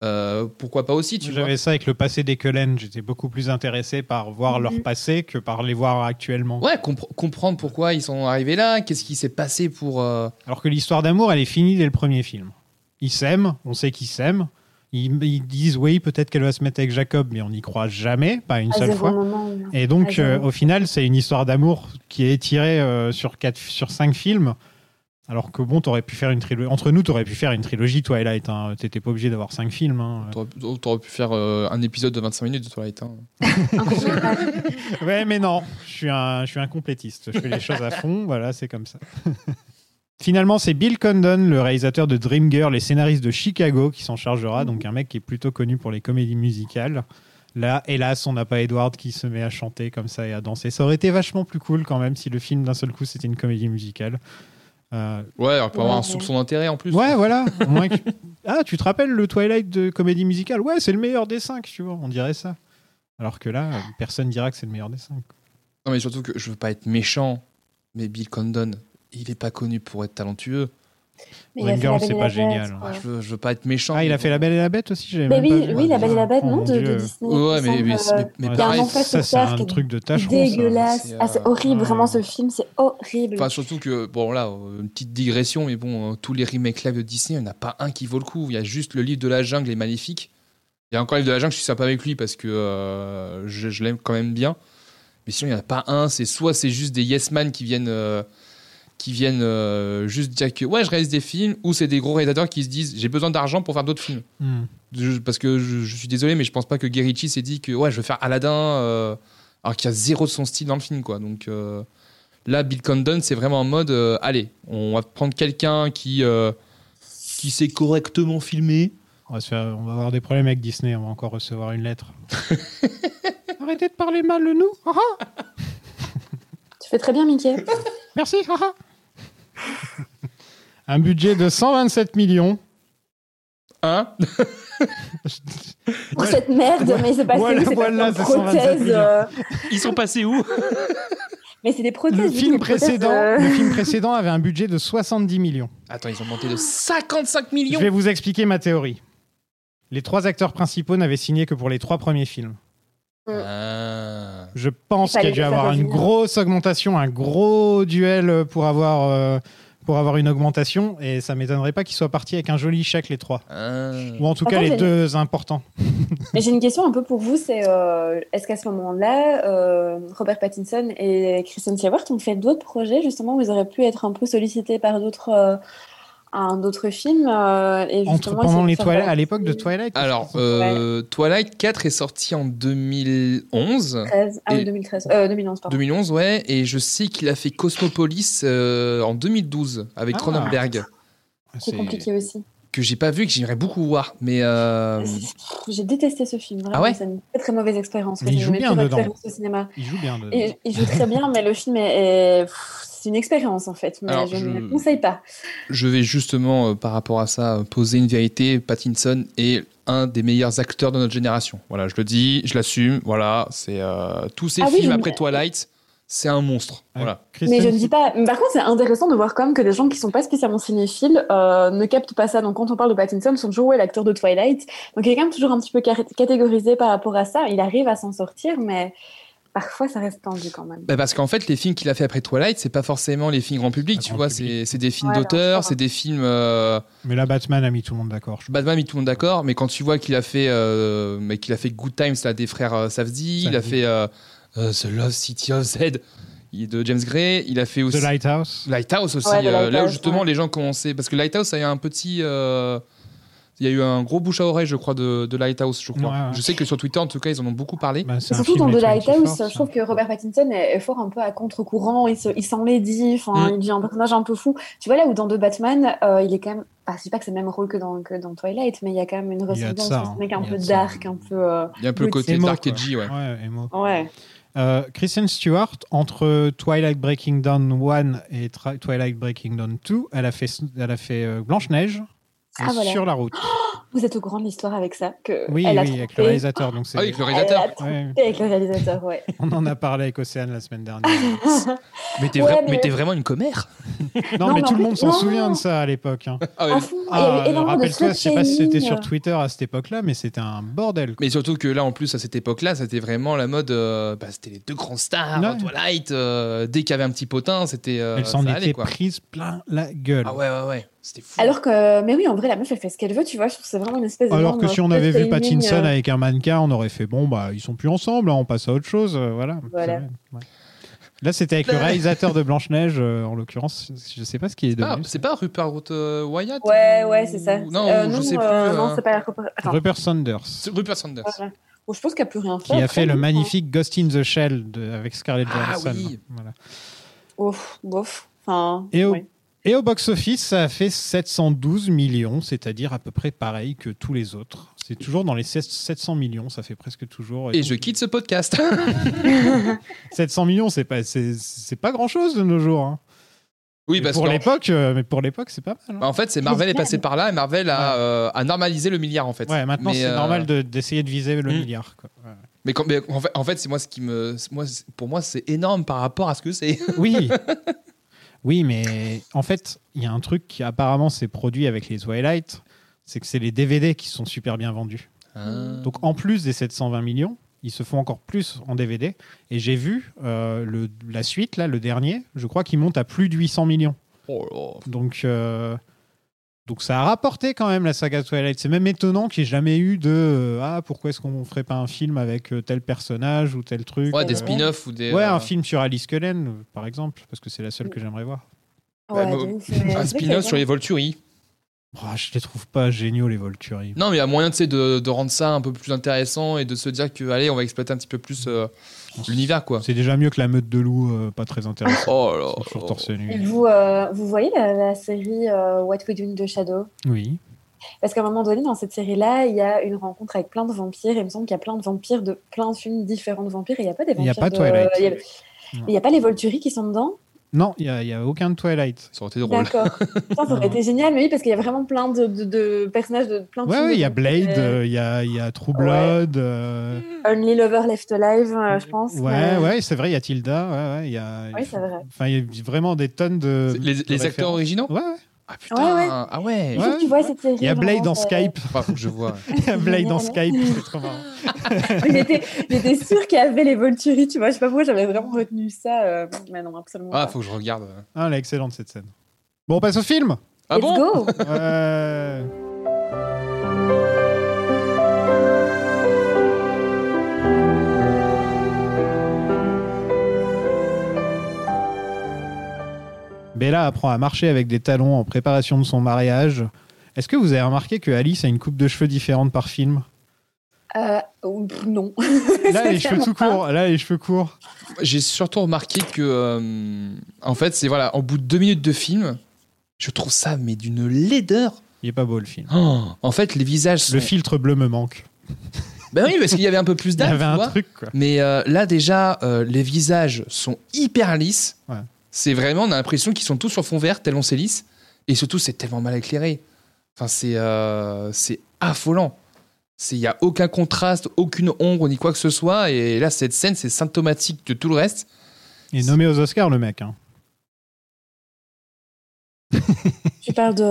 [SPEAKER 11] euh, pourquoi pas aussi, tu vois
[SPEAKER 10] J'avais ça avec le passé des Cullen. J'étais beaucoup plus intéressé par voir
[SPEAKER 12] Mm-hmm.
[SPEAKER 10] leur passé que par les voir actuellement.
[SPEAKER 11] Ouais, compre- comprendre pourquoi ils sont arrivés là, qu'est-ce qui s'est passé pour. euh,
[SPEAKER 10] Alors que l'histoire d'amour, elle est finie dès le premier film. Ils s'aiment, on sait qu'ils s'aiment. Ils, ils disent oui, peut-être qu'elle va se mettre avec Jacob, mais on n'y croit jamais, pas une
[SPEAKER 12] À
[SPEAKER 10] seule
[SPEAKER 12] zéro
[SPEAKER 10] fois.
[SPEAKER 12] moment, non.
[SPEAKER 10] Et donc,
[SPEAKER 12] Ah,
[SPEAKER 10] euh,
[SPEAKER 12] j'avoue.
[SPEAKER 10] au final, c'est une histoire d'amour qui est étirée euh, sur, quatre, sur cinq films. Alors que bon, t'aurais pu faire une trilogie. Entre nous, t'aurais pu faire une trilogie, toi, et là, t'étais pas obligé d'avoir cinq films. hein.
[SPEAKER 11] T'aurais t'aurais pu faire euh, un épisode de 25 minutes de Twilight. hein.
[SPEAKER 10] Ouais, mais non, je suis un, je suis un complétiste. Je fais les choses à fond, voilà, c'est comme ça. Finalement, c'est Bill Condon, le réalisateur de Dreamgirl et scénariste de Chicago, qui s'en chargera, donc un mec qui est plutôt connu pour les comédies musicales. Là, hélas, on n'a pas Edward qui se met à chanter comme ça et à danser. Ça aurait été vachement plus cool quand même si le film d'un seul coup c'était une comédie musicale. Euh,
[SPEAKER 11] Ouais, on peut avoir un soupçon d'intérêt en plus.
[SPEAKER 10] Ouais, voilà. Au moins que- Ah, tu te rappelles le Twilight de comédie musicale Ouais, c'est le meilleur des cinq, tu vois, on dirait ça. Alors que là, euh, personne dira que c'est le meilleur des cinq.
[SPEAKER 11] Non, mais surtout que je veux pas être méchant, mais Bill Condon, il est pas connu pour être talentueux.
[SPEAKER 12] Mais il a fait
[SPEAKER 10] Dreamgirl,
[SPEAKER 12] La Belle
[SPEAKER 10] c'est
[SPEAKER 12] et la
[SPEAKER 10] pas
[SPEAKER 12] Bête,
[SPEAKER 10] génial.
[SPEAKER 12] quoi.
[SPEAKER 11] Je veux, je veux pas être méchant.
[SPEAKER 10] Ah, il
[SPEAKER 11] mais
[SPEAKER 10] a fait La Belle et la Bête aussi j'ai
[SPEAKER 12] Mais
[SPEAKER 10] même
[SPEAKER 12] oui,
[SPEAKER 10] pas vu.
[SPEAKER 12] oui, La Belle et la Bête,
[SPEAKER 10] Oh
[SPEAKER 12] non,
[SPEAKER 10] mon
[SPEAKER 12] de, de
[SPEAKER 10] Dieu.
[SPEAKER 12] Disney. il
[SPEAKER 11] Ouais,
[SPEAKER 12] me
[SPEAKER 11] mais, mais,
[SPEAKER 12] semble,
[SPEAKER 11] mais-
[SPEAKER 10] Ouais,
[SPEAKER 11] mais
[SPEAKER 12] y a un
[SPEAKER 11] pareil.
[SPEAKER 12] enfant
[SPEAKER 10] ça,
[SPEAKER 12] sur
[SPEAKER 10] c'est un
[SPEAKER 12] terre qui-
[SPEAKER 10] truc de tâche
[SPEAKER 12] Dégueulasse.
[SPEAKER 11] C'est,
[SPEAKER 12] Ah, c'est
[SPEAKER 11] euh,
[SPEAKER 12] horrible,
[SPEAKER 10] ouais.
[SPEAKER 12] vraiment, ce film, c'est horrible.
[SPEAKER 11] Enfin, surtout que, bon, là, euh, une petite digression, mais bon, euh, tous les remakes live de Disney, il n'y en a pas un qui vaut le coup. Il y a juste le livre de la jungle, les magnifiques. Il y a encore le livre de la jungle, je suis sympa avec lui parce que euh, je, je l'aime quand même bien. Mais sinon, il n'y en a pas un. C'est soit c'est juste des yes man qui viennent, euh, qui viennent euh, juste dire que, ouais, je réalise des films, ou c'est des gros réalisateurs qui se disent, j'ai besoin d'argent pour faire d'autres films.
[SPEAKER 10] Hmm.
[SPEAKER 11] Je- parce que je, je suis désolé, mais je pense pas que Guerrici s'est dit que ouais, je vais faire Aladdin, euh, alors qu'il y a zéro de son style dans le film, quoi. Donc euh, là, Bill Condon, c'est vraiment en mode, euh, allez, on va prendre quelqu'un qui euh, qui sait correctement filmer.
[SPEAKER 10] On, va se faire- on va avoir des problèmes avec Disney, on va encore recevoir une lettre. Arrêtez de parler mal de nous. Ah ah,
[SPEAKER 12] Tu fais très bien, Mickey.
[SPEAKER 10] merci. ah ah. Un budget de 127 millions.
[SPEAKER 11] Hein
[SPEAKER 12] Pour cette merde, mais c'est pas
[SPEAKER 10] Voilà,
[SPEAKER 12] c'est pas
[SPEAKER 10] voilà,
[SPEAKER 12] des
[SPEAKER 10] c'est 127
[SPEAKER 12] prothèses.
[SPEAKER 10] millions.
[SPEAKER 12] euh,
[SPEAKER 1] Ils sont passés où
[SPEAKER 12] Mais c'est des prothèses.
[SPEAKER 10] Le
[SPEAKER 12] du coup,
[SPEAKER 10] film
[SPEAKER 12] des prothèses,
[SPEAKER 10] précédent,
[SPEAKER 12] euh,
[SPEAKER 10] le film précédent avait un budget de 70 millions.
[SPEAKER 11] Attends, ils ont monté de 55 millions.
[SPEAKER 10] Je vais vous expliquer ma théorie. Les trois acteurs principaux n'avaient signé que pour les trois premiers films.
[SPEAKER 11] Ah.
[SPEAKER 10] Je
[SPEAKER 12] Il
[SPEAKER 10] pense
[SPEAKER 12] fallait
[SPEAKER 10] qu'il y a dû
[SPEAKER 12] les
[SPEAKER 10] avoir une
[SPEAKER 12] revenir.
[SPEAKER 10] grosse augmentation, un gros duel pour avoir, euh, pour avoir une augmentation. Et ça m'étonnerait pas qu'ils soient partis avec un joli chèque, les trois.
[SPEAKER 11] Ah.
[SPEAKER 10] Ou en tout cas,
[SPEAKER 12] Attends,
[SPEAKER 10] les
[SPEAKER 12] j'ai-
[SPEAKER 10] deux importants.
[SPEAKER 12] Mais j'ai une question un peu pour vous, c'est euh, est-ce qu'à ce moment-là, euh, Robert Pattinson et Kristen Stewart ont fait d'autres projets justement où ils auraient pu être un peu sollicités par d'autres euh, un- d'autres films euh, et
[SPEAKER 10] Entre,
[SPEAKER 12] justement,
[SPEAKER 10] pendant
[SPEAKER 12] essayer
[SPEAKER 10] les
[SPEAKER 12] faire
[SPEAKER 10] Twilight,
[SPEAKER 12] partie-
[SPEAKER 10] à l'époque de Twilight.
[SPEAKER 11] Alors, euh, Twilight 4 est sorti en 2011.
[SPEAKER 12] 13, ah oui,
[SPEAKER 11] et-
[SPEAKER 12] 2013, euh, 2011 pardon.
[SPEAKER 11] 2011, ouais, et je sais qu'il a fait Cosmopolis euh, en 2012 avec
[SPEAKER 10] Ah.
[SPEAKER 11] Cronenberg.
[SPEAKER 12] C'est compliqué aussi.
[SPEAKER 11] que j'ai pas vu que j'aimerais beaucoup voir mais euh,
[SPEAKER 12] J'ai détesté ce film. Vraiment,
[SPEAKER 11] Ah ouais
[SPEAKER 12] c'est une très, très mauvaise expérience.
[SPEAKER 10] Mais il
[SPEAKER 12] C'est une
[SPEAKER 10] joue
[SPEAKER 12] de mes
[SPEAKER 10] bien
[SPEAKER 12] pires
[SPEAKER 10] dedans.
[SPEAKER 12] expériences au cinéma.
[SPEAKER 10] Il joue bien. dedans.
[SPEAKER 12] Il, il joue très bien, mais le film est, est- pff, c'est une expérience en fait. Mais
[SPEAKER 11] Alors,
[SPEAKER 12] je,
[SPEAKER 11] je-
[SPEAKER 12] ne le conseille pas.
[SPEAKER 11] je vais justement euh, par rapport à ça euh, poser une vérité Pattinson est un des meilleurs acteurs de notre génération voilà je le dis je l'assume voilà c'est euh, tous ces
[SPEAKER 12] Ah oui,
[SPEAKER 11] films
[SPEAKER 12] mais-
[SPEAKER 11] après Twilight c'est un monstre
[SPEAKER 10] Euh,
[SPEAKER 11] voilà
[SPEAKER 10] Kristen-
[SPEAKER 12] Mais je ne dis pas. mais Par contre, c'est intéressant de voir quand même que des gens qui sont pas spécialement cinéphiles euh, ne captent pas ça. Donc, quand on parle de Pattinson, ils sont toujours ouais, l'acteur de Twilight. Donc, il est quand même toujours un petit peu car- catégorisé par rapport à ça. Il arrive à s'en sortir, mais parfois, ça reste tendu quand même.
[SPEAKER 11] Bah, parce qu'en fait les films qu'il a fait après Twilight c'est pas forcément les films grand public
[SPEAKER 10] Pas
[SPEAKER 11] tu
[SPEAKER 10] grand
[SPEAKER 11] vois
[SPEAKER 10] public.
[SPEAKER 11] c'est c'est des films
[SPEAKER 12] Ouais,
[SPEAKER 11] d'auteur
[SPEAKER 12] bien sûr.
[SPEAKER 11] c'est des films euh,
[SPEAKER 10] Mais là, Batman a mis tout le monde d'accord. je
[SPEAKER 11] Batman mis tout le monde d'accord mais quand tu vois qu'il a fait euh, mais qu'il a fait Good Times là des frères euh, Safdie il a
[SPEAKER 10] Safdie.
[SPEAKER 11] fait euh, euh, The Love City of Z il est de James Gray il a fait
[SPEAKER 10] pense.
[SPEAKER 11] aussi
[SPEAKER 10] The Lighthouse. Bah,
[SPEAKER 11] Lighthouse aussi,
[SPEAKER 12] Ouais, de
[SPEAKER 11] euh, là où
[SPEAKER 12] Lighthouse,
[SPEAKER 11] justement
[SPEAKER 12] ouais.
[SPEAKER 11] les gens commençaient. Parce que Lighthouse, ça a eu un petit. euh, Il y a eu un gros bouche à oreille, je crois, de, de Lighthouse, je crois.
[SPEAKER 10] Ouais, ouais.
[SPEAKER 11] Je sais que sur Twitter, en tout cas, ils en ont beaucoup parlé.
[SPEAKER 10] Bah, c'est
[SPEAKER 12] Et
[SPEAKER 10] un
[SPEAKER 12] Surtout
[SPEAKER 10] film
[SPEAKER 12] dans The
[SPEAKER 10] avec hein. Twenty
[SPEAKER 12] Lighthouse,
[SPEAKER 10] Four,
[SPEAKER 12] je trouve que Robert Pattinson est, est fort un peu à contre-courant, il, se, il s'enlaidit, enfin,
[SPEAKER 11] Mm.
[SPEAKER 12] il devient un personnage un peu fou. Tu vois là où dans The Batman, euh, il est quand même, bah, je dis pas que c'est le même rôle que dans, que dans Twilight, mais il y a quand même une
[SPEAKER 10] Il y a de
[SPEAKER 12] ressemblance,
[SPEAKER 10] ça,
[SPEAKER 12] c'est
[SPEAKER 10] hein.
[SPEAKER 12] un mec un
[SPEAKER 10] Il y a
[SPEAKER 12] peu
[SPEAKER 10] de ça.
[SPEAKER 12] dark, un peu... euh,
[SPEAKER 11] Il y a un peu le côté
[SPEAKER 10] Emo,
[SPEAKER 11] Dark
[SPEAKER 10] quoi.
[SPEAKER 11] et G, ouais.
[SPEAKER 10] Ouais, emo.
[SPEAKER 12] Ouais.
[SPEAKER 10] Euh, Kristen Stewart, entre Twilight Breaking Dawn 1 et Tra- Twilight Breaking Dawn 2, elle a fait, elle a fait euh, Blanche-Neige
[SPEAKER 12] Ah,
[SPEAKER 10] et
[SPEAKER 12] voilà.
[SPEAKER 10] Sur la route.
[SPEAKER 12] Vous êtes au courant de l'histoire avec ça que
[SPEAKER 10] Oui,
[SPEAKER 12] elle a
[SPEAKER 10] oui, avec
[SPEAKER 12] trompé-
[SPEAKER 10] le réalisateur. Donc c'est-
[SPEAKER 11] Ah oui, avec le
[SPEAKER 12] Elle a
[SPEAKER 11] réalisateur.
[SPEAKER 12] trompé
[SPEAKER 10] Ouais,
[SPEAKER 12] avec le réalisateur, ouais.
[SPEAKER 10] on en a parlé avec Océane la semaine dernière.
[SPEAKER 11] Mais t'es
[SPEAKER 12] Ouais,
[SPEAKER 11] vra-
[SPEAKER 12] mais-
[SPEAKER 11] mais t'es vraiment une commère.
[SPEAKER 10] Non,
[SPEAKER 12] Non,
[SPEAKER 10] mais
[SPEAKER 12] mais en
[SPEAKER 10] tout le
[SPEAKER 12] plus-
[SPEAKER 10] monde s'en
[SPEAKER 12] non.
[SPEAKER 10] souvient de ça à l'époque. hein.
[SPEAKER 11] Ah ouais.
[SPEAKER 12] À fond, il y
[SPEAKER 10] Ah,
[SPEAKER 12] a eu
[SPEAKER 10] euh,
[SPEAKER 12] énormément de
[SPEAKER 10] rappelle-toi, je sais pas si
[SPEAKER 12] slut-shaming.
[SPEAKER 10] c'était sur Twitter à cette époque-là, mais c'était un bordel.
[SPEAKER 11] Mais surtout que là, en plus, à cette époque-là, c'était vraiment la mode. euh, bah, c'était les deux grands stars,
[SPEAKER 10] Ouais.
[SPEAKER 11] Twilight. euh, dès qu'il y avait un petit potin, c'était. euh,
[SPEAKER 10] Elle s'en
[SPEAKER 11] ça
[SPEAKER 10] était
[SPEAKER 11] allait, quoi.
[SPEAKER 10] prise plein la gueule.
[SPEAKER 11] Ah ouais, ouais, ouais. C'était fou.
[SPEAKER 12] Alors que, mais oui, en vrai, la meuf, elle fait ce qu'elle veut, tu vois, je trouve que c'est vraiment une espèce
[SPEAKER 10] Alors que
[SPEAKER 12] d'énorme
[SPEAKER 10] si on avait vu
[SPEAKER 12] slut-shaming,
[SPEAKER 10] Pattinson
[SPEAKER 12] euh,
[SPEAKER 10] avec un mannequin, on aurait fait bon, bah ils sont plus ensemble, hein, on passe à autre chose, euh, voilà.
[SPEAKER 12] Voilà.
[SPEAKER 10] C'est vrai, ouais. Là, c'était avec le
[SPEAKER 11] Bah.
[SPEAKER 10] réalisateur de Blanche Neige, en l'occurrence. Je sais pas ce qui est
[SPEAKER 11] Ah,
[SPEAKER 10] devenu.
[SPEAKER 11] c'est pas Rupert euh, Wyatt
[SPEAKER 12] Ouais,
[SPEAKER 11] ou-
[SPEAKER 12] ouais, c'est ça.
[SPEAKER 11] Non,
[SPEAKER 12] Euh,
[SPEAKER 11] je sais plus.
[SPEAKER 12] euh,
[SPEAKER 11] euh,
[SPEAKER 12] Non, c'est pas. Attends,
[SPEAKER 10] Rupert Sanders,
[SPEAKER 11] c'est Rupert Sanders.
[SPEAKER 12] voilà. Bon, je pense qu'il n'y a plus rien.
[SPEAKER 10] qui a fait le magnifique Ghost in the Shell de- avec Scarlett
[SPEAKER 11] Ah
[SPEAKER 10] Johansson.
[SPEAKER 11] oui.
[SPEAKER 10] Voilà.
[SPEAKER 12] Ouf, bof. Enfin,
[SPEAKER 10] Et au-
[SPEAKER 12] ouais.
[SPEAKER 10] Et au box-office, ça a fait 712 millions, c'est-à-dire à peu près pareil que tous les autres. C'est toujours dans les 16 700 millions, ça fait presque toujours. euh,
[SPEAKER 11] Et je quitte ce podcast.
[SPEAKER 10] 700 millions, c'est pas, c'est- c'est pas grand-chose de nos jours. hein.
[SPEAKER 11] oui,
[SPEAKER 10] Mais
[SPEAKER 11] parce
[SPEAKER 10] pour
[SPEAKER 11] que.
[SPEAKER 10] l'époque, euh, mais pour l'époque, c'est pas mal. hein.
[SPEAKER 11] En fait, c'est Marvel est passé par là et Marvel a, euh, a normalisé le milliard en fait.
[SPEAKER 10] Ouais, maintenant
[SPEAKER 11] Mais,
[SPEAKER 10] c'est
[SPEAKER 11] euh,
[SPEAKER 10] normal de- d'essayer de viser le
[SPEAKER 11] Mm.
[SPEAKER 10] milliard. quoi. Ouais.
[SPEAKER 11] Mais, quand- mais en fait, en fait, c'est moi ce qui me, c'est- moi, c'est- pour moi, c'est énorme par rapport à ce que c'est.
[SPEAKER 10] Oui, oui, mais en fait, il y a un truc qui apparemment s'est produit avec les Twilight, c'est que c'est les DVD qui sont super bien vendus.
[SPEAKER 11] Mm.
[SPEAKER 10] Donc en plus des 720 millions, ils se font encore plus en DVD. Et j'ai vu euh, le, la suite là, le dernier, je crois qu'il monte à plus de 800 millions.
[SPEAKER 11] Oh là.
[SPEAKER 10] Donc euh, donc ça a rapporté quand même la saga Twilight. C'est même étonnant qu'il n'y ait jamais eu de euh, ah pourquoi est-ce qu'on ferait pas un film avec euh, tel personnage ou tel truc.
[SPEAKER 11] Ouais, des
[SPEAKER 10] euh,
[SPEAKER 11] spin-offs ou des.
[SPEAKER 10] Ouais, un
[SPEAKER 11] euh,
[SPEAKER 10] film sur Alice Cullen, euh, par exemple, parce que c'est la seule que j'aimerais voir.
[SPEAKER 11] Bah,
[SPEAKER 12] Ouais,
[SPEAKER 11] mais-
[SPEAKER 12] de ouf, mais c'est
[SPEAKER 11] Un
[SPEAKER 12] vrai
[SPEAKER 11] spin-off
[SPEAKER 12] que-
[SPEAKER 11] sur les Volturi.
[SPEAKER 10] Oh, je les trouve pas géniaux, les Volturi.
[SPEAKER 11] Non, mais il y a moyen tu sais, de, de rendre ça un peu plus intéressant et de se dire que, allez, on va exploiter un petit peu plus euh, l'univers, quoi.
[SPEAKER 10] C'est déjà mieux que la meute de loup, euh, pas très intéressant.
[SPEAKER 11] Oh là
[SPEAKER 10] Ils sont toujours
[SPEAKER 11] là.
[SPEAKER 10] torse nu.
[SPEAKER 12] Et Vous, euh, vous voyez la, la série euh, What We Do in the Shadow
[SPEAKER 10] Oui.
[SPEAKER 12] Parce qu'à un moment donné, dans cette série-là, il y a une rencontre avec plein de vampires. Et il me semble qu'il y a plein de vampires de plein de films différents de vampires. Et il n'y a pas des
[SPEAKER 10] Il n'y a
[SPEAKER 12] vampires.
[SPEAKER 10] pas
[SPEAKER 12] de-
[SPEAKER 10] Twilight.
[SPEAKER 12] Il y a-
[SPEAKER 10] Non.
[SPEAKER 12] il n'y a pas les Volturi qui sont dedans
[SPEAKER 10] Non, il n'y a, aucun de Twilight.
[SPEAKER 11] Ça aurait été drôle.
[SPEAKER 12] D'accord. Putain, ça aurait été génial, mais oui, parce qu'il y a vraiment plein de, de- de personnages de plein de
[SPEAKER 10] Ouais,
[SPEAKER 12] films.
[SPEAKER 10] ouais, il y a Blade,
[SPEAKER 12] Euh,
[SPEAKER 10] euh, il y, a, il y a True
[SPEAKER 12] Ouais.
[SPEAKER 10] Blood. euh,
[SPEAKER 12] Only Lover Left Alive, euh, je pense.
[SPEAKER 10] Ouais, ouais, c'est vrai, il y a Tilda. Ouais, ouais, il y a.
[SPEAKER 12] Oui, c'est vrai.
[SPEAKER 10] Enfin, il y a vraiment des tonnes de.
[SPEAKER 11] C'est- Les,
[SPEAKER 10] de
[SPEAKER 11] les acteurs
[SPEAKER 10] références.
[SPEAKER 11] originaux
[SPEAKER 10] Ouais, ouais.
[SPEAKER 11] Ah putain
[SPEAKER 12] Ouais, ouais.
[SPEAKER 11] Ah ouais,
[SPEAKER 12] Il faut que tu vois cette série.
[SPEAKER 10] Il y a Blade
[SPEAKER 12] vraiment, euh,
[SPEAKER 10] en
[SPEAKER 12] ça-
[SPEAKER 10] Skype.
[SPEAKER 11] Enfin, faut que je vois.
[SPEAKER 10] Il y a Blade en
[SPEAKER 12] génial.
[SPEAKER 10] Skype, c'est trop marrant.
[SPEAKER 12] J'étais j'étais sûre qu'il y avait les Volturi, tu vois. Je sais pas pourquoi j'avais vraiment retenu ça. euh, Mais non, absolument
[SPEAKER 11] Ah,
[SPEAKER 12] pas.
[SPEAKER 11] faut que je regarde.
[SPEAKER 10] Ah, elle est excellente cette scène. Bon, on passe au film. Euh.
[SPEAKER 11] Ah
[SPEAKER 12] Let's
[SPEAKER 11] bon
[SPEAKER 12] go
[SPEAKER 10] Ouais. Bella apprend à marcher avec des talons en préparation de son mariage. Est-ce que vous avez remarqué que Alice a une coupe de cheveux différente par film
[SPEAKER 12] Euh, oh, pff, Non.
[SPEAKER 10] Là, les cheveux tout courts. Là, les cheveux courts.
[SPEAKER 11] J'ai surtout remarqué que, euh, en fait, c'est voilà, au bout de deux minutes de film, je trouve ça, mais d'une laideur.
[SPEAKER 10] Il est pas beau le film.
[SPEAKER 11] Oh, en fait, les visages sont.
[SPEAKER 10] Le filtre bleu me manque.
[SPEAKER 11] Ben oui, parce qu'il y avait un peu plus
[SPEAKER 10] Il y
[SPEAKER 11] d'âme.
[SPEAKER 10] avait
[SPEAKER 11] tu
[SPEAKER 10] un
[SPEAKER 11] vois.
[SPEAKER 10] truc quoi.
[SPEAKER 11] Mais euh, là, déjà, euh, les visages sont hyper lisses.
[SPEAKER 10] Ouais.
[SPEAKER 11] C'est vraiment, on a l'impression qu'ils sont tous sur fond vert, tellement c'est lisse. Et surtout, c'est tellement mal éclairé. Enfin, c'est euh, c'est affolant. Il n'y a aucun contraste, aucune ombre, ni quoi que ce soit. Et là, cette scène, c'est symptomatique de tout le reste.
[SPEAKER 10] Il est nommé aux Oscars le mec. hein.
[SPEAKER 12] Tu parles de,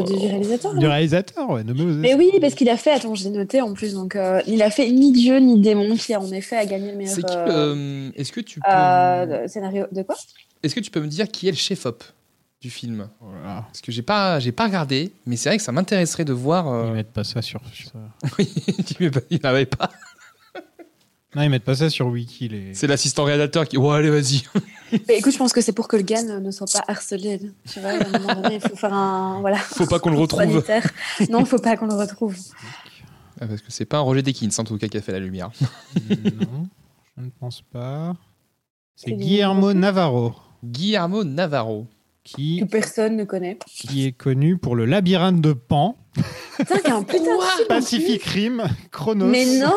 [SPEAKER 11] Oh.
[SPEAKER 12] du réalisateur
[SPEAKER 10] Du
[SPEAKER 12] non
[SPEAKER 10] réalisateur, ouais, nommé aux
[SPEAKER 12] Ah mais
[SPEAKER 10] Oscars.
[SPEAKER 12] oui, parce qu'il a fait, attends, je l'ai noté en plus, donc euh, il a fait Ni Dieu ni Démon, qui a en effet a gagné le meilleur
[SPEAKER 11] C'est qui
[SPEAKER 12] euh,
[SPEAKER 11] le- Est-ce que tu peux.
[SPEAKER 12] euh, scénario de quoi
[SPEAKER 11] Est-ce que tu peux me dire qui est le chef-op du film
[SPEAKER 10] Voilà.
[SPEAKER 11] Parce que j'ai pas, j'ai pas regardé, mais c'est vrai que ça m'intéresserait de voir.
[SPEAKER 10] Ils
[SPEAKER 11] euh, ah
[SPEAKER 10] mettent pas ça sur. sur-
[SPEAKER 11] tu m'as pas- il n'avait pas.
[SPEAKER 10] Non, ils mettent pas ça sur Wiki. Les...
[SPEAKER 11] C'est l'assistant rédacteur qui. Ouais, allez, vas-y.
[SPEAKER 12] Mais écoute, je pense que c'est pour que le GAN ne soit pas harcelé. Tu vois, à un moment donné, il faut faire un. Voilà.
[SPEAKER 11] Faut pas qu'on le retrouve.
[SPEAKER 12] Sanitaire. Non, il faut pas qu'on le retrouve.
[SPEAKER 11] Ah, Parce que c'est pas un Roger Deakins, en tout cas, qui a fait la lumière.
[SPEAKER 10] non, je ne pense pas. C'est Guillermo Navarro
[SPEAKER 11] Guillermo Navarro.
[SPEAKER 10] qui,
[SPEAKER 12] Que personne ne connaît.
[SPEAKER 10] qui est connu pour le labyrinthe de Pan,
[SPEAKER 12] Putain, il y a un putain de film en plus.
[SPEAKER 10] Pacific Rim, Chronos.
[SPEAKER 12] Mais non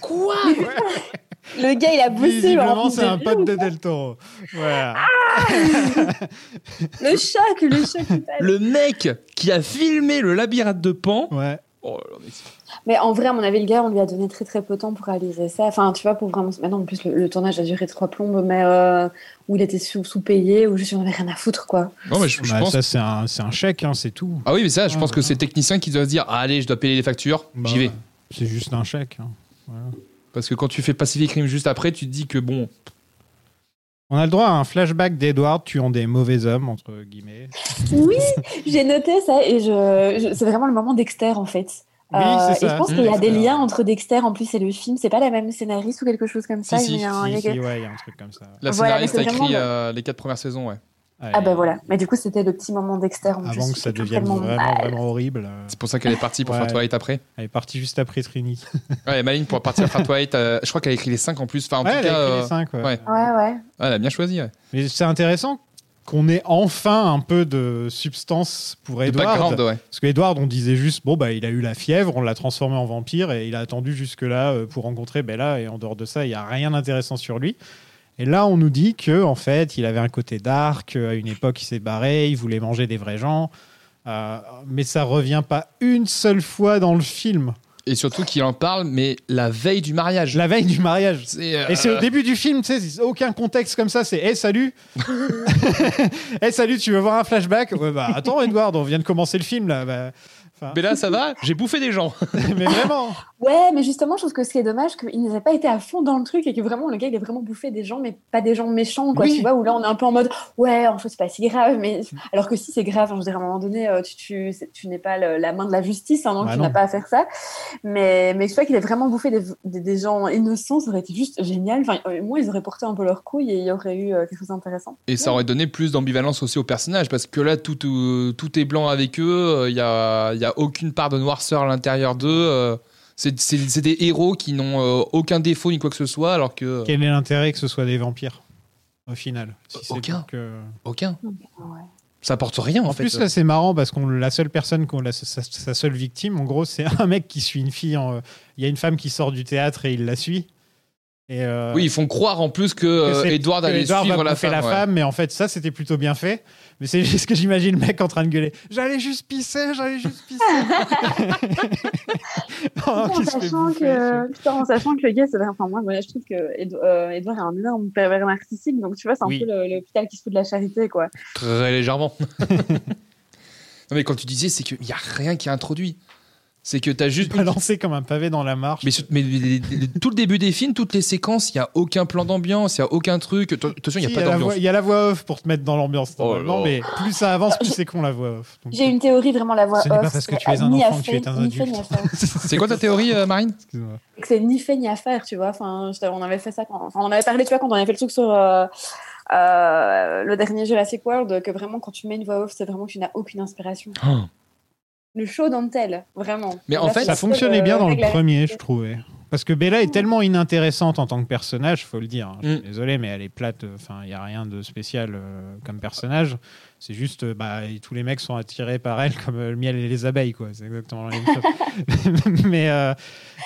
[SPEAKER 5] Quoi
[SPEAKER 12] Le gars, il a bossé. hein. genre,
[SPEAKER 10] Visiblement,
[SPEAKER 12] vous
[SPEAKER 10] c'est un
[SPEAKER 12] avez
[SPEAKER 10] pote
[SPEAKER 12] vu
[SPEAKER 10] de Del Toro. Voilà.
[SPEAKER 12] Le choc, le choc. qui passe.
[SPEAKER 11] Le mec qui a filmé le labyrinthe de Pan.
[SPEAKER 10] Ouais.
[SPEAKER 11] Oh là là, mais c'est-
[SPEAKER 12] Mais en vrai, à mon avis, le gars, on lui a donné très très peu de temps pour réaliser ça. Enfin, tu vois, pour vraiment. Maintenant, en plus, le, le tournage a duré trois plombes, mais euh, où il était sous- sous-payé, où juste il en avait rien à foutre, quoi.
[SPEAKER 11] Non, mais je, je
[SPEAKER 10] Bah,
[SPEAKER 11] pense.
[SPEAKER 10] Ça, c'est un, c'est un chèque, hein, c'est tout.
[SPEAKER 11] Ah oui, mais ça, je
[SPEAKER 10] Ah,
[SPEAKER 11] pense que
[SPEAKER 10] voilà.
[SPEAKER 11] c'est le technicien qui doit se dire ah, Allez, je dois payer les factures,
[SPEAKER 10] Bah,
[SPEAKER 11] j'y vais.
[SPEAKER 10] C'est juste un chèque. hein. Voilà.
[SPEAKER 11] Parce que quand tu fais Pacific Rim juste après, tu te dis que bon.
[SPEAKER 10] On a le droit à un flashback d'Edward tuant des mauvais hommes, entre guillemets.
[SPEAKER 12] Oui, j'ai noté ça et je, je- c'est vraiment le moment Dexter en fait.
[SPEAKER 10] Oui,
[SPEAKER 12] Euh,
[SPEAKER 10] c'est
[SPEAKER 12] et
[SPEAKER 10] ça.
[SPEAKER 12] je pense
[SPEAKER 11] Mm.
[SPEAKER 10] Mmh,
[SPEAKER 12] qu'il y a des
[SPEAKER 10] Dexter.
[SPEAKER 12] liens entre Dexter en plus et le film. C'est pas la même scénariste ou quelque chose comme ça.
[SPEAKER 11] Si, si,
[SPEAKER 12] il y a un- il y a
[SPEAKER 10] Si,
[SPEAKER 12] que-
[SPEAKER 10] si, ouais, il y a un truc comme ça. ouais.
[SPEAKER 11] La
[SPEAKER 12] Voilà,
[SPEAKER 11] scénariste
[SPEAKER 12] mais
[SPEAKER 11] a
[SPEAKER 12] c'est
[SPEAKER 11] écrit
[SPEAKER 12] vraiment
[SPEAKER 11] euh, les quatre premières saisons, ouais.
[SPEAKER 12] Ah
[SPEAKER 10] Allez.
[SPEAKER 12] bah voilà. Mais du coup, c'était le petit moment Dexter en plus.
[SPEAKER 10] Avant que ça
[SPEAKER 12] C'était
[SPEAKER 10] devienne
[SPEAKER 12] tellement
[SPEAKER 10] vraiment,
[SPEAKER 12] mal.
[SPEAKER 10] vraiment horrible. euh,
[SPEAKER 11] C'est pour ça qu'elle est partie pour
[SPEAKER 10] Ouais.
[SPEAKER 11] faire Twilight après.
[SPEAKER 10] Elle est partie juste après Trini.
[SPEAKER 11] Ouais, Maline pour partir faire Twilight, euh, je crois qu'elle a écrit les 5 en plus. Enfin, en
[SPEAKER 10] ouais,
[SPEAKER 11] tout
[SPEAKER 10] elle
[SPEAKER 11] cas,
[SPEAKER 10] a écrit
[SPEAKER 11] euh,
[SPEAKER 10] les cinq, ouais.
[SPEAKER 11] ouais.
[SPEAKER 12] Ouais, ouais.
[SPEAKER 11] ouais, elle a bien choisi. Ouais.
[SPEAKER 10] Mais c'est intéressant qu'on ait enfin un peu de substance pour
[SPEAKER 11] De
[SPEAKER 10] Edward.
[SPEAKER 11] background, ouais.
[SPEAKER 10] Parce qu'Edward, on disait juste, bon, bah, il a eu la fièvre, on l'a transformé en vampire et il a attendu jusque-là euh, pour rencontrer Bella. Et en dehors de ça, il n'y a rien d'intéressant sur lui. Et là, on nous dit que en fait, il avait un côté dark. euh, À une époque, il s'est barré, il voulait manger des vrais gens. Euh, mais ça revient pas une seule fois dans le film.
[SPEAKER 11] Et surtout qu'il en parle, mais la veille du mariage.
[SPEAKER 10] La veille du mariage.
[SPEAKER 11] C'est, euh,
[SPEAKER 10] Et c'est au début du film, tu sais, c'est aucun contexte comme ça, c'est Hey, salut Hey, salut, tu veux voir un flashback Ouais, bah attends, Edward, on vient de commencer le film là. Bah, enfin,
[SPEAKER 11] Mais là, ça va, j'ai bouffé des gens.
[SPEAKER 10] mais vraiment
[SPEAKER 12] Ouais, mais justement, je trouve que ce qui est dommage, c'est qu'il n'a pas été à fond dans le truc et que vraiment le gars, il est vraiment bouffé des gens, mais pas des gens méchants, quoi.
[SPEAKER 10] Oui.
[SPEAKER 12] Tu vois, où là, on est un peu en mode, ouais, en fait, c'est pas si grave, mais alors que si c'est grave, hein, je veux dire, à un moment donné, euh, tu, tu, c'est- tu n'es pas le- la main de la justice, hein, donc
[SPEAKER 10] Bah
[SPEAKER 12] tu
[SPEAKER 10] non.
[SPEAKER 12] n'as pas à faire ça. Mais, mais je sais qu'il est vraiment bouffé des, des, des gens innocents, ça aurait été juste génial. Enfin, euh, moi, ils auraient porté un peu leur couille et il y aurait eu euh, quelque chose d'intéressant.
[SPEAKER 11] Et ça aurait donné plus d'ambivalence aussi au personnage, parce que là, tout, euh, tout est blanc avec eux, il n'y a, y a aucune part de noirceur à l'intérieur d'eux. euh, c'est c'est- c'est des héros qui n'ont euh, aucun défaut ni quoi que ce soit, alors que.
[SPEAKER 10] Quel est l'intérêt que ce soit des vampires au final si c'est
[SPEAKER 11] Aucun.
[SPEAKER 10] pour que-
[SPEAKER 11] Aucun.
[SPEAKER 12] Ouais.
[SPEAKER 11] Ça apporte rien en,
[SPEAKER 10] En
[SPEAKER 11] fait. euh,
[SPEAKER 10] plus, là, c'est marrant parce qu'on la seule personne, qu'on la, sa, sa seule victime, en gros, c'est un mec qui suit une fille. en- Il y a une femme qui sort du théâtre et il la suit. Et, euh,
[SPEAKER 11] oui, ils font croire en plus que, euh,
[SPEAKER 10] c'est-
[SPEAKER 11] Edward allait
[SPEAKER 10] Edward
[SPEAKER 11] suivre
[SPEAKER 10] va
[SPEAKER 11] la
[SPEAKER 10] bouffer
[SPEAKER 11] femme.
[SPEAKER 10] la
[SPEAKER 11] ouais.
[SPEAKER 10] femme, mais en fait, ça, c'était plutôt bien fait. Mais c'est juste que j'imagine le mec en train de gueuler. J'allais juste pisser, j'allais juste pisser. Oh,
[SPEAKER 12] Surtout en
[SPEAKER 10] qu'il se fait
[SPEAKER 12] sachant
[SPEAKER 10] bouffer, je-
[SPEAKER 12] que, putain, en sachant que le gars, c'est vrai, enfin, moi, voilà, je trouve que Ed- euh, Edouard est un énorme pervers narcissique, donc tu vois, c'est un
[SPEAKER 10] Oui.
[SPEAKER 12] peu le- l'hôpital qui se fout de la charité, quoi.
[SPEAKER 11] Très légèrement. non, mais quand tu disais, c'est qu'il n'y a rien qui est introduit. C'est que tu as juste.
[SPEAKER 10] Balancé comme un pavé dans la marche.
[SPEAKER 11] Mais, sur- mais les- les- tout le début des films, toutes les séquences, il n'y a aucun plan d'ambiance, il n'y a aucun truc. Atten- Attention, il
[SPEAKER 10] Si,
[SPEAKER 11] n'y a pas
[SPEAKER 10] la
[SPEAKER 11] d'ambiance.
[SPEAKER 10] voix- Il y a la voix off pour te mettre dans l'ambiance.
[SPEAKER 11] Oh là
[SPEAKER 10] normalement,
[SPEAKER 11] là.
[SPEAKER 10] mais plus ça avance, plus c'est qu'on la voix off. Donc,
[SPEAKER 12] J'ai une théorie vraiment la voix
[SPEAKER 10] Ce n'est pas
[SPEAKER 12] off,
[SPEAKER 10] parce que
[SPEAKER 12] c'est
[SPEAKER 10] tu es un
[SPEAKER 12] ni à
[SPEAKER 10] enfant que tu
[SPEAKER 12] fait-
[SPEAKER 10] es un
[SPEAKER 12] ni fait, ni à
[SPEAKER 10] adulte.
[SPEAKER 12] faire.
[SPEAKER 11] C'est quoi ta théorie, euh, Marine
[SPEAKER 10] Excuse-moi.
[SPEAKER 12] que c'est ni fait ni à faire, tu vois. Enfin, je t'avais- on avait fait ça quand, enfin, on en avait parlé, tu vois, quand on avait fait le truc sur euh, euh, le dernier Jurassic World, que vraiment, quand tu mets une voix off, c'est vraiment que tu n'as aucune inspiration.
[SPEAKER 11] Oh.
[SPEAKER 12] Le show dentelle, vraiment.
[SPEAKER 11] Mais en
[SPEAKER 12] Là,
[SPEAKER 11] fait,
[SPEAKER 12] c'est
[SPEAKER 10] Ça
[SPEAKER 12] la
[SPEAKER 10] fonctionnait
[SPEAKER 12] seule,
[SPEAKER 10] bien
[SPEAKER 12] euh,
[SPEAKER 10] dans le
[SPEAKER 12] règle à-
[SPEAKER 10] premier, je trouvais. Parce que Bella est tellement inintéressante en tant que personnage, faut le dire. hein. Je suis
[SPEAKER 11] Mm.
[SPEAKER 10] désolé, mais elle est plate. Enfin, il y a rien de spécial euh, comme personnage. C'est juste, euh, bah, et tous les mecs sont attirés par elle comme euh, le miel et les abeilles, quoi. C'est exactement la même chose. mais, euh,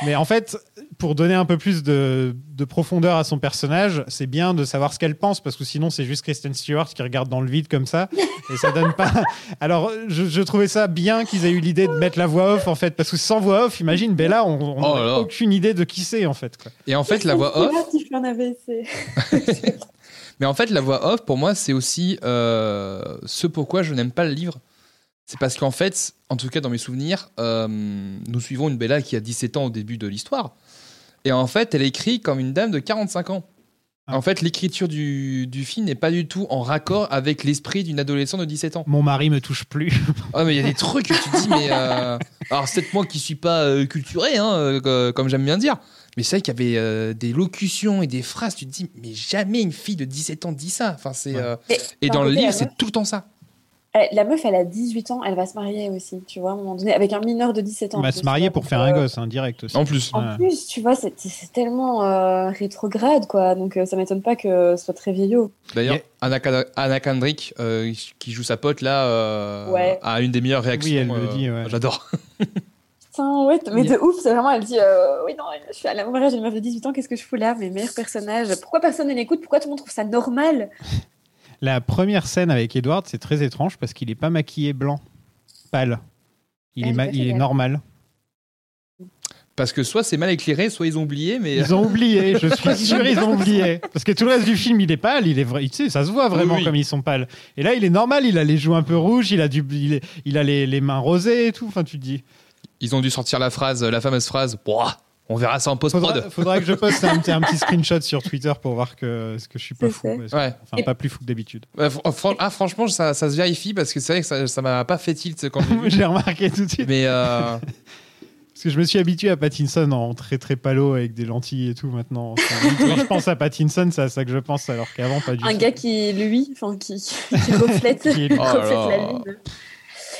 [SPEAKER 10] mais en fait, pour donner un peu plus de, de profondeur à son personnage, c'est bien de savoir ce qu'elle pense parce que sinon, c'est juste Kristen Stewart qui regarde dans le vide comme ça et ça donne pas. Alors, je, je trouvais ça bien qu'ils aient eu l'idée de mettre la voix off en fait, parce que sans voix off, imagine, Bella, on on
[SPEAKER 11] Oh
[SPEAKER 10] n'aurait
[SPEAKER 11] là là.
[SPEAKER 10] aucune idée de qui c'est en fait. quoi.
[SPEAKER 11] Et en fait, la voix
[SPEAKER 12] C'est
[SPEAKER 11] off.
[SPEAKER 12] là qu'il fait un AVC.
[SPEAKER 11] Mais en fait, la voix off, pour moi, c'est aussi euh, ce pourquoi je n'aime pas le livre. C'est parce qu'en fait, en tout cas dans mes souvenirs, euh, nous suivons une Bella qui a 17 ans au début de l'histoire. Et en fait, elle écrit comme une dame de 45 ans.
[SPEAKER 10] Ah.
[SPEAKER 11] En fait, l'écriture du, du film n'est pas du tout en raccord avec l'esprit d'une adolescente de 17 ans.
[SPEAKER 10] Mon mari me touche plus.
[SPEAKER 11] Ah, mais il y a des trucs que tu te dis, mais. euh, Alors, c'est peut-être moi qui suis pas euh, culturé, hein, euh, comme j'aime bien dire. Mais c'est vrai qu'il y avait euh, des locutions et des phrases, tu te dis, mais jamais une fille de 17 ans dit ça. Enfin, c'est, euh,
[SPEAKER 12] Mais,
[SPEAKER 11] Et
[SPEAKER 12] d'un
[SPEAKER 11] dans le
[SPEAKER 12] côté,
[SPEAKER 11] livre,
[SPEAKER 12] la
[SPEAKER 11] c'est
[SPEAKER 12] meuf-
[SPEAKER 11] tout le temps ça.
[SPEAKER 12] Euh, La meuf, elle a 18 ans, elle va se marier aussi, tu vois, à un moment donné, avec un mineur de 17 ans.
[SPEAKER 10] On va
[SPEAKER 12] en plus,
[SPEAKER 10] se marier
[SPEAKER 12] tu vois,
[SPEAKER 10] pour faire un
[SPEAKER 12] donc, euh,
[SPEAKER 10] gosse, hein, direct aussi.
[SPEAKER 11] En plus.
[SPEAKER 10] Ouais.
[SPEAKER 12] En plus, tu vois, c'est c'est tellement euh, rétrograde, quoi. Donc, euh, ça m'étonne pas que ce soit très vieillot.
[SPEAKER 11] D'ailleurs,
[SPEAKER 10] Yeah.
[SPEAKER 11] Anna, Kad- Anna Kendrick, euh, qui joue sa pote là, euh,
[SPEAKER 12] Ouais.
[SPEAKER 11] a une des meilleures réactions.
[SPEAKER 10] elle le
[SPEAKER 11] euh,
[SPEAKER 10] dit, ouais.
[SPEAKER 11] J'adore.
[SPEAKER 12] Putain, ouais, t- mais
[SPEAKER 11] Yeah.
[SPEAKER 12] de ouf, c'est vraiment, elle dit euh, Oui, non, je suis à la mariage d'une meuf de 18 ans, qu'est-ce que je fous là Mes meilleurs personnages. Pourquoi personne ne l'écoute Pourquoi tout le monde trouve ça normal
[SPEAKER 10] La première scène avec Edward, c'est très étrange parce qu'il n'est pas maquillé blanc, pâle. Il,
[SPEAKER 12] Ah,
[SPEAKER 10] est,
[SPEAKER 12] j'ai
[SPEAKER 10] ma-
[SPEAKER 12] pas fait
[SPEAKER 10] il est
[SPEAKER 12] gaffe.
[SPEAKER 10] normal.
[SPEAKER 11] Parce que soit c'est mal éclairé, soit ils ont oublié, mais.
[SPEAKER 10] Ils ont oublié, je suis sûr, ils ont oublié. Parce que tout le reste du film, il est pâle, il est vrai, tu sais, ça se voit vraiment
[SPEAKER 11] Oui, oui.
[SPEAKER 10] comme ils sont pâles. Et là, il est normal, il a les joues un peu rouges, il a, du, il est- il a les, les mains rosées et tout. Enfin, tu te dis,
[SPEAKER 11] Ils ont dû sortir la phrase, la fameuse phrase, Pouah, on verra ça en post-prod.
[SPEAKER 10] faudra, faudra que je poste un, petit- un petit screenshot sur Twitter pour voir que, ce que je suis pas
[SPEAKER 12] C'est
[SPEAKER 10] fou.
[SPEAKER 12] ça.
[SPEAKER 10] parce que-
[SPEAKER 11] Ouais.
[SPEAKER 10] Enfin, pas plus fou que d'habitude.
[SPEAKER 11] Ouais, fr- fran- ah, franchement, ça, ça se vérifie parce que c'est vrai que ça, ça m'a pas fait tilt quand j'ai vu.
[SPEAKER 10] J'ai remarqué tout de suite.
[SPEAKER 11] mais euh,
[SPEAKER 10] Parce que je me suis habitué à Pattinson en très très palo avec des lentilles et tout maintenant. Quand je pense à Pattinson, c'est à ça que je pense, alors qu'avant, pas du
[SPEAKER 12] Un
[SPEAKER 10] tout.
[SPEAKER 12] gars qui, lui, enfin, qui, qui reflète,
[SPEAKER 10] Qui est
[SPEAKER 12] qui
[SPEAKER 10] lui.
[SPEAKER 11] Oh là
[SPEAKER 12] reflète la
[SPEAKER 11] là.
[SPEAKER 12] lune.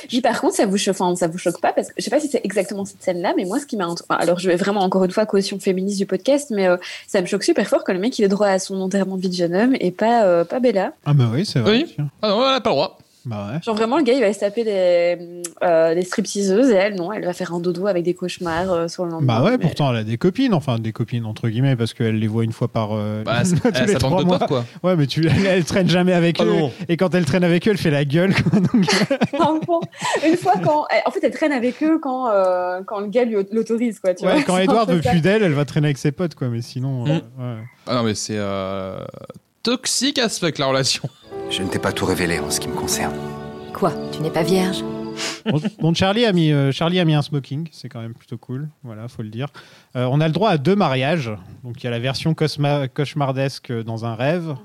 [SPEAKER 12] Dis, par contre, ça vous, choque, enfin, ça vous choque pas parce que je sais pas si c'est exactement cette scène-là, mais moi, ce qui m'a. enfin, alors, je vais vraiment encore une fois caution féministe du podcast, mais euh, ça me choque super fort que le mec il ait droit à son enterrement de vie de jeune homme et pas, euh, pas Bella.
[SPEAKER 10] Ah, bah oui, c'est vrai.
[SPEAKER 11] Oui.
[SPEAKER 10] tiens.
[SPEAKER 11] ah non, elle a pas le droit.
[SPEAKER 10] Bah ouais.
[SPEAKER 12] Genre, vraiment, le gars il va se taper des, euh, des stripteaseuses et elle, non, elle va faire un dodo avec des cauchemars euh, sur le lendemain.
[SPEAKER 10] Bah ouais,
[SPEAKER 12] Mais-
[SPEAKER 10] pourtant elle a des copines, enfin des copines entre guillemets, parce qu'elle les voit une fois par. euh,
[SPEAKER 11] Bah, elle,
[SPEAKER 10] tous
[SPEAKER 11] elle a
[SPEAKER 10] les
[SPEAKER 11] sa
[SPEAKER 10] trois
[SPEAKER 11] banque de
[SPEAKER 10] mois.
[SPEAKER 11] potes, quoi.
[SPEAKER 10] Ouais, mais tu, elle, elle traîne jamais avec
[SPEAKER 11] Ah
[SPEAKER 10] eux.
[SPEAKER 11] non.
[SPEAKER 10] Et quand elle traîne avec eux, elle fait la gueule. quoi, donc,
[SPEAKER 12] Enfin, une fois quand. eh, En fait, elle traîne avec eux quand, euh, quand le gars lui l'autorise, quoi. Tu
[SPEAKER 10] ouais,
[SPEAKER 12] vois,
[SPEAKER 10] quand
[SPEAKER 12] C'est un
[SPEAKER 10] Edward
[SPEAKER 12] peu
[SPEAKER 10] veut
[SPEAKER 12] ça.
[SPEAKER 10] plus d'elle, elle va traîner avec ses potes, quoi. Mais sinon, euh, ouais.
[SPEAKER 11] Ah non, mais c'est euh, toxique à ce fuck la relation.
[SPEAKER 2] Je ne t'ai pas tout révélé en ce qui me concerne.
[SPEAKER 4] Quoi Tu n'es pas vierge
[SPEAKER 10] Bon, bon, Charlie, a mis, euh, Charlie a mis un smoking, c'est quand même plutôt cool, voilà, faut le dire. Euh, on a le droit à deux mariages, donc il y a la version cosma- cauchemardesque euh, dans un rêve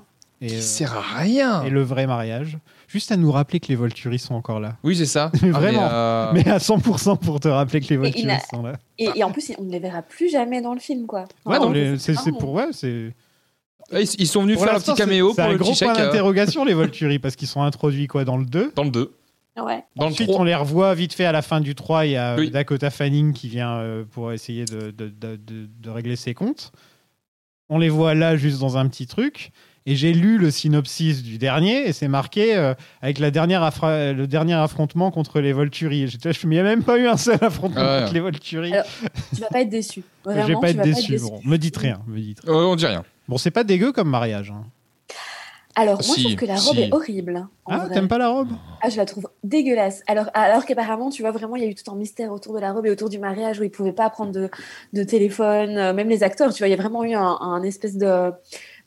[SPEAKER 10] et, euh,
[SPEAKER 11] Il sert à rien.
[SPEAKER 10] et le vrai mariage. Juste à nous rappeler que les Volturi sont encore là.
[SPEAKER 11] Oui, c'est ça.
[SPEAKER 10] Mais
[SPEAKER 11] Ah,
[SPEAKER 10] vraiment.
[SPEAKER 11] euh,
[SPEAKER 10] Mais à 100% pour te rappeler que les
[SPEAKER 12] Mais il
[SPEAKER 10] Volturi
[SPEAKER 12] a-
[SPEAKER 10] sont là.
[SPEAKER 12] Et, et en plus, on ne les verra plus jamais dans le film, quoi.
[SPEAKER 10] Ouais,
[SPEAKER 12] Enfin,
[SPEAKER 10] non, les-
[SPEAKER 12] c'est
[SPEAKER 10] c'est c'est
[SPEAKER 12] marrant.
[SPEAKER 10] pour ouais, c'est.
[SPEAKER 11] ils, ils sont venus
[SPEAKER 10] pour
[SPEAKER 11] faire un
[SPEAKER 10] l'instant,
[SPEAKER 11] petit caméo
[SPEAKER 10] c'est- c'est
[SPEAKER 11] pour
[SPEAKER 10] un
[SPEAKER 11] le
[SPEAKER 10] gros
[SPEAKER 11] petit
[SPEAKER 10] point
[SPEAKER 11] chèque euh,
[SPEAKER 10] d'interrogation les Volturi parce qu'ils sont introduits quoi dans le 2.
[SPEAKER 11] dans le 2.
[SPEAKER 12] Ouais.
[SPEAKER 11] Dans le
[SPEAKER 10] Ensuite,
[SPEAKER 11] 3.
[SPEAKER 10] on les revoit vite fait à la fin du 3. Il y a euh,
[SPEAKER 11] Oui.
[SPEAKER 10] Dakota Fanning qui vient euh, pour essayer de, de- de- de- de régler ses comptes. On les voit là juste dans un petit truc. Et j'ai lu le synopsis du dernier et c'est marqué euh, avec la dernière affra- le dernier affrontement contre les Volturi. J'étais là, Je me il n'y a même pas eu un seul affrontement
[SPEAKER 11] Ouais.
[SPEAKER 10] contre les Volturi.
[SPEAKER 12] Alors, Tu vas pas être déçu. Vraiment,
[SPEAKER 10] Je vais pas
[SPEAKER 12] tu
[SPEAKER 10] être
[SPEAKER 12] vas
[SPEAKER 10] déçu.
[SPEAKER 12] pas être déçu.
[SPEAKER 10] Bon, me dites rien. Me dites... rien.
[SPEAKER 11] Euh, on dit rien.
[SPEAKER 10] Bon, c'est pas dégueu comme mariage. hein.
[SPEAKER 12] Alors, moi,
[SPEAKER 11] Si,
[SPEAKER 12] je trouve que la robe
[SPEAKER 11] si.
[SPEAKER 12] est horrible. hein, en
[SPEAKER 10] Ah,
[SPEAKER 12] vrai.
[SPEAKER 10] t'aimes pas la robe
[SPEAKER 12] Ah, je la trouve dégueulasse. Alors, alors qu'apparemment, tu vois, vraiment, il y a eu tout un mystère autour de la robe et autour du mariage où ils pouvaient pas prendre de, de téléphone. euh, Même les acteurs, tu vois, il y a vraiment eu un, un espèce de,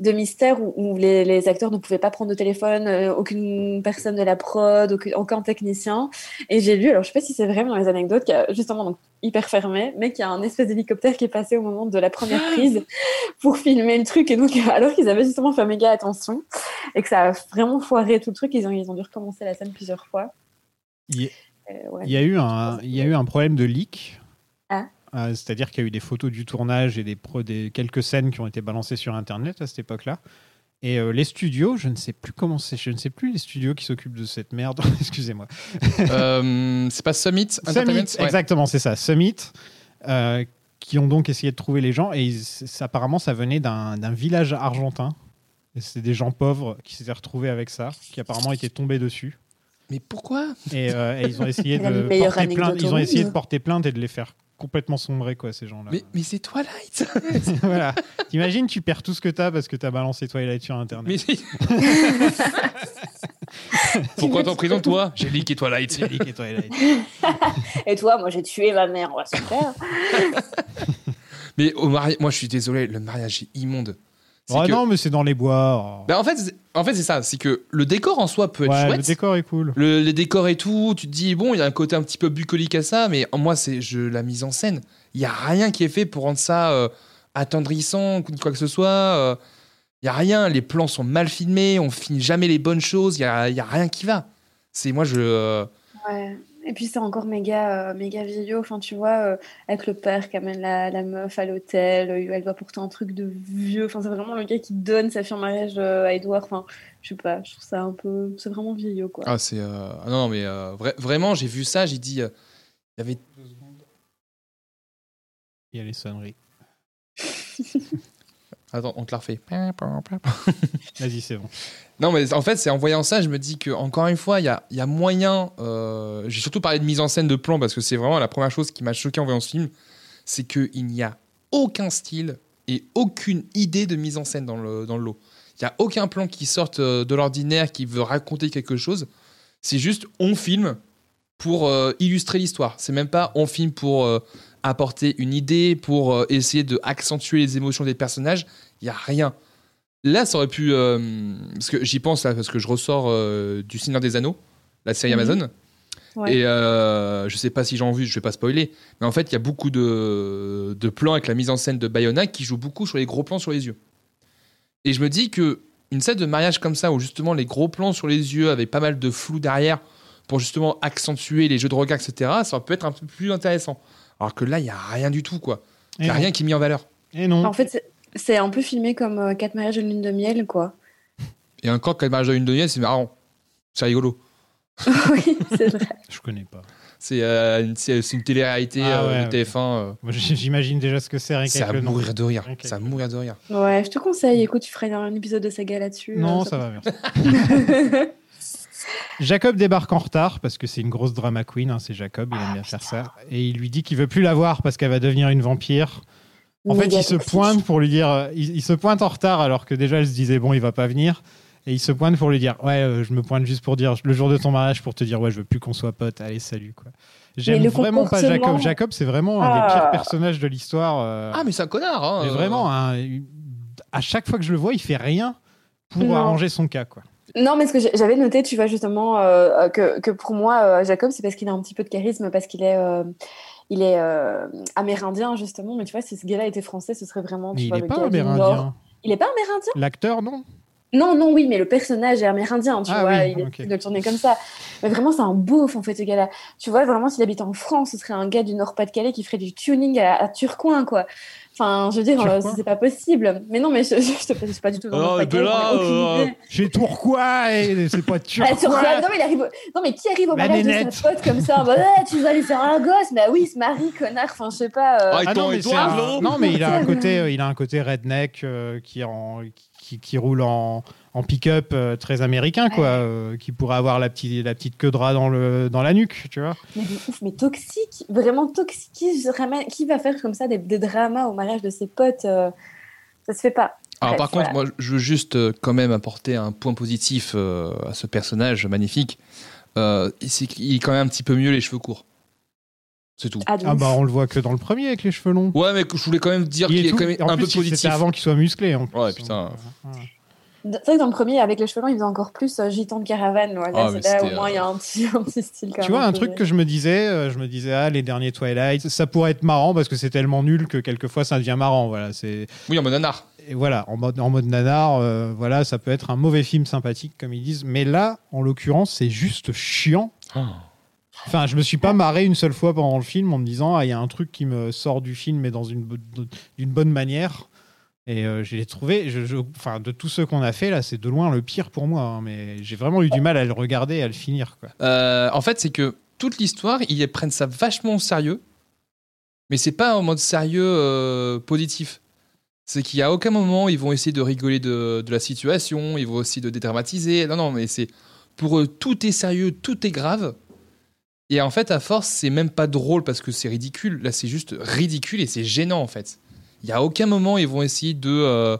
[SPEAKER 12] de mystère où, où les, les acteurs ne pouvaient pas prendre de téléphone, euh, aucune personne de la prod, aucun, aucun technicien. Et j'ai lu, alors je sais pas si c'est vrai mais dans les anecdotes, qu'il y a justement, donc, hyper fermé, mais qu'il y a un espèce d'hélicoptère qui est passé au moment de la première prise pour filmer le truc. Et donc, alors qu'ils avaient justement fait méga attention et que ça a vraiment foiré tout le truc. Ils ont, ils ont dû recommencer la scène plusieurs fois.
[SPEAKER 10] Il y-
[SPEAKER 12] Euh, ouais.
[SPEAKER 10] Il y a eu un, il y a eu un problème de leak.
[SPEAKER 12] Ah.
[SPEAKER 10] Euh, C'est-à-dire qu'il y a eu des photos du tournage et des, pro- des quelques scènes qui ont été balancées sur Internet à cette époque-là. Et euh, les studios, je ne sais plus comment c'est, je ne sais plus les studios qui s'occupent de cette merde. Excusez-moi.
[SPEAKER 11] Euh, c'est pas Summit
[SPEAKER 10] Summit,
[SPEAKER 11] Entertainment Ouais.
[SPEAKER 10] exactement, c'est ça. Summit, euh, qui ont donc essayé de trouver les gens. Et ils- c'est- apparemment, ça venait d'un d'un village argentin. Et c'est des gens pauvres qui s'étaient retrouvés avec ça, qui apparemment étaient tombés dessus.
[SPEAKER 11] Mais pourquoi
[SPEAKER 10] Et, euh, et ils ont essayé
[SPEAKER 12] C'est la
[SPEAKER 10] de
[SPEAKER 12] meilleure
[SPEAKER 10] porter plainte.
[SPEAKER 12] anecdote au
[SPEAKER 10] Ils ont essayé de
[SPEAKER 12] monde.
[SPEAKER 10] porter plainte et de les faire complètement sombrer quoi ces gens-là.
[SPEAKER 11] Mais, mais c'est Twilight
[SPEAKER 10] voilà. T'imagines, tu perds tout ce que t'as parce que t'as balancé Twilight sur Internet.
[SPEAKER 11] mais... Pourquoi t'es en prison, toi J'ai leaké Twilight.
[SPEAKER 10] J'ai leaké Twilight.
[SPEAKER 12] Et toi, moi, j'ai tué ma mère. Ouais, super.
[SPEAKER 11] Mais au mariage, moi je suis désolé, le mariage est immonde. C'est
[SPEAKER 10] Oh
[SPEAKER 11] que-
[SPEAKER 10] non, mais c'est dans les bois. oh.
[SPEAKER 11] Bah, en fait, c'est- en fait c'est ça, c'est que le décor en soi peut être
[SPEAKER 10] ouais, le
[SPEAKER 11] chouette.
[SPEAKER 10] décor est cool.
[SPEAKER 11] Le- les décors et tout, tu te dis, bon, il y a un côté un petit peu bucolique à ça, mais en moi, c'est je, la mise en scène. Il n'y a rien qui est fait pour rendre ça euh, attendrissant, ou quoi que ce soit. euh, Il y a rien. Les plans sont mal filmés, on finit jamais les bonnes choses, il n'y a, il y a rien qui va. C'est moi, je. euh,
[SPEAKER 12] Ouais. Et puis c'est encore méga, euh, méga vieillot, enfin tu vois, euh, avec le père qui amène la, la meuf à l'hôtel, euh, elle doit porter un truc de vieux, enfin c'est vraiment le gars qui donne sa fille en mariage euh, à Edouard, enfin je sais pas, je trouve ça un peu, c'est vraiment vieillot quoi.
[SPEAKER 11] Ah, c'est. euh, ah Non, mais euh, vra- vraiment, j'ai vu ça, j'ai dit. euh, Il y avait.
[SPEAKER 10] Il y a les sonneries.
[SPEAKER 11] Attends, on te la refait.
[SPEAKER 10] Vas-y, c'est bon.
[SPEAKER 11] Non, mais en fait, c'est en voyant ça, je me dis que encore une fois, il y a, il y a moyen. euh, J'ai surtout parlé de mise en scène de plan parce que c'est vraiment la première chose qui m'a choqué en voyant ce film, c'est qu'il n'y a aucun style et aucune idée de mise en scène dans le, dans le lot. Il n'y a aucun plan qui sorte euh, de l'ordinaire, qui veut raconter quelque chose. C'est juste on filme pour euh, illustrer l'histoire. C'est même pas on filme pour euh, apporter une idée, pour euh, essayer de accentuer les émotions des personnages. Il n'y a rien. Là, ça aurait pu. euh, parce que j'y pense, là, parce que je ressors euh, du Seigneur des Anneaux, la série
[SPEAKER 12] Mhm.
[SPEAKER 11] Amazon.
[SPEAKER 12] Ouais.
[SPEAKER 11] Et euh, je sais pas si j'ai envie, je vais pas spoiler. Mais en fait, il y a beaucoup de, de plans avec la mise en scène de Bayona qui joue beaucoup sur les gros plans sur les yeux. Et je me dis que une scène de mariage comme ça, où justement les gros plans sur les yeux avec pas mal de flou derrière pour justement accentuer les jeux de regard, etc., ça peut être un peu plus intéressant. Alors que là, il y a rien du tout, quoi. Il y a
[SPEAKER 10] Et
[SPEAKER 11] rien qui est mis en valeur.
[SPEAKER 10] Et non.
[SPEAKER 12] En fait c'est- c'est un peu filmé comme euh, Quatre mariages et une lune de miel quoi.
[SPEAKER 11] Et encore, quand le mariage de une demi c'est marrant. C'est rigolo.
[SPEAKER 12] oui, c'est vrai.
[SPEAKER 10] Je connais pas.
[SPEAKER 11] C'est euh, une, c'est- c'est une télé-réalité
[SPEAKER 10] Ah
[SPEAKER 11] euh,
[SPEAKER 10] ouais,
[SPEAKER 11] de TF1. euh,
[SPEAKER 10] Moi, j- J'imagine déjà ce que c'est rien
[SPEAKER 11] c'est
[SPEAKER 10] qu'avec
[SPEAKER 11] à
[SPEAKER 10] le nom.
[SPEAKER 11] mourir de rire.
[SPEAKER 10] Rien qu'avec
[SPEAKER 11] C'est à mourir de rire.
[SPEAKER 12] Ouais, je te conseille, écoute, tu ferais un épisode de saga là-dessus.
[SPEAKER 10] Non,
[SPEAKER 12] euh,
[SPEAKER 10] ça va, merci. Jacob débarque en retard parce que c'est une grosse drama queen, hein, c'est Jacob, il
[SPEAKER 12] Ah,
[SPEAKER 10] aime bien faire ça. Et il lui dit qu'il veut plus la voir parce qu'elle va devenir une vampire. En fait,
[SPEAKER 12] Méga
[SPEAKER 10] il se
[SPEAKER 12] toxique.
[SPEAKER 10] pointe pour lui dire, euh, il, il se pointe en retard alors que déjà elle se disait bon, il va pas venir. Et il se pointe pour lui dire ouais, euh, je me pointe juste pour dire le jour de ton mariage pour te dire ouais, je veux plus qu'on soit potes, allez salut quoi. J'aime
[SPEAKER 12] le
[SPEAKER 10] vraiment pas Jacob.
[SPEAKER 12] comportement-
[SPEAKER 10] Jacob, c'est vraiment un des
[SPEAKER 12] Ah.
[SPEAKER 10] pires personnages de l'histoire. euh,
[SPEAKER 11] Ah, mais c'est un connard. hein,
[SPEAKER 10] mais
[SPEAKER 11] euh.
[SPEAKER 10] vraiment, hein, une- à chaque fois que je le vois, il fait rien pour
[SPEAKER 12] Non.
[SPEAKER 10] arranger son cas. Quoi.
[SPEAKER 12] Non, mais ce que j'ai- j'avais noté, tu vois, justement, euh, euh, que, que pour moi, euh, Jacob, c'est parce qu'il a un petit peu de charisme, parce qu'il est, euh, il est euh, amérindien, justement. Mais tu vois, si ce gars-là était français, ce serait vraiment.
[SPEAKER 10] Mais
[SPEAKER 12] tu
[SPEAKER 10] il
[SPEAKER 12] vois,
[SPEAKER 10] n'est
[SPEAKER 12] le
[SPEAKER 10] pas
[SPEAKER 12] gars du Nord.
[SPEAKER 10] amérindien.
[SPEAKER 12] Il est pas amérindien
[SPEAKER 10] L'acteur, non
[SPEAKER 12] Non, non, oui, mais le personnage est amérindien, tu
[SPEAKER 10] Ah
[SPEAKER 12] vois.
[SPEAKER 10] oui,
[SPEAKER 12] il est
[SPEAKER 10] ok.
[SPEAKER 12] de le tourner comme ça. Mais vraiment, c'est un beauf, en fait, ce gars-là. Tu vois, vraiment, s'il habitait en France, ce serait un gars du Nord-Pas-de-Calais qui ferait du tuning à, à Turcoing, quoi. Enfin, je veux dire, euh,
[SPEAKER 10] Turcoing
[SPEAKER 12] c'est pas possible. Mais non, mais je, je, te je suis pas du tout dans le
[SPEAKER 11] Oh,
[SPEAKER 12] Nord-Pas-de-Calais,
[SPEAKER 11] de là,
[SPEAKER 12] j'en ai aucune
[SPEAKER 11] euh,
[SPEAKER 12] idée.
[SPEAKER 10] Chez Tourcoing, et c'est pas
[SPEAKER 12] Ah, sur quoi
[SPEAKER 10] Turquois.
[SPEAKER 12] non, mais il arrive au- non, mais qui arrive au
[SPEAKER 10] La
[SPEAKER 12] mariage de
[SPEAKER 10] nénette.
[SPEAKER 12] sa pote comme ça en mode, Ouais, Tu vas lui faire un gosse Bah oui, il se marie, connard. Enfin, je sais pas. euh,
[SPEAKER 11] Ah,
[SPEAKER 10] Ah non, mais c'est
[SPEAKER 11] Edouard,
[SPEAKER 10] un-
[SPEAKER 11] non
[SPEAKER 10] non, mais il a un côté, euh, il a un côté redneck euh, qui, en- qui, qui roule en, en pick-up euh, très américain, quoi, euh, qui pourrait avoir la petite, la petite queue de rat dans, le, dans la nuque, tu vois.
[SPEAKER 12] Mais de ouf, mais toxique. Vraiment toxique. Qui, se ramène- qui va faire comme ça des, des dramas au mariage de ses potes euh, Ça se fait pas. Bref,
[SPEAKER 11] Alors, Ah, par
[SPEAKER 12] voilà.
[SPEAKER 11] contre, moi, je veux juste euh, quand même apporter un point positif euh, à ce personnage magnifique. Euh, c'est qu'il est quand même un petit peu mieux les cheveux courts. C'est tout.
[SPEAKER 12] Ah, de
[SPEAKER 10] Ah
[SPEAKER 12] ouf.
[SPEAKER 10] bah, on le voit que dans le premier avec les cheveux longs.
[SPEAKER 11] Ouais, mais je voulais quand même dire qu'il est
[SPEAKER 10] tout-
[SPEAKER 11] quand même
[SPEAKER 10] en
[SPEAKER 11] un
[SPEAKER 10] plus,
[SPEAKER 11] peu positif.
[SPEAKER 10] C'était avant qu'il soit musclé. En plus. hein.
[SPEAKER 11] Ouais, putain.
[SPEAKER 10] Ouais.
[SPEAKER 12] C'est vrai que dans le premier, avec les cheveux longs, il faisait encore plus euh, gitan de caravane. Là,
[SPEAKER 11] Ah,
[SPEAKER 12] Là,
[SPEAKER 11] mais
[SPEAKER 12] c'est- là,
[SPEAKER 11] c'était,
[SPEAKER 12] au moins, il y a un petit, un petit style quand
[SPEAKER 10] Tu
[SPEAKER 12] même
[SPEAKER 10] vois, un
[SPEAKER 12] qui-
[SPEAKER 10] truc que je me disais, euh, je me disais, ah, les derniers Twilight, ça pourrait être marrant parce que c'est tellement nul que quelquefois ça devient marrant. Voilà, c'est.
[SPEAKER 11] Oui, en mode nanar.
[SPEAKER 10] Et voilà, en mode, en mode nanar, euh, voilà, ça peut être un mauvais film sympathique, comme ils disent. Mais là, en l'occurrence, c'est juste chiant. Enfin, je me suis pas marré une seule fois pendant le film en me disant, ah, il y a un truc qui me sort du film, mais dans une, bo- d'une bonne manière. Et euh, je l'ai trouvé, je, je- enfin, de tout ce qu'on a fait, là, c'est de loin le pire pour moi. hein, mais j'ai vraiment eu du mal à le regarder et à le finir, quoi.
[SPEAKER 11] Euh, en fait, c'est que toute l'histoire, ils prennent ça vachement au sérieux, mais c'est pas en mode sérieux euh, positif. C'est qu'il y a aucun moment, ils vont essayer de rigoler de, de la situation, ils vont aussi de dédramatiser. Non, non, mais c'est pour eux, tout est sérieux, tout est grave. Et en fait, à force, c'est même pas drôle parce que c'est ridicule. Là, c'est juste ridicule et c'est gênant en fait. Il y a aucun moment, ils vont essayer de euh,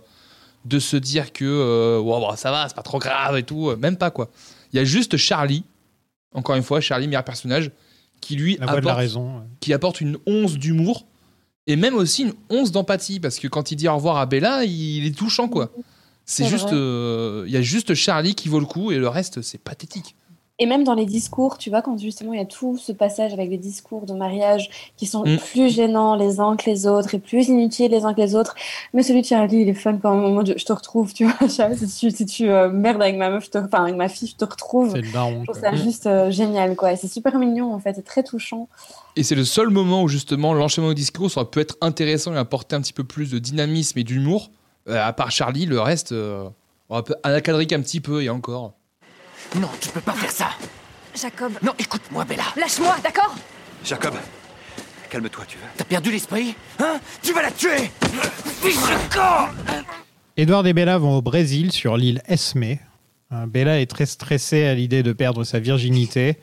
[SPEAKER 11] de se dire que euh, Wow, bah, ça va, c'est pas trop grave et tout. Même pas quoi. Il y a juste Charlie, encore une fois, Charlie, meilleur personnage, qui lui
[SPEAKER 10] La voix de la
[SPEAKER 11] apporte-
[SPEAKER 10] raison. ouais.
[SPEAKER 11] qui apporte une once d'humour et même aussi une once d'empathie parce que quand il dit au revoir à Bella, il est touchant quoi. C'est
[SPEAKER 12] C'est
[SPEAKER 11] juste,
[SPEAKER 12] vrai.
[SPEAKER 11] euh, il y a juste Charlie qui vaut le coup et le reste c'est pathétique.
[SPEAKER 5] Et même dans les discours, tu vois, quand justement il y a tout ce passage avec les discours de mariage qui sont
[SPEAKER 11] Mm.
[SPEAKER 5] plus gênants les uns que les autres et plus inutiles les uns que les autres. Mais celui de Charlie, il est fun quand même. Moi, je je te retrouve, tu vois. Charlie, si tu, si tu euh, merdes avec ma meuf, je te- enfin avec ma fille, je te retrouve.
[SPEAKER 10] C'est le daron.
[SPEAKER 5] Je trouve
[SPEAKER 10] quoi.
[SPEAKER 5] ça juste euh, génial, quoi. Et c'est super mignon, en fait. C'est très touchant.
[SPEAKER 11] Et c'est le seul moment où justement l'enchaînement de discours ça aurait pu être intéressant et apporter un petit peu plus de dynamisme et d'humour. Euh, à part Charlie, le reste, euh, on va un petit peu et encore.
[SPEAKER 1] Non, tu peux pas faire ça.
[SPEAKER 12] Jacob,
[SPEAKER 1] Non, écoute-moi, Bella.
[SPEAKER 12] lâche-moi, d'accord
[SPEAKER 2] Jacob, calme-toi, tu veux.
[SPEAKER 1] T'as perdu l'esprit Hein Tu vas la tuer Fiche le corps
[SPEAKER 10] Edward et Bella vont au Brésil sur l'île Esme. Hein, Bella est très stressée à l'idée de perdre sa virginité,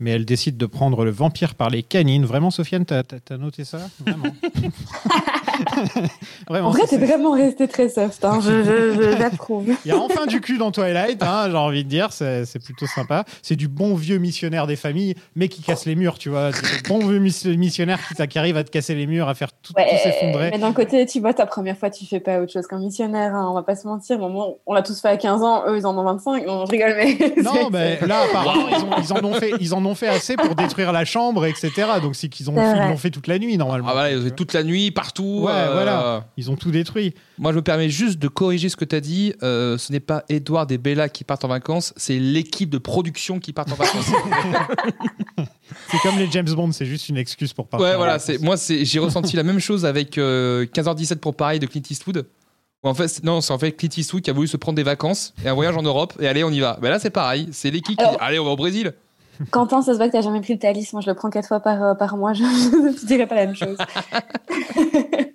[SPEAKER 10] mais elle décide de prendre le vampire par les canines. Vraiment, Sofiane, t'as, t'as- t'as noté ça Vraiment. Vraiment,
[SPEAKER 5] En vrai,
[SPEAKER 10] ça,
[SPEAKER 5] t'es
[SPEAKER 10] c'est-
[SPEAKER 5] vraiment resté très soft. Hein. Je, je, je- j'approuve.
[SPEAKER 10] Il y a enfin du cul dans Twilight, hein, j'ai envie de dire, c'est, c'est plutôt sympa. C'est du bon vieux missionnaire des familles, mais qui casse les murs, tu vois. C'est le bon vieux mis- missionnaire qui, qui arrive à te casser les murs, à faire tout, tout s'effondrer.
[SPEAKER 5] Ouais, euh, mais d'un côté, tu vois, ta première fois, tu fais pas autre chose qu'un missionnaire, hein, on va pas se mentir. Bon, moi, on l'a tous fait à 15 ans, eux, ils en ont 25. Bon, je rigole, mais.
[SPEAKER 10] Non,
[SPEAKER 5] c'est-
[SPEAKER 10] mais là, apparemment, ils, ont- ils en ont fait, ils en ont fait assez pour détruire la chambre, etc. Donc, c'est qu'ils ont,
[SPEAKER 5] C'est
[SPEAKER 10] ils
[SPEAKER 5] vrai.
[SPEAKER 10] l'ont fait toute la nuit, normalement.
[SPEAKER 11] Ah voilà, ils ont fait toute la nuit, partout.
[SPEAKER 10] Ouais,
[SPEAKER 11] euh,
[SPEAKER 10] voilà. Ils ont tout détruit.
[SPEAKER 11] Moi, je me permets juste de corriger ce que tu as dit. Euh, ce n'est pas Edouard et Bella qui partent en vacances, c'est l'équipe de production qui part en vacances.
[SPEAKER 10] C'est comme les James Bond, c'est juste une excuse pour partir.
[SPEAKER 11] ouais,
[SPEAKER 10] en
[SPEAKER 11] voilà.
[SPEAKER 10] vacances.
[SPEAKER 11] C'est moi, c'est j'ai ressenti la même chose avec euh, 15h17 pour Paris de Clint Eastwood. Où en fait, c'est- non, c'est en fait Clint Eastwood qui a voulu se prendre des vacances et un voyage en Europe. Et allez, on y va. Mais là, c'est pareil. C'est l'équipe qui dit,
[SPEAKER 5] Alors-
[SPEAKER 11] allez, on va au Brésil.
[SPEAKER 5] Quentin, ça se voit que t'as jamais pris le Thalys. Moi, je le prends 4 fois par, euh, par mois. Je, je te dirais pas la même chose.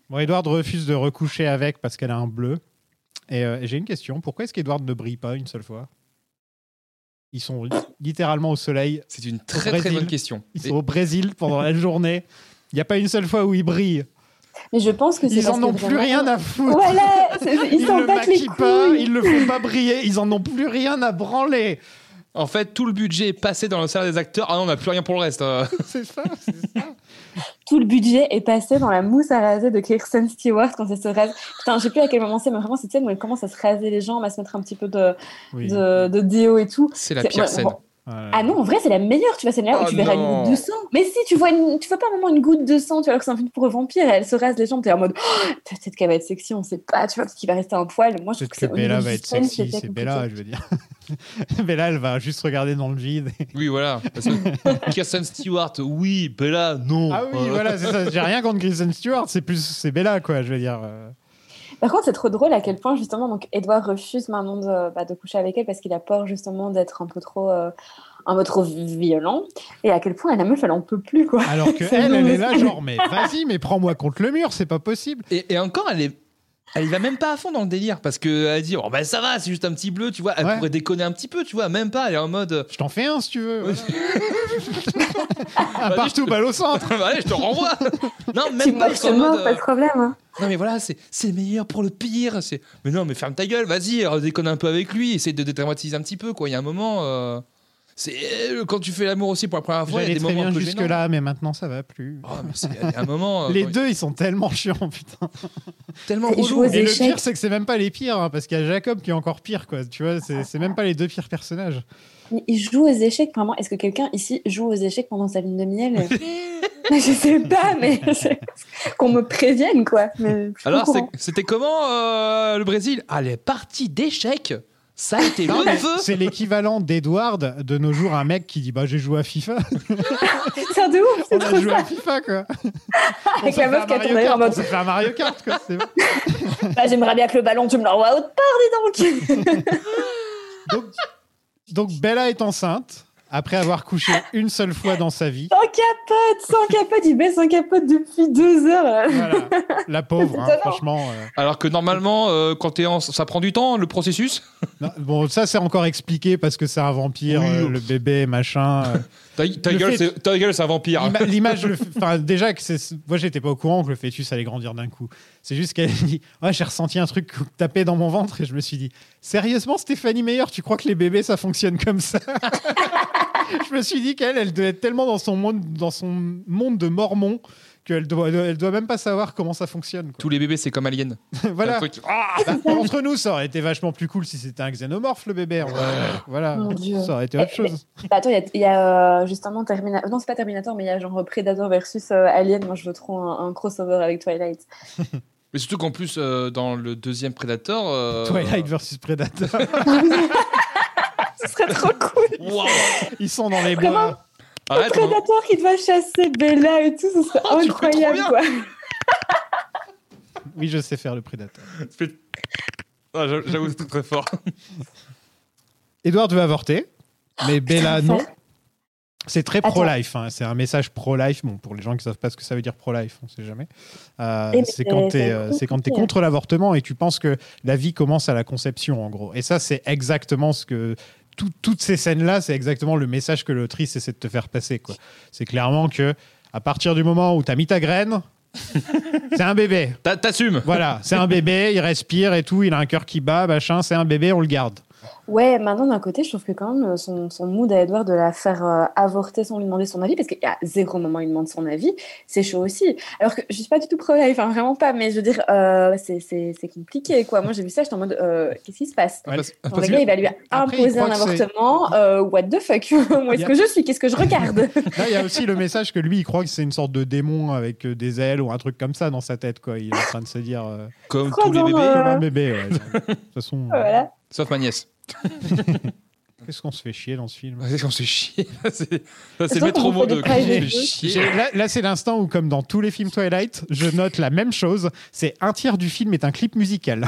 [SPEAKER 10] Bon, Edward refuse de recoucher avec parce qu'elle a un bleu. Et euh, j'ai une question. Pourquoi est-ce qu'Edward ne brille pas une seule fois Ils sont li- littéralement au soleil.
[SPEAKER 11] C'est une très très
[SPEAKER 10] Brésil.
[SPEAKER 11] bonne question.
[SPEAKER 10] Ils
[SPEAKER 11] Et-
[SPEAKER 10] sont au Brésil pendant la journée. Il n'y a pas une seule fois où ils brillent.
[SPEAKER 5] Mais je pense que c'est.
[SPEAKER 10] Ils
[SPEAKER 5] parce
[SPEAKER 10] en
[SPEAKER 5] que
[SPEAKER 10] ont plus
[SPEAKER 5] vraiment-
[SPEAKER 10] rien à foutre.
[SPEAKER 5] Voilà, c'est- ils s'en
[SPEAKER 10] le
[SPEAKER 5] battent les
[SPEAKER 10] maquillent
[SPEAKER 5] couilles.
[SPEAKER 10] pas, ils le font pas briller, ils en ont plus rien à branler.
[SPEAKER 11] En fait, tout le budget est passé dans le salaire des acteurs. Ah non, on n'a plus rien pour le reste. euh.
[SPEAKER 10] C'est ça, c'est ça.
[SPEAKER 5] Tout le budget est passé dans la mousse à raser de Kirsten Stewart quand elle se rase. Putain, je sais plus à quel moment c'est, mais vraiment, c'était moi, elle commence à se raser les jambes, à se mettre un petit peu de,
[SPEAKER 10] Oui.
[SPEAKER 5] de, de déo et tout.
[SPEAKER 11] C'est la
[SPEAKER 5] C'est-
[SPEAKER 11] pire
[SPEAKER 5] ouais,
[SPEAKER 11] scène.
[SPEAKER 5] bon, Ah non, en vrai, c'est la meilleure. Tu vois, c'est là où
[SPEAKER 11] Oh
[SPEAKER 5] tu verras
[SPEAKER 11] non.
[SPEAKER 5] une goutte de sang. Mais si, tu vois, une- tu vois pas vraiment une goutte de sang, tu vois, alors que c'est un film pour vampire, elle se rase les jambes, t'es en mode, Oh, peut-être qu'elle va être sexy, on sait pas, tu vois, peut-être qu'il va rester un poil. Moi, je trouve
[SPEAKER 10] Peut-être
[SPEAKER 5] que
[SPEAKER 10] que
[SPEAKER 5] c'est au niveau
[SPEAKER 10] Bella
[SPEAKER 5] du
[SPEAKER 10] va être
[SPEAKER 5] suspense,
[SPEAKER 10] sexy,
[SPEAKER 5] c'était
[SPEAKER 10] c'est
[SPEAKER 5] compliqué.
[SPEAKER 10] Bella, je veux dire. Bella, elle va juste regarder dans le vide.
[SPEAKER 11] Oui, voilà. Parce que Kirsten Stewart, oui. Bella, non.
[SPEAKER 10] Ah oui,
[SPEAKER 11] Euh,
[SPEAKER 10] voilà, c'est ça. J'ai rien contre Kristen Stewart, c'est plus c'est Bella, quoi, je veux dire. euh.
[SPEAKER 5] Par contre, c'est trop drôle à quel point, justement, donc, Edouard refuse maintenant de, bah, de coucher avec elle parce qu'il a peur, justement, d'être un peu trop, euh, un peu trop violent. Et à quel point la meuf, elle en peut plus, quoi.
[SPEAKER 10] Alors que
[SPEAKER 5] C'est
[SPEAKER 10] elle, elle
[SPEAKER 5] bon,
[SPEAKER 10] est là, genre, mais vas-y, mais prends-moi contre le mur, c'est pas possible.
[SPEAKER 11] Et, et encore, elle est. Elle y va même pas à fond dans le délire parce qu'elle dit Oh bah ça va, c'est juste un petit bleu, tu vois. Elle
[SPEAKER 10] Ouais.
[SPEAKER 11] pourrait déconner un petit peu, tu vois. Même pas, elle est en mode euh,
[SPEAKER 10] Je t'en fais un si tu veux.
[SPEAKER 11] Oui.
[SPEAKER 10] Un partout, balle au centre.
[SPEAKER 11] Bah, Allez, je te renvoie Non,
[SPEAKER 5] Tu
[SPEAKER 11] même pas,
[SPEAKER 5] meurs,
[SPEAKER 11] ils
[SPEAKER 5] je
[SPEAKER 11] sont en
[SPEAKER 5] te mords,
[SPEAKER 11] mode, euh,
[SPEAKER 5] pas de problème. hein.
[SPEAKER 11] Non, mais voilà, c'est c'est le meilleur pour le pire. C'est Mais non, mais ferme ta gueule, vas-y, euh, déconne un peu avec lui, essaye de détraumatiser un petit peu, quoi. Il y a un moment. euh, C'est euh, quand tu fais l'amour aussi pour la première fois, il y a
[SPEAKER 10] J'allais
[SPEAKER 11] des
[SPEAKER 10] très
[SPEAKER 11] moments un
[SPEAKER 10] bien
[SPEAKER 11] peu gênants.
[SPEAKER 10] jusque-là, mais maintenant ça va plus.
[SPEAKER 11] Oh, mais c'est- il y a un moment. euh,
[SPEAKER 10] Les
[SPEAKER 11] quand-
[SPEAKER 10] deux, ils sont tellement chiants, putain.
[SPEAKER 11] Tellement
[SPEAKER 5] Ils jouent
[SPEAKER 11] relou.
[SPEAKER 5] aux
[SPEAKER 10] Et le
[SPEAKER 5] échecs.
[SPEAKER 10] pire, c'est que c'est même pas les pires, hein, parce qu'il y a Jacob qui est encore pire, quoi. Tu vois, c'est c'est même pas les deux pires personnages.
[SPEAKER 5] Mais il joue aux échecs, vraiment. Est-ce que quelqu'un ici joue aux échecs pendant sa lune de miel Mais Je sais pas, mais c'est- qu'on me prévienne, quoi. Mais je suis
[SPEAKER 11] Alors,
[SPEAKER 5] au
[SPEAKER 11] c'est-
[SPEAKER 5] courant.
[SPEAKER 11] c'était comment euh, le Brésil Ah, les parties d'échecs Ça a été le feu
[SPEAKER 10] C'est l'équivalent d'Edward de nos jours, un mec qui dit Bah, j'ai joué à FIFA.
[SPEAKER 5] c'est de ouf, c'est
[SPEAKER 10] On a
[SPEAKER 5] trop
[SPEAKER 10] joué
[SPEAKER 5] ça.
[SPEAKER 10] à FIFA, quoi. On
[SPEAKER 5] Avec
[SPEAKER 10] s'est
[SPEAKER 5] la
[SPEAKER 10] fait
[SPEAKER 5] meuf
[SPEAKER 10] un
[SPEAKER 5] qui a
[SPEAKER 10] Mario
[SPEAKER 5] tourné en
[SPEAKER 10] Kart,
[SPEAKER 5] mode
[SPEAKER 10] On s'est fait un Mario Kart, quoi. c'est bon.
[SPEAKER 5] Bah, J'aimerais bien que le ballon, tu me l'envoies autre part, dis donc
[SPEAKER 10] Donc, donc, Bella est enceinte après avoir couché une seule fois dans sa vie.
[SPEAKER 5] Sans capote, sans capote, il baisse sans capote depuis deux heures. là.
[SPEAKER 10] Voilà. La pauvre, hein,
[SPEAKER 5] C'est étonnant.
[SPEAKER 10] franchement. euh.
[SPEAKER 11] Alors que normalement, euh, quand t'es en, ça prend du temps le processus.
[SPEAKER 10] Non, bon, ça, c'est encore expliqué parce que c'est un vampire,
[SPEAKER 11] Oui.
[SPEAKER 10] euh, le bébé, machin. euh.
[SPEAKER 11] Ta, ta
[SPEAKER 10] Le
[SPEAKER 11] gueule,
[SPEAKER 10] fait-
[SPEAKER 11] c'est- ta gueule, c'est un vampire.
[SPEAKER 10] L'ima- L'image, le f- enfin, déjà que c'est, moi j'étais pas au courant que le fœtus allait grandir d'un coup. C'est juste qu'elle dit, ouais, j'ai ressenti un truc taper dans mon ventre et je me suis dit, sérieusement, Stéphanie Meyer, tu crois que les bébés ça fonctionne comme ça Je me suis dit qu'elle, elle devait être tellement dans son monde, dans son monde de mormons que qu'elle doit, elle doit même pas savoir comment ça fonctionne. quoi.
[SPEAKER 11] Tous les bébés, c'est comme Alien.
[SPEAKER 10] voilà.
[SPEAKER 11] Un truc- Ah
[SPEAKER 10] Bah, entre nous, ça aurait été vachement plus cool si c'était un xénomorphe le bébé. en vrai. Voilà,
[SPEAKER 5] Mon Dieu.
[SPEAKER 10] ça aurait été autre
[SPEAKER 5] Mais-
[SPEAKER 10] chose.
[SPEAKER 5] Bah, attends, il y a, il y a, euh, justement Terminator. Non, c'est pas Terminator, mais il y a genre Predator versus euh, Alien. Moi, je veux trop un, un crossover avec Twilight.
[SPEAKER 11] Mais surtout qu'en plus, euh, dans le deuxième Predator. euh,
[SPEAKER 10] Twilight versus Predator.
[SPEAKER 5] Ce serait trop cool.
[SPEAKER 11] Waouh
[SPEAKER 10] Ils sont dans les
[SPEAKER 5] Vraiment
[SPEAKER 10] bois.
[SPEAKER 11] Arrête, hein. on-
[SPEAKER 5] Predator qui doit chasser Bella et tout, ce serait
[SPEAKER 11] Oh, tu le fais trop
[SPEAKER 5] incroyable,
[SPEAKER 11] bien.
[SPEAKER 5] quoi.
[SPEAKER 10] Oui, je sais faire le Predator.
[SPEAKER 11] Fais- Ah, j'a- J'avoue, c'est très très fort.
[SPEAKER 10] Edward veut avorter, mais Bella non. C'est très
[SPEAKER 5] Ah, Attends.
[SPEAKER 10] pro-life. hein. C'est un message pro-life. Bon, pour les gens qui savent pas ce que ça veut dire pro-life, on sait jamais. Euh,
[SPEAKER 5] Eh, mais
[SPEAKER 10] c'est
[SPEAKER 5] c'est-
[SPEAKER 10] quand tu
[SPEAKER 5] c'est
[SPEAKER 10] es,
[SPEAKER 5] compliqué. hein.
[SPEAKER 10] contre l'avortement et tu penses que la vie commence à la conception, en gros. Et ça, c'est exactement ce que. tout- toutes ces scènes-là, c'est exactement le message que l'autrice essaie de te faire passer. quoi. C'est clairement que, à partir du moment où tu as mis ta graine, c'est un bébé.
[SPEAKER 11] T'a- T'assumes
[SPEAKER 10] Voilà, c'est un bébé, il respire et tout, il a un cœur qui bat, machin, c'est un bébé, on le garde.
[SPEAKER 5] Ouais, maintenant d'un côté, je trouve que quand même euh, son, son mood à Edward de la faire euh, avorter sans lui demander son avis, parce qu'il y a zéro moment où il demande son avis, c'est chaud aussi. Alors que je suis pas du tout pro-life, enfin vraiment pas, mais je veux dire, euh, c'est- c'est c'est compliqué quoi. Moi j'ai vu ça, j'étais en mode, euh, qu'est-ce qui se passe
[SPEAKER 10] Ouais,
[SPEAKER 11] Parce-
[SPEAKER 5] Genre,
[SPEAKER 11] Ah, parce
[SPEAKER 5] Le
[SPEAKER 11] que-
[SPEAKER 5] gars il va lui
[SPEAKER 10] Après, il
[SPEAKER 5] imposer
[SPEAKER 10] croit
[SPEAKER 5] un
[SPEAKER 10] que c'est-
[SPEAKER 5] avortement, euh, what the fuck Où est-ce que je suis Qu'est-ce que je regarde
[SPEAKER 10] Là, il y a aussi le message que lui, il croit que c'est une sorte de démon avec euh, des ailes ou un truc comme ça dans sa tête. Quoi. Il est en train de se dire euh,
[SPEAKER 11] Comme
[SPEAKER 5] Trois
[SPEAKER 11] tous les
[SPEAKER 5] ans,
[SPEAKER 11] bébés,
[SPEAKER 5] euh.
[SPEAKER 10] comme un bébé. ouais. De toute façon, euh,
[SPEAKER 5] Voilà.
[SPEAKER 11] sauf ma nièce.
[SPEAKER 10] qu'est-ce qu'on se fait chier dans ce film
[SPEAKER 11] On s'est chier. Ça, c'est ça, c'est
[SPEAKER 5] qu'on
[SPEAKER 11] métro
[SPEAKER 5] vous
[SPEAKER 11] euh, mot
[SPEAKER 5] fait
[SPEAKER 11] de
[SPEAKER 5] des
[SPEAKER 11] quand on se fait
[SPEAKER 5] privates.
[SPEAKER 11] chier.
[SPEAKER 10] J'ai- Là, là, c'est l'instant où, comme dans tous les films Twilight, je note la même chose. C'est un tiers du film est un clip musical.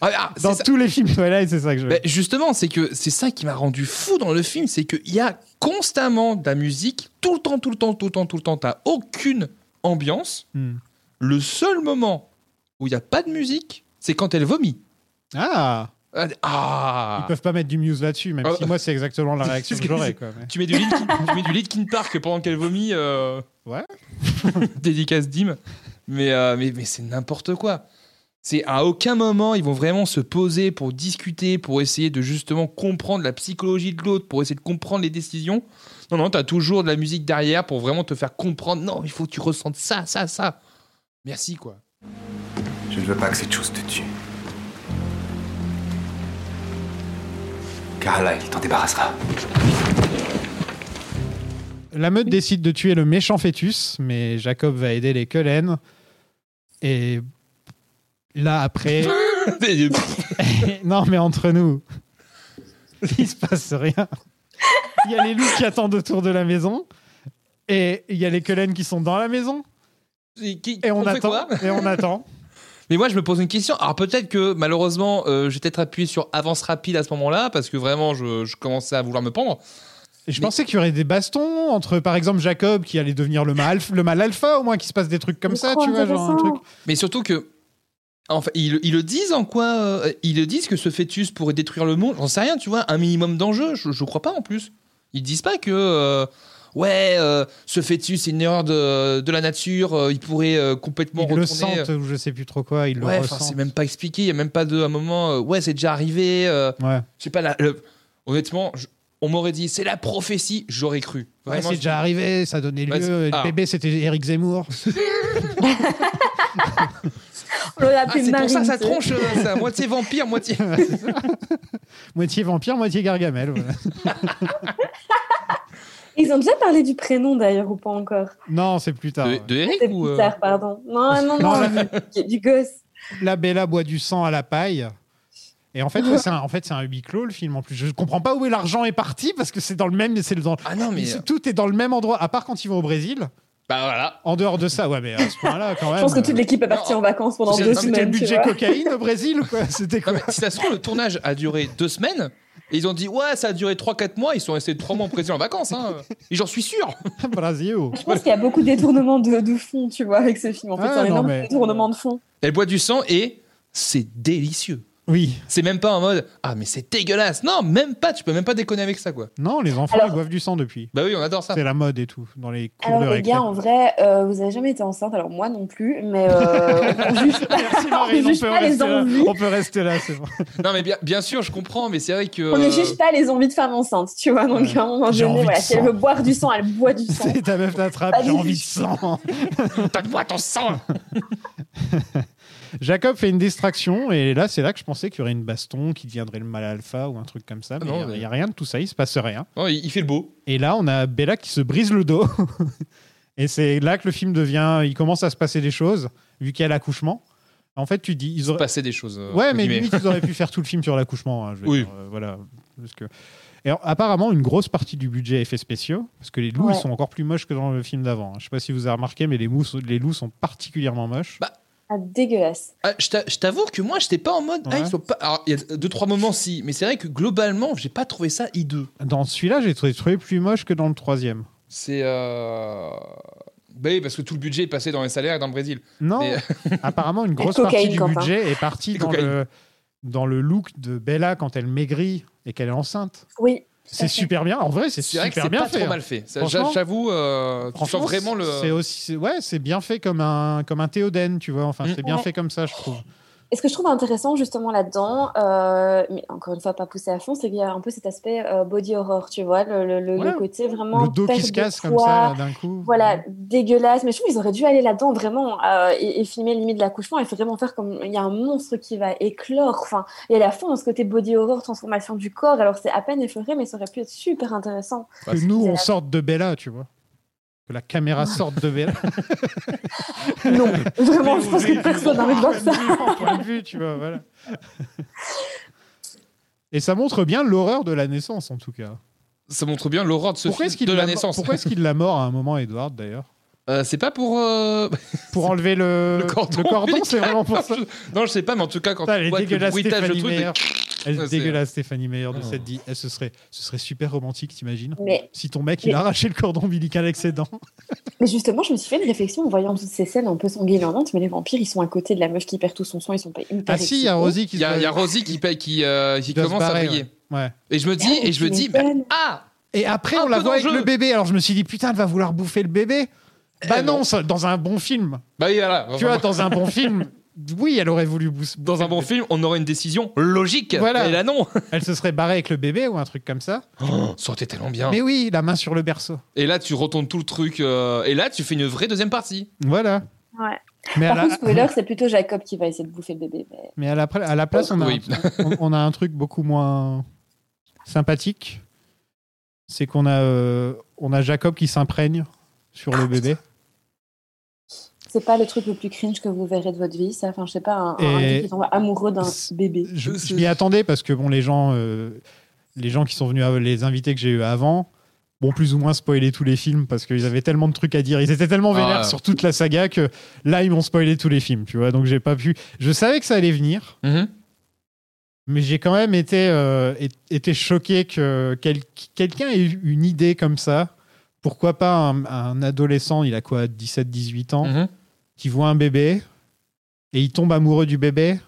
[SPEAKER 11] Ah, ah, c'est
[SPEAKER 10] Dans
[SPEAKER 11] ça.
[SPEAKER 10] tous les films Twilight, c'est ça que je veux.
[SPEAKER 11] Ben, justement, c'est que c'est ça qui m'a rendu fou dans le film, c'est qu'il y a constamment de la musique, tout le temps, tout le temps, tout le temps, tout le temps. T'as aucune ambiance.
[SPEAKER 10] Hmm.
[SPEAKER 11] Le seul moment où il n'y a pas de musique, c'est quand elle vomit.
[SPEAKER 10] Ah
[SPEAKER 11] Ah,
[SPEAKER 10] Ils
[SPEAKER 11] Ah
[SPEAKER 10] peuvent pas mettre du muse là-dessus, même
[SPEAKER 11] Ah.
[SPEAKER 10] si moi, c'est exactement la
[SPEAKER 11] C'est
[SPEAKER 10] réaction
[SPEAKER 11] ce
[SPEAKER 10] que
[SPEAKER 11] que
[SPEAKER 10] j'aurais.
[SPEAKER 11] c'est.
[SPEAKER 10] quoi, mais-
[SPEAKER 11] tu mets, du Linkin, tu mets du Linkin Park pendant qu'elle vomit. euh,
[SPEAKER 10] Ouais.
[SPEAKER 11] Dédicace Dim. Mais, euh, mais, mais c'est n'importe quoi. C'est à aucun moment ils vont vraiment se poser pour discuter, pour essayer de justement comprendre la psychologie de l'autre, pour essayer de comprendre les décisions. Non, non, t'as toujours de la musique derrière pour vraiment te faire comprendre. Non, il faut que tu ressentes ça, ça, ça. Merci quoi.
[SPEAKER 2] Je ne veux pas que cette chose te tue. Car là, il t'en débarrassera.
[SPEAKER 10] La meute décide de tuer le méchant fœtus, mais Jacob va aider les Cullen. Et là, après. non, mais entre nous, il se passe rien. Il y a les loups qui attendent autour de la maison. Et il y a les Cullen qui sont dans la maison.
[SPEAKER 11] Et, qui-
[SPEAKER 10] Et on,
[SPEAKER 11] fait
[SPEAKER 10] attend.
[SPEAKER 11] quoi
[SPEAKER 10] et on attend.
[SPEAKER 11] Mais moi, je me pose une question. Alors, peut-être que malheureusement, euh, j'ai peut-être appuyé sur avance rapide à ce moment-là, parce que vraiment, je, je commençais à vouloir me pendre.
[SPEAKER 10] Et je
[SPEAKER 11] Mais-
[SPEAKER 10] pensais qu'il y aurait des bastons entre, par exemple, Jacob qui allait devenir le mal, le mal alpha, au moins, qui se passe des trucs comme
[SPEAKER 5] Mais
[SPEAKER 10] ça,
[SPEAKER 5] trop
[SPEAKER 10] tu vois, genre un truc.
[SPEAKER 11] Mais surtout que. Enfin, ils, ils le disent en quoi euh, Ils le disent que ce fœtus pourrait détruire le monde. J'en sais rien, tu vois, un minimum d'enjeu. Je, je crois pas en plus. Ils disent pas que. euh, ouais, euh, ce fœtus, c'est une erreur de, de la nature. euh, il pourrait euh, complètement
[SPEAKER 10] Ils le
[SPEAKER 11] retourner.
[SPEAKER 10] sentent, ou je sais plus trop quoi, ils le
[SPEAKER 11] ouais, enfin,
[SPEAKER 10] ressentent.
[SPEAKER 11] c'est même pas expliqué. Il y a même pas de. un moment. euh, ouais, c'est déjà arrivé. euh,
[SPEAKER 10] Ouais.
[SPEAKER 11] Je sais pas, la- le- honnêtement, je- on m'aurait dit c'est la prophétie, j'aurais cru.
[SPEAKER 10] Ouais,
[SPEAKER 11] Vraiment,
[SPEAKER 10] c'est
[SPEAKER 11] je-
[SPEAKER 10] déjà arrivé, ça donnait lieu.
[SPEAKER 11] Ouais, c'est-
[SPEAKER 10] le
[SPEAKER 11] ah.
[SPEAKER 10] bébé, c'était Eric Zemmour.
[SPEAKER 5] On l'a
[SPEAKER 11] Ah,
[SPEAKER 5] appelé
[SPEAKER 11] c'est pour ça
[SPEAKER 5] Marine,
[SPEAKER 11] sa
[SPEAKER 5] tu sais.
[SPEAKER 11] tronche, euh, c'est à moitié vampire, moitié.
[SPEAKER 10] moitié vampire, moitié gargamel. voilà.
[SPEAKER 5] Ils ont déjà parlé du prénom d'ailleurs ou pas encore
[SPEAKER 10] non, c'est plus tard.
[SPEAKER 11] De,
[SPEAKER 10] ouais.
[SPEAKER 11] de Eric
[SPEAKER 5] C'est
[SPEAKER 11] ou.
[SPEAKER 5] plus
[SPEAKER 11] euh,
[SPEAKER 5] tard, pardon. Non, non, non,
[SPEAKER 10] Non,
[SPEAKER 5] du, du gosse.
[SPEAKER 10] La Bella boit du sang à la paille. Et en fait, ouais, c'est un, en fait, c'est un huis clos le film en plus. Je comprends pas où est l'argent est parti parce que c'est dans le même, c'est dans,
[SPEAKER 11] Ah non, mais.
[SPEAKER 5] euh,
[SPEAKER 10] c'est- tout est dans le même endroit. À part quand ils vont au Brésil.
[SPEAKER 11] Bah voilà.
[SPEAKER 10] En dehors de ça, ouais, mais à ce point-là quand même.
[SPEAKER 5] Je pense que toute
[SPEAKER 10] euh,
[SPEAKER 5] l'équipe est partie
[SPEAKER 11] Non,
[SPEAKER 5] en vacances pendant
[SPEAKER 11] c'est-
[SPEAKER 5] deux
[SPEAKER 11] non, mais
[SPEAKER 10] c'était le
[SPEAKER 5] semaines. tu
[SPEAKER 10] budget
[SPEAKER 5] vois.
[SPEAKER 10] cocaïne au Brésil ou quoi C'était
[SPEAKER 11] Non,
[SPEAKER 10] quoi
[SPEAKER 11] mais si ça se trouve, le tournage a duré deux semaines. Et ils ont dit, ouais, ça a duré 3-4 mois, ils sont restés 3 mois en prison en vacances. Hein. Et j'en suis sûr.
[SPEAKER 10] Brésil.
[SPEAKER 5] Je pense qu'il y a beaucoup de détournements de, de fond, tu vois, avec ce film. En fait,
[SPEAKER 10] Ah,
[SPEAKER 5] c'est un
[SPEAKER 10] non,
[SPEAKER 5] énorme
[SPEAKER 10] mais-
[SPEAKER 5] détournement de fond.
[SPEAKER 11] Elle boit du sang et c'est délicieux.
[SPEAKER 10] Oui.
[SPEAKER 11] C'est même pas en mode Ah, mais c'est dégueulasse. Non, même pas. Tu peux même pas déconner avec ça, quoi.
[SPEAKER 10] Non, les enfants, ils boivent du sang depuis.
[SPEAKER 11] Bah oui, on adore ça.
[SPEAKER 10] C'est la mode et tout, dans les cours
[SPEAKER 5] Alors
[SPEAKER 10] de
[SPEAKER 5] les
[SPEAKER 10] récré.
[SPEAKER 5] gars, en vrai, euh, vous avez jamais été enceinte, alors moi non plus, mais euh, on juge pas,
[SPEAKER 10] Merci
[SPEAKER 5] on
[SPEAKER 10] Marine, on
[SPEAKER 5] juge
[SPEAKER 10] peut,
[SPEAKER 5] pas les
[SPEAKER 10] rester là.
[SPEAKER 5] envies.
[SPEAKER 10] on peut rester là, c'est bon.
[SPEAKER 11] Non, mais bien, bien sûr, je comprends, mais c'est vrai que.
[SPEAKER 5] On ne
[SPEAKER 11] euh,
[SPEAKER 5] juge pas les envies de femmes enceintes, tu vois. Donc, à un moment
[SPEAKER 10] J'ai envie
[SPEAKER 5] donné,
[SPEAKER 10] de
[SPEAKER 5] voilà, si elle
[SPEAKER 10] sang.
[SPEAKER 5] veut boire du sang, elle boit du sang.
[SPEAKER 10] C'est ta meuf t'attrape, j'ai envie de sang.
[SPEAKER 11] Donne-moi ton sang
[SPEAKER 10] Jacob fait une distraction et là, c'est là que je pensais qu'il y aurait une baston qui deviendrait le mal alpha ou un truc comme ça. Mais
[SPEAKER 11] Ah non,
[SPEAKER 10] il n'y
[SPEAKER 11] mais-
[SPEAKER 10] a rien de tout ça, il se passe rien.
[SPEAKER 11] Non, il, il fait le beau.
[SPEAKER 10] Et là, on a Bella qui se brise le dos. et c'est là que le film devient. Il commence à se passer des choses, vu qu'il y a l'accouchement. En fait, tu dis. Ils auraient...
[SPEAKER 11] Passer des choses. euh,
[SPEAKER 10] Ouais,
[SPEAKER 11] entre
[SPEAKER 10] mais
[SPEAKER 11] guillemets.
[SPEAKER 10] limite, ils auraient pu faire tout le film sur l'accouchement. hein, je veux
[SPEAKER 11] Oui.
[SPEAKER 10] dire, euh, voilà. Parce que... Et alors, apparemment, une grosse partie du budget est effets spéciaux, parce que les loups,
[SPEAKER 5] Ouais.
[SPEAKER 10] ils sont encore plus moches que dans le film d'avant. hein. Je sais pas si vous avez remarqué, mais les, mous- les loups sont particulièrement moches.
[SPEAKER 5] Ah, dégueulasse.
[SPEAKER 11] Ah, je t'a- je t'avoue que moi, j'étais pas en mode. Ah,
[SPEAKER 10] Ouais.
[SPEAKER 11] ils sont pas. Alors, il y a deux, trois moments, si. Mais c'est vrai que globalement, j'ai pas trouvé ça hideux.
[SPEAKER 10] Dans celui-là, j'ai trouvé, trouvé plus moche que dans le troisième.
[SPEAKER 11] C'est. Euh... Bah oui, parce que tout le budget est passé dans les salaires et dans le Brésil.
[SPEAKER 10] Non,
[SPEAKER 11] Mais-
[SPEAKER 10] apparemment, une grosse
[SPEAKER 5] cocaïne,
[SPEAKER 10] partie du
[SPEAKER 5] Quentin.
[SPEAKER 10] budget est partie
[SPEAKER 11] Et
[SPEAKER 10] dans
[SPEAKER 11] cocaïne.
[SPEAKER 10] le, dans le look de Bella quand elle maigrit et qu'elle est enceinte.
[SPEAKER 5] Oui. tout à
[SPEAKER 10] C'est
[SPEAKER 5] fait.
[SPEAKER 10] super bien. En vrai, c'est
[SPEAKER 11] C'est vrai que
[SPEAKER 10] super
[SPEAKER 11] c'est
[SPEAKER 10] bien
[SPEAKER 11] pas
[SPEAKER 10] fait. hein.
[SPEAKER 11] trop mal fait. Ça,
[SPEAKER 10] Franchement-
[SPEAKER 11] j'a- J'avoue, euh, tu
[SPEAKER 10] Franchement,
[SPEAKER 11] sens vraiment le.
[SPEAKER 10] C'est aussi, c'est- ouais, c'est bien fait comme un, comme un Théoden, tu vois. Enfin,
[SPEAKER 11] Mm.
[SPEAKER 10] c'est bien
[SPEAKER 5] Ouais.
[SPEAKER 10] fait comme ça, je trouve.
[SPEAKER 5] Et ce que je trouve intéressant justement là-dedans, euh, mais encore une fois pas poussé à fond, c'est qu'il y a un peu cet aspect euh, body horror, tu vois, le, le- le- le
[SPEAKER 10] Ouais.
[SPEAKER 5] côté vraiment
[SPEAKER 10] Le dos qui
[SPEAKER 5] perte
[SPEAKER 10] se
[SPEAKER 5] de
[SPEAKER 10] casse comme
[SPEAKER 5] poids,
[SPEAKER 10] ça là, d'un coup.
[SPEAKER 5] Voilà, dégueulasse. Mais je trouve qu'ils auraient dû aller là-dedans vraiment euh, et, et filmer limite l'accouchement et vraiment faire comme il y a un monstre qui va éclore. Enfin, il y a la fin dans ce côté body horror, transformation du corps. Alors c'est à peine effleuré, mais ça aurait pu être super intéressant.
[SPEAKER 10] Que nous, on sorte de Bella, tu vois. Que la caméra sorte de Bella.
[SPEAKER 5] Non, vraiment, je pense que personne n'a envie de voir ça.
[SPEAKER 10] Point de vue, tu vois, voilà. Et ça montre bien l'horreur de la naissance, en tout cas.
[SPEAKER 11] Ça montre bien l'horreur de ce
[SPEAKER 10] Pourquoi est-ce
[SPEAKER 11] film
[SPEAKER 10] qu'il
[SPEAKER 11] de la
[SPEAKER 10] mo-
[SPEAKER 11] naissance.
[SPEAKER 10] Pourquoi est-ce qu'il la mort à un moment, Edward, d'ailleurs
[SPEAKER 11] Euh, c'est pas pour euh,
[SPEAKER 10] Pour enlever le,
[SPEAKER 11] le cordon.
[SPEAKER 10] c'est vraiment pour ça.
[SPEAKER 11] non, je sais pas, mais en tout cas, quand
[SPEAKER 10] Putain, elle
[SPEAKER 11] tu
[SPEAKER 10] est
[SPEAKER 11] vois que le
[SPEAKER 10] dégueulasse,
[SPEAKER 11] bruitage, le
[SPEAKER 10] Stéphanie
[SPEAKER 11] truc,
[SPEAKER 10] Meyer. Elle
[SPEAKER 11] Ouais,
[SPEAKER 10] est
[SPEAKER 11] c'est-
[SPEAKER 10] dégueulasse, Stéphanie Meyer de
[SPEAKER 11] Oh.
[SPEAKER 10] cette dit. Eh, ce, serait, ce serait super romantique, t'imagines
[SPEAKER 5] Mais-
[SPEAKER 10] Si ton mec, il
[SPEAKER 5] mais-
[SPEAKER 10] a arraché le cordon ombilical avec ses dents. Ah,
[SPEAKER 5] Mais justement, je me suis fait une réflexion en voyant toutes ces scènes un peu sanguinolentes. Mais les vampires, ils sont à côté de la meuf qui perd tout son sang. Ils sont pas hyper.
[SPEAKER 10] Ah si, il y
[SPEAKER 5] excités.
[SPEAKER 10] a Rosie qui
[SPEAKER 11] il y, a- il y a Rosie qui, paye, qui, euh, qui
[SPEAKER 10] doit se
[SPEAKER 11] commence à
[SPEAKER 10] barrer,
[SPEAKER 11] briller.
[SPEAKER 10] Ouais.
[SPEAKER 11] Et je me dis, et je me
[SPEAKER 5] Tu
[SPEAKER 11] dis,
[SPEAKER 5] m'étonnes.
[SPEAKER 11] bah, ah,
[SPEAKER 10] Et après,
[SPEAKER 11] Un
[SPEAKER 10] on la
[SPEAKER 11] peu
[SPEAKER 10] voit avec
[SPEAKER 11] d'enjeu.
[SPEAKER 10] le bébé. Alors je me suis dit, putain, elle va vouloir bouffer le bébé. Bah
[SPEAKER 11] Eh
[SPEAKER 10] non,
[SPEAKER 11] non.
[SPEAKER 10] ça- dans un bon film.
[SPEAKER 11] bah oui, voilà.
[SPEAKER 10] Tu vois, dans un bon film, oui, elle aurait voulu bouffer.
[SPEAKER 11] Dans un bon film, on aurait une décision logique.
[SPEAKER 10] Voilà.
[SPEAKER 11] Et là, non.
[SPEAKER 10] Elle se serait barrée avec le bébé ou un truc comme ça.
[SPEAKER 11] Ça aurait été tellement bien.
[SPEAKER 10] Mais oui, la main sur le berceau.
[SPEAKER 11] Et là, tu retournes tout le truc. euh, et là, tu fais une vraie deuxième partie.
[SPEAKER 10] Voilà.
[SPEAKER 5] Ouais.
[SPEAKER 10] Mais, à
[SPEAKER 5] Par
[SPEAKER 10] la,
[SPEAKER 5] contre, spoiler, c'est plutôt Jacob qui va essayer de bouffer le bébé. mais-
[SPEAKER 10] mais à, la, à la place, on a,
[SPEAKER 11] Oui.
[SPEAKER 10] on, on a un truc beaucoup moins sympathique. C'est qu'on a, euh, on a Jacob qui s'imprègne sur
[SPEAKER 11] Ah,
[SPEAKER 10] le bébé.
[SPEAKER 5] C'est pas le truc le plus cringe que vous verrez de votre vie, ça. Enfin, je sais pas, un, un
[SPEAKER 10] Et-
[SPEAKER 5] mec qui tombe amoureux d'un
[SPEAKER 10] C'est-
[SPEAKER 5] bébé.
[SPEAKER 10] Je,
[SPEAKER 11] Euh,
[SPEAKER 10] je
[SPEAKER 11] c'est-
[SPEAKER 10] m'y attendais parce que bon, les gens, euh, les gens qui sont venus, à- les invités que j'ai eu avant, bon, plus ou moins spoilé tous les films parce qu'ils avaient tellement de trucs à dire, ils étaient tellement
[SPEAKER 11] Ah
[SPEAKER 10] vénères
[SPEAKER 11] ouais.
[SPEAKER 10] sur toute la saga que là, ils m'ont spoilé tous les films, tu vois. Donc j'ai pas pu. Je savais que ça allait venir,
[SPEAKER 11] Mhm.
[SPEAKER 10] mais j'ai quand même été, euh, é- été choqué que quel- quelqu'un ait eu une idée comme ça. Pourquoi pas un, un adolescent, il a quoi, 17, 18 ans,
[SPEAKER 11] Mhm.
[SPEAKER 10] qui voit un bébé et il tombe amoureux du bébé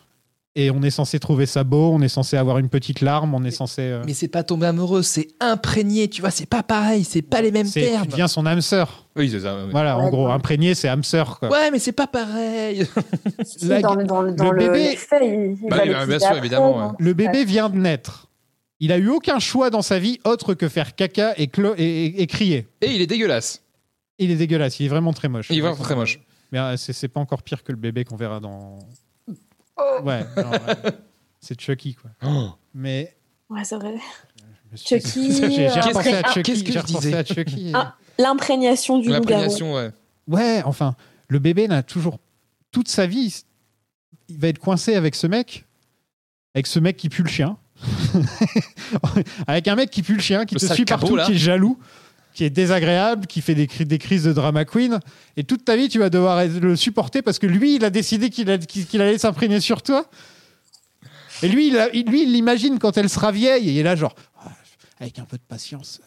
[SPEAKER 10] et on est censé trouver ça beau, on est censé avoir une petite larme, on est censé. euh,
[SPEAKER 11] Mais c'est pas tombé amoureux, c'est imprégné. Tu vois, c'est pas pareil, c'est pas les mêmes
[SPEAKER 10] c'est- tu
[SPEAKER 11] termes.
[SPEAKER 10] deviens son âme sœur.
[SPEAKER 11] Oui, c'est ça. ouais.
[SPEAKER 10] Voilà, en
[SPEAKER 5] Ouais,
[SPEAKER 10] gros,
[SPEAKER 5] ouais.
[SPEAKER 10] imprégné, c'est âme sœur. Quoi.
[SPEAKER 11] Ouais, mais c'est pas pareil.
[SPEAKER 5] Si,
[SPEAKER 10] La-
[SPEAKER 5] dans le, dans le, dans le,
[SPEAKER 10] bébé-
[SPEAKER 5] les faits, il, il
[SPEAKER 11] Bah
[SPEAKER 5] va
[SPEAKER 11] oui,
[SPEAKER 5] le
[SPEAKER 11] bah,
[SPEAKER 5] quitter
[SPEAKER 11] bien sûr,
[SPEAKER 5] après,
[SPEAKER 11] évidemment,
[SPEAKER 5] non
[SPEAKER 11] ouais.
[SPEAKER 10] Le bébé vient de naître. Il a eu aucun choix dans sa vie autre que faire caca et, clo- et, et- et crier.
[SPEAKER 11] Et il est dégueulasse.
[SPEAKER 10] Il est dégueulasse, il est vraiment très moche.
[SPEAKER 11] Il est vraiment très moche.
[SPEAKER 10] Mais euh, c'est c'est pas encore pire que le bébé qu'on verra dans. Ouais, non, ouais. c'est Chucky quoi. Mais
[SPEAKER 5] Ouais, c'est vrai.
[SPEAKER 10] j'ai
[SPEAKER 5] Chucky,
[SPEAKER 10] j'ai
[SPEAKER 5] euh,
[SPEAKER 10] repensé
[SPEAKER 11] qu'est-ce
[SPEAKER 10] à
[SPEAKER 11] que- ah,
[SPEAKER 10] Chucky,
[SPEAKER 11] qu'est-ce
[SPEAKER 10] j'ai
[SPEAKER 11] que je
[SPEAKER 10] repensé
[SPEAKER 11] disais
[SPEAKER 10] à Chucky.
[SPEAKER 5] Ah, L'imprégnation du loup-garou.
[SPEAKER 11] L'imprégnation, ouais.
[SPEAKER 10] Ouais, enfin, le bébé n'a toujours toute sa vie, il va être coincé avec ce mec, avec ce mec qui pue le chien, avec un mec qui pue le chien, qui
[SPEAKER 11] Le
[SPEAKER 10] te
[SPEAKER 11] sale
[SPEAKER 10] suit
[SPEAKER 11] cabot,
[SPEAKER 10] partout,
[SPEAKER 11] là.
[SPEAKER 10] qui est jaloux, qui est désagréable, qui fait des, cri- des crises de drama queen, et toute ta vie tu vas devoir être- le supporter parce que lui, il a décidé qu'il a- qu'il- qu'il allait s'imprégner sur toi. Et lui, il a- il- lui, il l'imagine quand elle sera vieille, et il est là genre. Ah, Avec un peu de patience.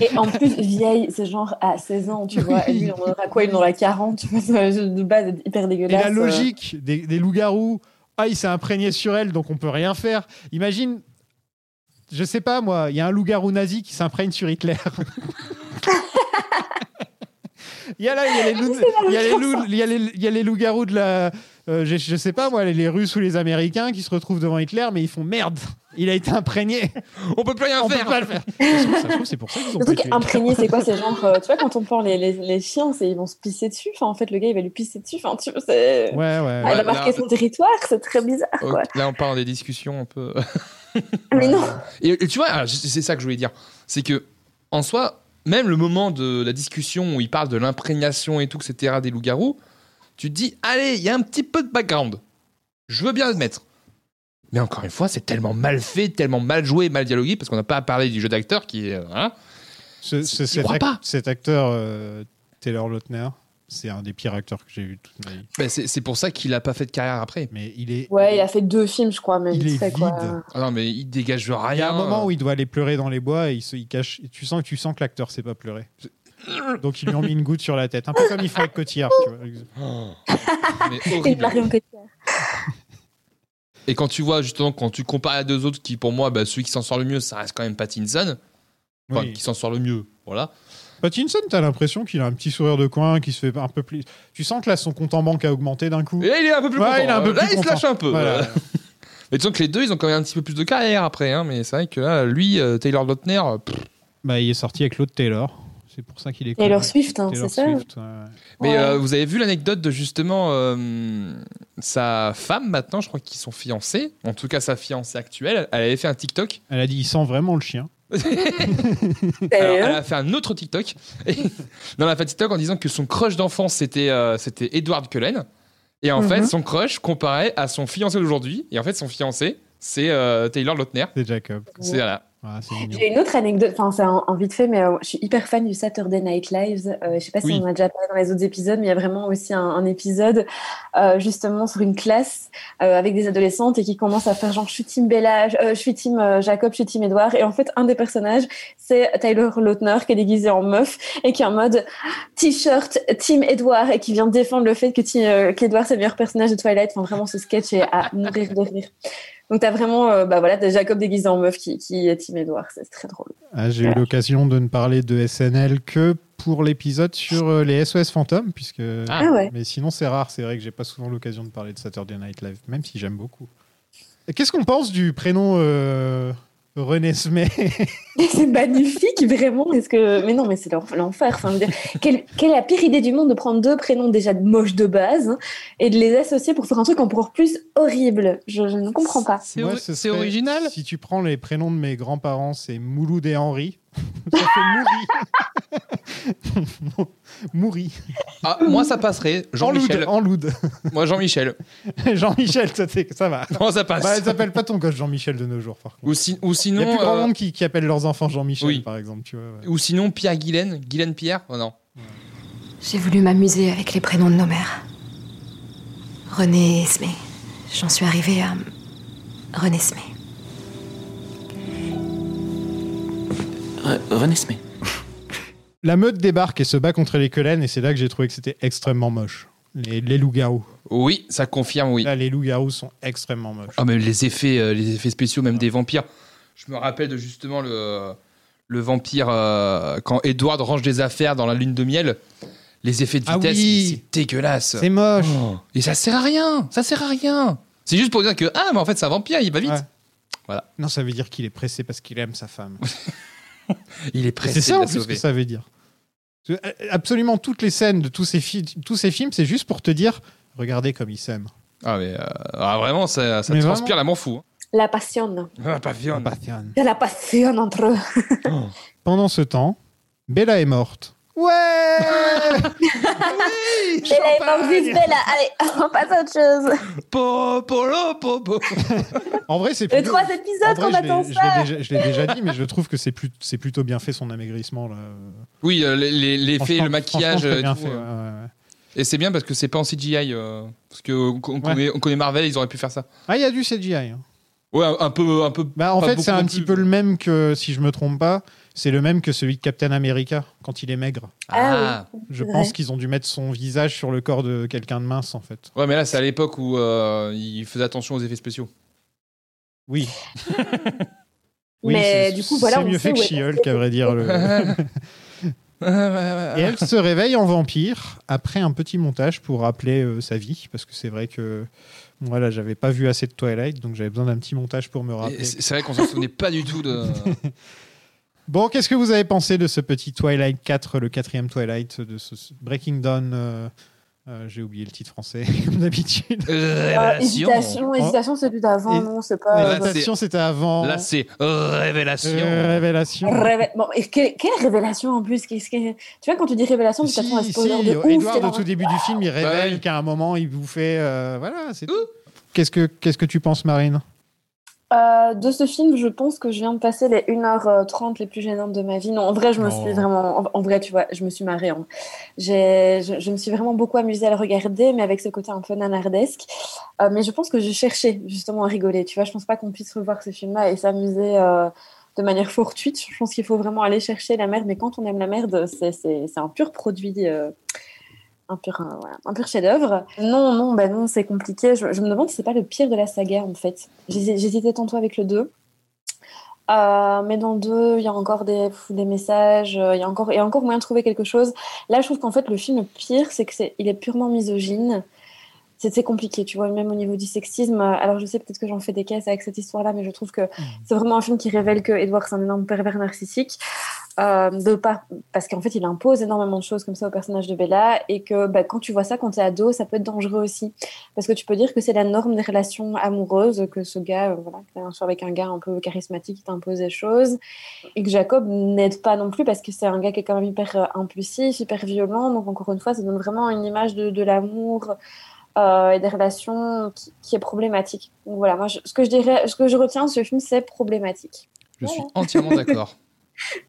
[SPEAKER 5] Et en plus, vieille, c'est genre à 16 ans, tu vois. Et lui, il en aura quoi Il en aura 40, tu vois. ça, De base, hyper
[SPEAKER 10] Et
[SPEAKER 5] dégueulasse. euh.
[SPEAKER 10] la logique des, des loups-garous ah, il s'est imprégné sur elle, donc on peut rien faire. Imagine, je sais pas moi, il y a un loup-garou nazi qui s'imprègne sur Hitler. Il y a là, il y a les loups- il y a les loups- il y a les- il y a les loups-garous de la. euh, je, je sais pas moi, les, les Russes ou les Américains qui se retrouvent devant Hitler, mais ils font merde, il a été imprégné.
[SPEAKER 11] On peut plus rien
[SPEAKER 10] On
[SPEAKER 11] faire.
[SPEAKER 10] peut pas le faire. Ça se trouve- ça se trouve, c'est pour ça qu'ils
[SPEAKER 5] Le
[SPEAKER 10] ont pas
[SPEAKER 5] truc
[SPEAKER 10] tué.
[SPEAKER 5] imprégné, c'est quoi C'est genre, euh, tu vois, quand on prend les, les, les chiens, c'est ils vont se pisser dessus. Enfin, en fait, le gars, il va lui pisser dessus. Enfin, tu vois, c'est.
[SPEAKER 10] Ouais, ouais.
[SPEAKER 5] Ah, il
[SPEAKER 11] Ouais,
[SPEAKER 5] a marqué
[SPEAKER 11] là-
[SPEAKER 5] son territoire, c'est très bizarre,
[SPEAKER 11] Ok,
[SPEAKER 5] quoi.
[SPEAKER 11] Là, on parle des discussions un peu.
[SPEAKER 5] Mais non,
[SPEAKER 11] Et, et tu vois, alors, c'est c'est ça que je voulais dire. C'est que, en soi, même le moment de la discussion où il parle de l'imprégnation et tout, etc., des loups-garous, tu te dis, allez, il y a un petit peu de background. Je veux bien admettre. Mais encore une fois, c'est tellement mal fait, tellement mal joué, mal dialogué, parce qu'on n'a pas à parler du jeu d'acteur qui est. euh, voilà.
[SPEAKER 10] Ce- ce-
[SPEAKER 11] J'y
[SPEAKER 10] cet,
[SPEAKER 11] crois
[SPEAKER 10] ac-
[SPEAKER 11] pas.
[SPEAKER 10] cet acteur, euh, Taylor Lautner, c'est un des pires acteurs que j'ai vu toute ma vie.
[SPEAKER 11] Ben, c'est c'est pour ça qu'il n'a pas fait de carrière après.
[SPEAKER 10] Mais il est.
[SPEAKER 5] ouais, il a fait deux films, je crois, mais
[SPEAKER 10] Il
[SPEAKER 5] vite
[SPEAKER 10] est
[SPEAKER 5] fait, quoi.
[SPEAKER 10] vide.
[SPEAKER 11] Ah non, mais il dégage rien. euh.
[SPEAKER 10] Il y a un moment où il doit aller pleurer dans les bois et il, se, il cache. et Tu sens que tu sens que l'acteur sait pas pleurer. Donc ils lui ont mis une goutte sur la tête, un peu comme il fait avec Cotillard. Tu vois.
[SPEAKER 11] Oh. Mais
[SPEAKER 5] Et il
[SPEAKER 11] horrible.
[SPEAKER 5] Marion Cotillard.
[SPEAKER 11] Et quand tu vois, justement, quand tu compares à deux autres qui, pour moi, bah, celui qui s'en sort le mieux, ça reste quand même Pattinson. Enfin,
[SPEAKER 10] Oui.
[SPEAKER 11] qui s'en sort le mieux. Voilà.
[SPEAKER 10] Pattinson, t'as l'impression qu'il a un petit sourire de coin, qui se fait un peu plus. Tu sens que là son compte en banque a augmenté d'un coup.
[SPEAKER 11] Et là, il est un peu plus
[SPEAKER 10] Ouais,
[SPEAKER 11] content.
[SPEAKER 10] il est un peu
[SPEAKER 11] là,
[SPEAKER 10] plus
[SPEAKER 11] il se
[SPEAKER 10] content.
[SPEAKER 11] lâche un peu.
[SPEAKER 10] Voilà.
[SPEAKER 11] Mais disons que les deux, ils ont quand même un petit peu plus de carrière après. hein. Mais c'est vrai que là, lui, euh, Taylor Lautner, euh, pff.
[SPEAKER 10] Bah, il est sorti avec l'autre Taylor. C'est pour ça qu'il est.
[SPEAKER 5] Taylor
[SPEAKER 10] connu.
[SPEAKER 5] Swift, hein,
[SPEAKER 10] Taylor
[SPEAKER 5] c'est ça
[SPEAKER 10] Swift, ouais, ouais.
[SPEAKER 11] mais
[SPEAKER 5] Ouais.
[SPEAKER 11] euh, vous avez vu l'anecdote de justement euh, sa femme maintenant, je crois qu'ils sont fiancés. En tout cas, sa fiancée actuelle, elle avait fait un TikTok.
[SPEAKER 10] Elle a dit, il sent vraiment le chien.
[SPEAKER 11] Alors,
[SPEAKER 5] D'ailleurs.
[SPEAKER 11] elle a fait un autre TikTok. Dans la fait un TikTok en disant que son crush d'enfance, c'était euh, c'était Edward Cullen. Et en
[SPEAKER 5] Mhm.
[SPEAKER 11] fait, son crush comparait à son fiancé d'aujourd'hui. Et en fait, son fiancé, c'est euh, Taylor Lautner.
[SPEAKER 10] C'est Jacob.
[SPEAKER 11] C'est voilà.
[SPEAKER 10] Ah, c'est mignon.
[SPEAKER 5] J'ai une autre anecdote, enfin c'est en, en vite fait, mais euh, je suis hyper fan du Saturday Night Lives. Euh, je sais pas si
[SPEAKER 11] Oui.
[SPEAKER 5] on en a déjà parlé dans les autres épisodes, mais il y a vraiment aussi un, un épisode euh, justement sur une classe euh, avec des adolescentes et qui commencent à faire genre je suis team Bella, je, euh, je suis team euh, Jacob, je suis team Edouard. Et en fait, un des personnages, c'est Tyler Lautner qui est déguisé en meuf et qui est en mode t-shirt team Edouard et qui vient défendre le fait que ti- euh, qu'Edouard c'est le meilleur personnage de Twilight. Enfin vraiment, ce sketch est à mourir de rire. Donc t'as vraiment, euh, bah voilà, t'as Jacob déguisé en meuf qui, qui est Team Edouard, c'est c'est très drôle.
[SPEAKER 10] Ah, J'ai eu l'occasion de ne parler de SNL que pour l'épisode sur euh, les SOS fantômes, puisque.
[SPEAKER 11] Ah.
[SPEAKER 5] Ah ouais.
[SPEAKER 10] Mais sinon, c'est rare. C'est vrai que j'ai pas souvent l'occasion de parler de Saturday Night Live, même si j'aime beaucoup. Et Qu'est-ce qu'on pense du prénom euh, René Smet
[SPEAKER 5] C'est magnifique, vraiment. Est-ce que, mais non, mais c'est l'en- l'enfer. Enfin, je veux dire, quelle, quelle est la pire idée du monde de prendre deux prénoms déjà moches de base hein, et de les associer pour faire un truc encore plus horrible Je, je ne comprends pas.
[SPEAKER 11] C'est
[SPEAKER 10] Moi,
[SPEAKER 11] ori-
[SPEAKER 10] ce
[SPEAKER 11] c'est
[SPEAKER 10] serait-
[SPEAKER 11] original.
[SPEAKER 10] Si tu prends les prénoms de mes grands-parents, c'est Mouloud et Henri. Ça fait Mouri. Mouri.
[SPEAKER 11] Ah, moi, ça passerait.
[SPEAKER 10] Enloud.
[SPEAKER 11] Jean-Michel.
[SPEAKER 10] Enloud.
[SPEAKER 11] Moi, Jean-Michel.
[SPEAKER 10] Jean-Michel, ça, c'est- ça va.
[SPEAKER 11] Moi, Ah, ça passe.
[SPEAKER 10] Bah, elle s'appelle pas ton gosse Jean-Michel de nos jours, par contre.
[SPEAKER 11] ou, si- ou
[SPEAKER 10] Il
[SPEAKER 11] sinon.
[SPEAKER 10] n'y a plus grand
[SPEAKER 11] euh,
[SPEAKER 10] monde qui, qui appelle leurs enfants Jean-Michel,
[SPEAKER 11] oui.
[SPEAKER 10] par exemple. Tu vois, ouais.
[SPEAKER 11] Ou sinon Pierre Guilaine, Guilaine Pierre Oh non.
[SPEAKER 12] J'ai voulu m'amuser avec les prénoms de nos mères. René Esmé. J'en suis arrivée à. René Esmé.
[SPEAKER 1] Re- René Smith.
[SPEAKER 10] La meute débarque et se bat contre les Quelaines, et c'est là que j'ai trouvé que c'était extrêmement moche. Les, les loups-garous.
[SPEAKER 11] Oui, ça confirme, oui.
[SPEAKER 10] Là, les loups-garous sont extrêmement moches.
[SPEAKER 11] Ah, mais les effets, euh, les effets spéciaux, même des vampires. Je me rappelle de justement le, le vampire euh, quand Edward range des affaires dans la lune de miel. Les effets de
[SPEAKER 10] Ah
[SPEAKER 11] vitesse,
[SPEAKER 10] oui.
[SPEAKER 11] c'est dégueulasse.
[SPEAKER 10] C'est moche.
[SPEAKER 11] Oh. Et ça sert à rien. Ça sert à rien. C'est juste pour dire que ah, mais en fait, c'est un vampire, il va vite.
[SPEAKER 10] Ouais.
[SPEAKER 11] Voilà.
[SPEAKER 10] Non, ça veut dire qu'il est pressé parce qu'il aime sa femme.
[SPEAKER 11] Il est
[SPEAKER 10] C'est
[SPEAKER 11] pressé
[SPEAKER 10] ça
[SPEAKER 11] de
[SPEAKER 10] en
[SPEAKER 11] la
[SPEAKER 10] plus que
[SPEAKER 11] sauver.
[SPEAKER 10] ça veut dire. Parce que, euh, Absolument toutes les scènes de tous ces, fi- tous ces films, c'est juste pour te dire regardez comme ils s'aiment.
[SPEAKER 11] Ah, mais euh, ah, vraiment, ça, ça
[SPEAKER 10] Mais
[SPEAKER 11] transpire
[SPEAKER 10] vraiment.
[SPEAKER 11] la m'en fou.
[SPEAKER 5] La passion.
[SPEAKER 11] Ah, pas viande.
[SPEAKER 5] Il y a la passion entre eux.
[SPEAKER 10] Pendant ce temps, Bella est morte. Ouais
[SPEAKER 5] Bella est morte, vive Bella. Allez, on passe à autre chose.
[SPEAKER 11] Po- polo, po- po-
[SPEAKER 10] En vrai, c'est
[SPEAKER 5] Les
[SPEAKER 10] plutôt-
[SPEAKER 5] trois
[SPEAKER 10] en
[SPEAKER 5] épisodes
[SPEAKER 10] vrai,
[SPEAKER 5] qu'on
[SPEAKER 10] je l'ai-
[SPEAKER 5] attend
[SPEAKER 10] je l'ai
[SPEAKER 5] ça.
[SPEAKER 10] déjà- je l'ai déjà, dit, mais je trouve que c'est plus- c'est plutôt bien fait son amaigrissement. Là.
[SPEAKER 11] Oui, euh, les, les- les effets,
[SPEAKER 10] Franchement-
[SPEAKER 11] le maquillage.
[SPEAKER 10] franchement, très
[SPEAKER 11] euh,
[SPEAKER 10] bien
[SPEAKER 11] tout,
[SPEAKER 10] fait,
[SPEAKER 11] euh.
[SPEAKER 10] ouais, ouais, ouais.
[SPEAKER 11] Et c'est bien parce que c'est pas en CGI. euh, parce que on, on
[SPEAKER 10] Ouais.
[SPEAKER 11] connaît, on connaît Marvel, ils auraient pu faire ça.
[SPEAKER 10] Ah, il y a du CGI. hein.
[SPEAKER 11] Ouais, un, un peu, un peu.
[SPEAKER 10] Bah, en
[SPEAKER 11] Pas
[SPEAKER 10] fait,
[SPEAKER 11] beaucoup
[SPEAKER 10] c'est un
[SPEAKER 11] non
[SPEAKER 10] petit
[SPEAKER 11] plus. euh.
[SPEAKER 10] peu le même que, si je me trompe pas, C'est le même que celui de Captain America quand il est maigre.
[SPEAKER 5] Ah oui,
[SPEAKER 10] Je
[SPEAKER 5] c'est
[SPEAKER 10] pense
[SPEAKER 5] vrai.
[SPEAKER 10] qu'ils ont dû mettre son visage sur le corps de quelqu'un de mince en fait.
[SPEAKER 11] Ouais, mais là, c'est à l'époque où euh, il faisait attention aux effets spéciaux.
[SPEAKER 10] Oui.
[SPEAKER 5] Mais
[SPEAKER 10] c'est-
[SPEAKER 5] du coup, voilà,
[SPEAKER 10] C'est
[SPEAKER 5] on
[SPEAKER 10] mieux
[SPEAKER 5] sait
[SPEAKER 10] fait que
[SPEAKER 5] où est
[SPEAKER 10] She-Hulk, à vrai dire. le- Et elle se réveille en vampire après un petit montage pour rappeler euh, sa vie, parce que c'est vrai que moi là j'avais pas vu assez de Twilight, donc j'avais besoin d'un petit montage pour me
[SPEAKER 11] Et
[SPEAKER 10] rappeler.
[SPEAKER 11] C'est c'est vrai qu'on s'en souvenait pas du tout de.
[SPEAKER 10] Bon, qu'est-ce que vous avez pensé de ce petit Twilight 4, le quatrième Twilight, de ce ce Breaking Dawn euh, euh, J'ai oublié le titre français, comme d'habitude.
[SPEAKER 5] Euh, hésitation, hésitation, celui d'avant,
[SPEAKER 10] hein. Et-
[SPEAKER 5] non, c'est
[SPEAKER 10] Mais
[SPEAKER 5] pas.
[SPEAKER 10] la station, c'était avant.
[SPEAKER 11] Là, c'est révélation.
[SPEAKER 10] Euh, révélation.
[SPEAKER 5] Révé- bon, et que- quelle révélation en plus qu'est-ce que- Tu vois, quand tu dis révélation, tu
[SPEAKER 10] Si,
[SPEAKER 5] t'attends à ce
[SPEAKER 10] si,
[SPEAKER 5] spoiler de ouf. t'es
[SPEAKER 10] Edward,
[SPEAKER 5] là,
[SPEAKER 10] au tout début du film, il révèle
[SPEAKER 11] oui.
[SPEAKER 10] qu'à un moment, il vous fait. euh, voilà, c'est tout. Qu'est-ce que, qu'est-ce que tu penses, Marine
[SPEAKER 5] Euh, de ce film, je pense que je viens de passer les 1h30 les plus gênantes de ma vie. Non, en vrai, je me
[SPEAKER 10] Oh.
[SPEAKER 5] suis vraiment. En, en vrai, tu vois, je me suis marrée. hein. J'ai- Je, je me suis vraiment beaucoup amusée à le regarder, mais avec ce côté un peu nanardesque. Euh, mais je pense que je cherchais justement à rigoler. Tu vois, je pense pas qu'on puisse revoir ce film-là et s'amuser euh, de manière fortuite. Je pense qu'il faut vraiment aller chercher la merde. Mais quand on aime la merde, c'est- c'est c'est un pur produit. euh, un pur, euh, voilà, un pur chef-d'œuvre. Non, non, bah non, c'est compliqué. Je, je me demande si c'est pas le pire de la saga en fait. J'hési- J'hésitais tantôt avec le 2. Euh, mais dans le 2, il y a encore des, pff, des messages, euh, il y, a encore, il y a encore moyen de trouver quelque chose. Là, je trouve qu'en fait, le film, le pire, c'est qu'il est, il est purement misogyne. C'est c'est compliqué, tu vois, même au niveau du sexisme. euh, Alors, je sais peut-être que j'en fais des caisses avec cette histoire-là, mais je trouve que c'est vraiment un film qui révèle que Edward, c'est un énorme pervers narcissique. Euh, de pas parce qu'en fait il impose énormément de choses comme ça au personnage de Bella et que bah, quand tu vois ça quand t'es ado ça peut être dangereux aussi parce que tu peux dire que c'est la norme des relations amoureuses que ce gars euh, voilà que t'as un soir avec un gars un peu charismatique qui t'impose des choses et que Jacob n'aide pas non plus parce que c'est un gars qui est quand même hyper euh, impulsif hyper violent donc encore une fois ça donne vraiment une image de, de l'amour euh, et des relations qui, qui est problématique donc voilà moi je- ce que je dirais ce que je retiens de ce film c'est problématique
[SPEAKER 11] Je suis entièrement d'accord.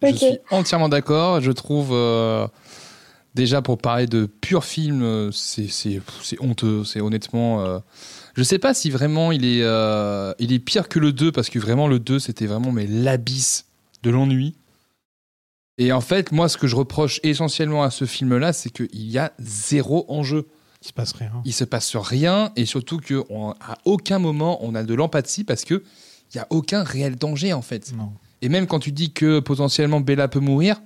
[SPEAKER 11] Je
[SPEAKER 5] Ok.
[SPEAKER 11] suis entièrement d'accord. Je trouve, euh, déjà pour parler de pur film, euh, c'est- c'est c'est honteux. C'est honnêtement. euh, je sais pas si vraiment il est, euh, il est pire que le 2, parce que vraiment le 2, c'était vraiment mais l'abysse de l'ennui. Et en fait, moi, ce que je reproche essentiellement à ce film-là, c'est qu'il y a zéro enjeu
[SPEAKER 10] Il se passe rien.
[SPEAKER 11] il se passe rien et surtout que on- à aucun moment on a de l'empathie parce que il y a aucun réel danger en fait.
[SPEAKER 10] Non.
[SPEAKER 11] Et même quand tu dis que potentiellement Bella peut mourir,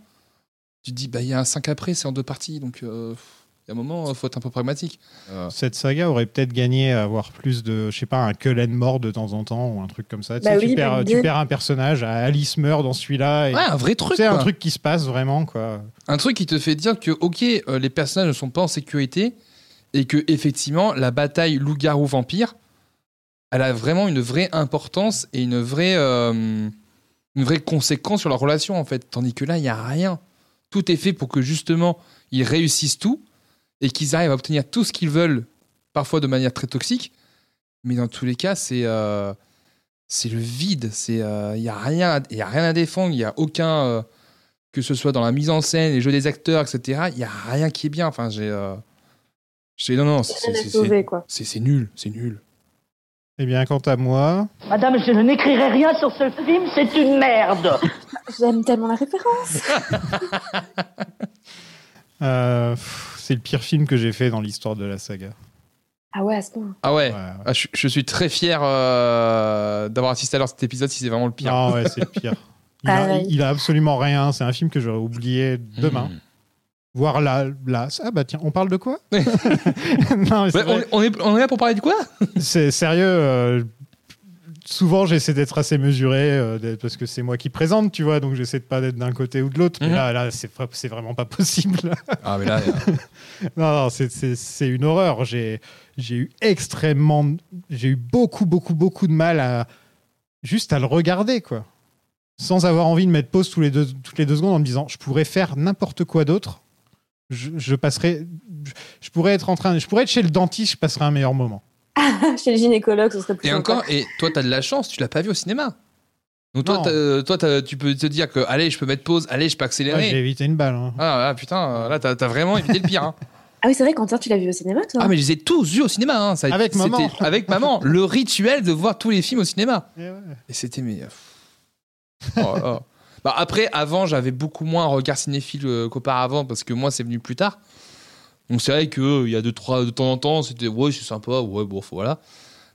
[SPEAKER 11] tu te dis bah il y a un 5 après, c'est en deux parties donc euh, il y a un moment euh, faut être un peu pragmatique. Euh,
[SPEAKER 10] Cette saga aurait peut-être gagné à avoir plus de, je sais pas, un Cullen mort de temps en temps ou un truc comme ça. Tu
[SPEAKER 5] Bah
[SPEAKER 10] sais,
[SPEAKER 5] oui,
[SPEAKER 10] tu, perds,
[SPEAKER 5] bonne
[SPEAKER 10] tu
[SPEAKER 5] idée.
[SPEAKER 10] perds un personnage, euh, Alice meurt dans celui-là. et-
[SPEAKER 11] ouais, un vrai truc
[SPEAKER 10] C'est un
[SPEAKER 11] quoi.
[SPEAKER 10] truc qui se passe vraiment, quoi.
[SPEAKER 11] Un truc qui te fait dire que, ok, euh, les personnages ne sont pas en sécurité et que, effectivement, la bataille loup-garou-vampire, elle a vraiment une vraie importance et une vraie, euh, une vraie conséquence sur leur relation, en fait. Tandis que là, il n'y a rien. Tout est fait pour que, justement, ils réussissent tout et qu'ils arrivent à obtenir tout ce qu'ils veulent, parfois de manière très toxique. Mais dans tous les cas, c'est. euh, c'est le vide, c'est euh, il n'y a rien, à- il y a rien à défendre, il n'y a aucun euh, que ce soit dans la mise en scène, les jeux des acteurs, etc., il n'y a rien qui est bien. Enfin, j'ai. euh, j'ai- Non, non, c'est-
[SPEAKER 5] rien à
[SPEAKER 11] c'est- c'est
[SPEAKER 5] sauver quoi
[SPEAKER 11] c'est- c'est nul, c'est nul.
[SPEAKER 10] Eh bien, quant à moi,
[SPEAKER 13] Madame, je ne n'écrirai rien sur ce film, c'est une merde.
[SPEAKER 5] J'aime tellement la référence.
[SPEAKER 10] euh, pff, c'est le pire film que j'ai fait dans l'histoire de la saga.
[SPEAKER 5] Ah ouais, à ce point.
[SPEAKER 11] Ah ouais,
[SPEAKER 10] Ouais, ouais.
[SPEAKER 11] Ah, je, je suis très fier euh, d'avoir assisté à cet épisode si c'est vraiment le pire.
[SPEAKER 10] Non, ouais, c'est le pire. Il a,
[SPEAKER 5] Pareil.
[SPEAKER 10] il a absolument rien. C'est un film que j'aurais oublié demain.
[SPEAKER 11] Hmm.
[SPEAKER 10] Voir là, là. Ah bah tiens, on parle de quoi Non, mais c'est
[SPEAKER 11] Ouais,
[SPEAKER 10] vrai.
[SPEAKER 11] Bah, on, on est, on est là pour parler de quoi
[SPEAKER 10] C'est sérieux. euh, souvent, j'essaie d'être assez mesuré euh, d'être- parce que c'est moi qui présente, tu vois. Donc, j'essaie de pas d'être d'un côté ou de l'autre. Mais
[SPEAKER 11] Mhm.
[SPEAKER 10] là, là, c'est fra- c'est vraiment pas possible.
[SPEAKER 11] Ah, mais là,
[SPEAKER 10] Non, non, c'est- c'est c'est une horreur. J'ai j'ai eu extrêmement. J'ai eu beaucoup, beaucoup, beaucoup de mal à. Juste à le regarder, quoi. Sans avoir envie de mettre pause tous les deux, toutes les deux secondes en me disant je pourrais faire n'importe quoi d'autre. Je, je passerai. Je, je pourrais être en train. Je pourrais être chez le dentiste, je passerai un meilleur moment.
[SPEAKER 5] Chez le gynécologue, ce serait plus
[SPEAKER 11] et
[SPEAKER 5] sympa.
[SPEAKER 11] encore, et toi, t'as de la chance, tu l'as pas vu au cinéma. Donc toi,
[SPEAKER 10] Non.
[SPEAKER 11] t'as- euh, toi t'as- tu peux te dire que, allez, je peux mettre pause, allez, je peux
[SPEAKER 10] Ouais, J'ai
[SPEAKER 11] accélérer.
[SPEAKER 10] évité une balle. hein.
[SPEAKER 11] ah, là, putain, euh, là, t'as t'as vraiment évité le pire. hein.
[SPEAKER 5] Ah oui, c'est vrai, Quentin, tu l'as vu au cinéma, toi hein.
[SPEAKER 11] Ah, mais je les ai tous vus au cinéma. hein. Ça a-
[SPEAKER 10] Avec maman.
[SPEAKER 11] c'était- Avec maman. Le rituel de voir tous les films au cinéma.
[SPEAKER 10] Eh ouais.
[SPEAKER 11] Et c'était mais. euh, pff. Oh là là. Bah, après, avant, j'avais beaucoup moins un regard cinéphile euh, qu'auparavant parce que moi, c'est venu plus tard. Donc c'est vrai que euh, il y a deux, trois, de temps en temps, c'était ouais, c'est sympa, ouais, bon, voilà.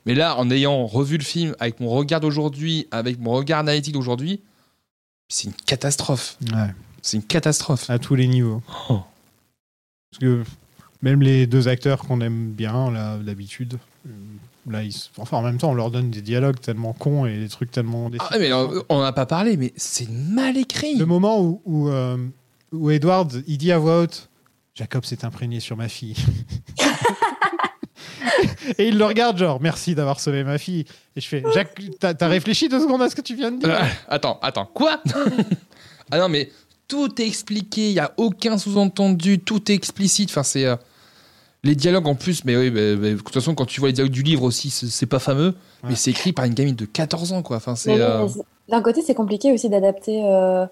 [SPEAKER 11] Mais là, en ayant revu le film avec mon regard d'aujourd'hui, avec mon regard analytique d'aujourd'hui, c'est une catastrophe.
[SPEAKER 10] Ouais.
[SPEAKER 11] C'est une catastrophe.
[SPEAKER 10] À tous les niveaux.
[SPEAKER 11] Oh.
[SPEAKER 10] Parce que même les deux acteurs qu'on aime bien, là, d'habitude, euh, là, ils se- enfin, en même temps, on leur donne des dialogues tellement cons et des trucs tellement déçus.
[SPEAKER 11] Ah, mais euh, on n'a pas parlé, mais c'est mal écrit.
[SPEAKER 10] Le moment où, où, euh, où Edward, il dit à voix haute Jacob s'est imprégné sur ma fille. et il le regarde, genre, merci d'avoir sauvé ma fille. Et je fais Jacques, t'as t'as réfléchi deux secondes à ce que tu viens de dire
[SPEAKER 11] Euh, attends, attends, quoi Ah non, mais tout est expliqué, il n'y a aucun sous-entendu, tout est explicite. Enfin, c'est. euh, les dialogues en plus, mais oui, mais- mais de toute façon, quand tu vois les dialogues du livre aussi, c'est c'est pas fameux, mais c'est écrit par une gamine de 14 ans, quoi. Enfin, c'est.
[SPEAKER 5] Mais
[SPEAKER 11] euh,
[SPEAKER 5] oui, mais D'un côté, c'est compliqué aussi d'adapter euh,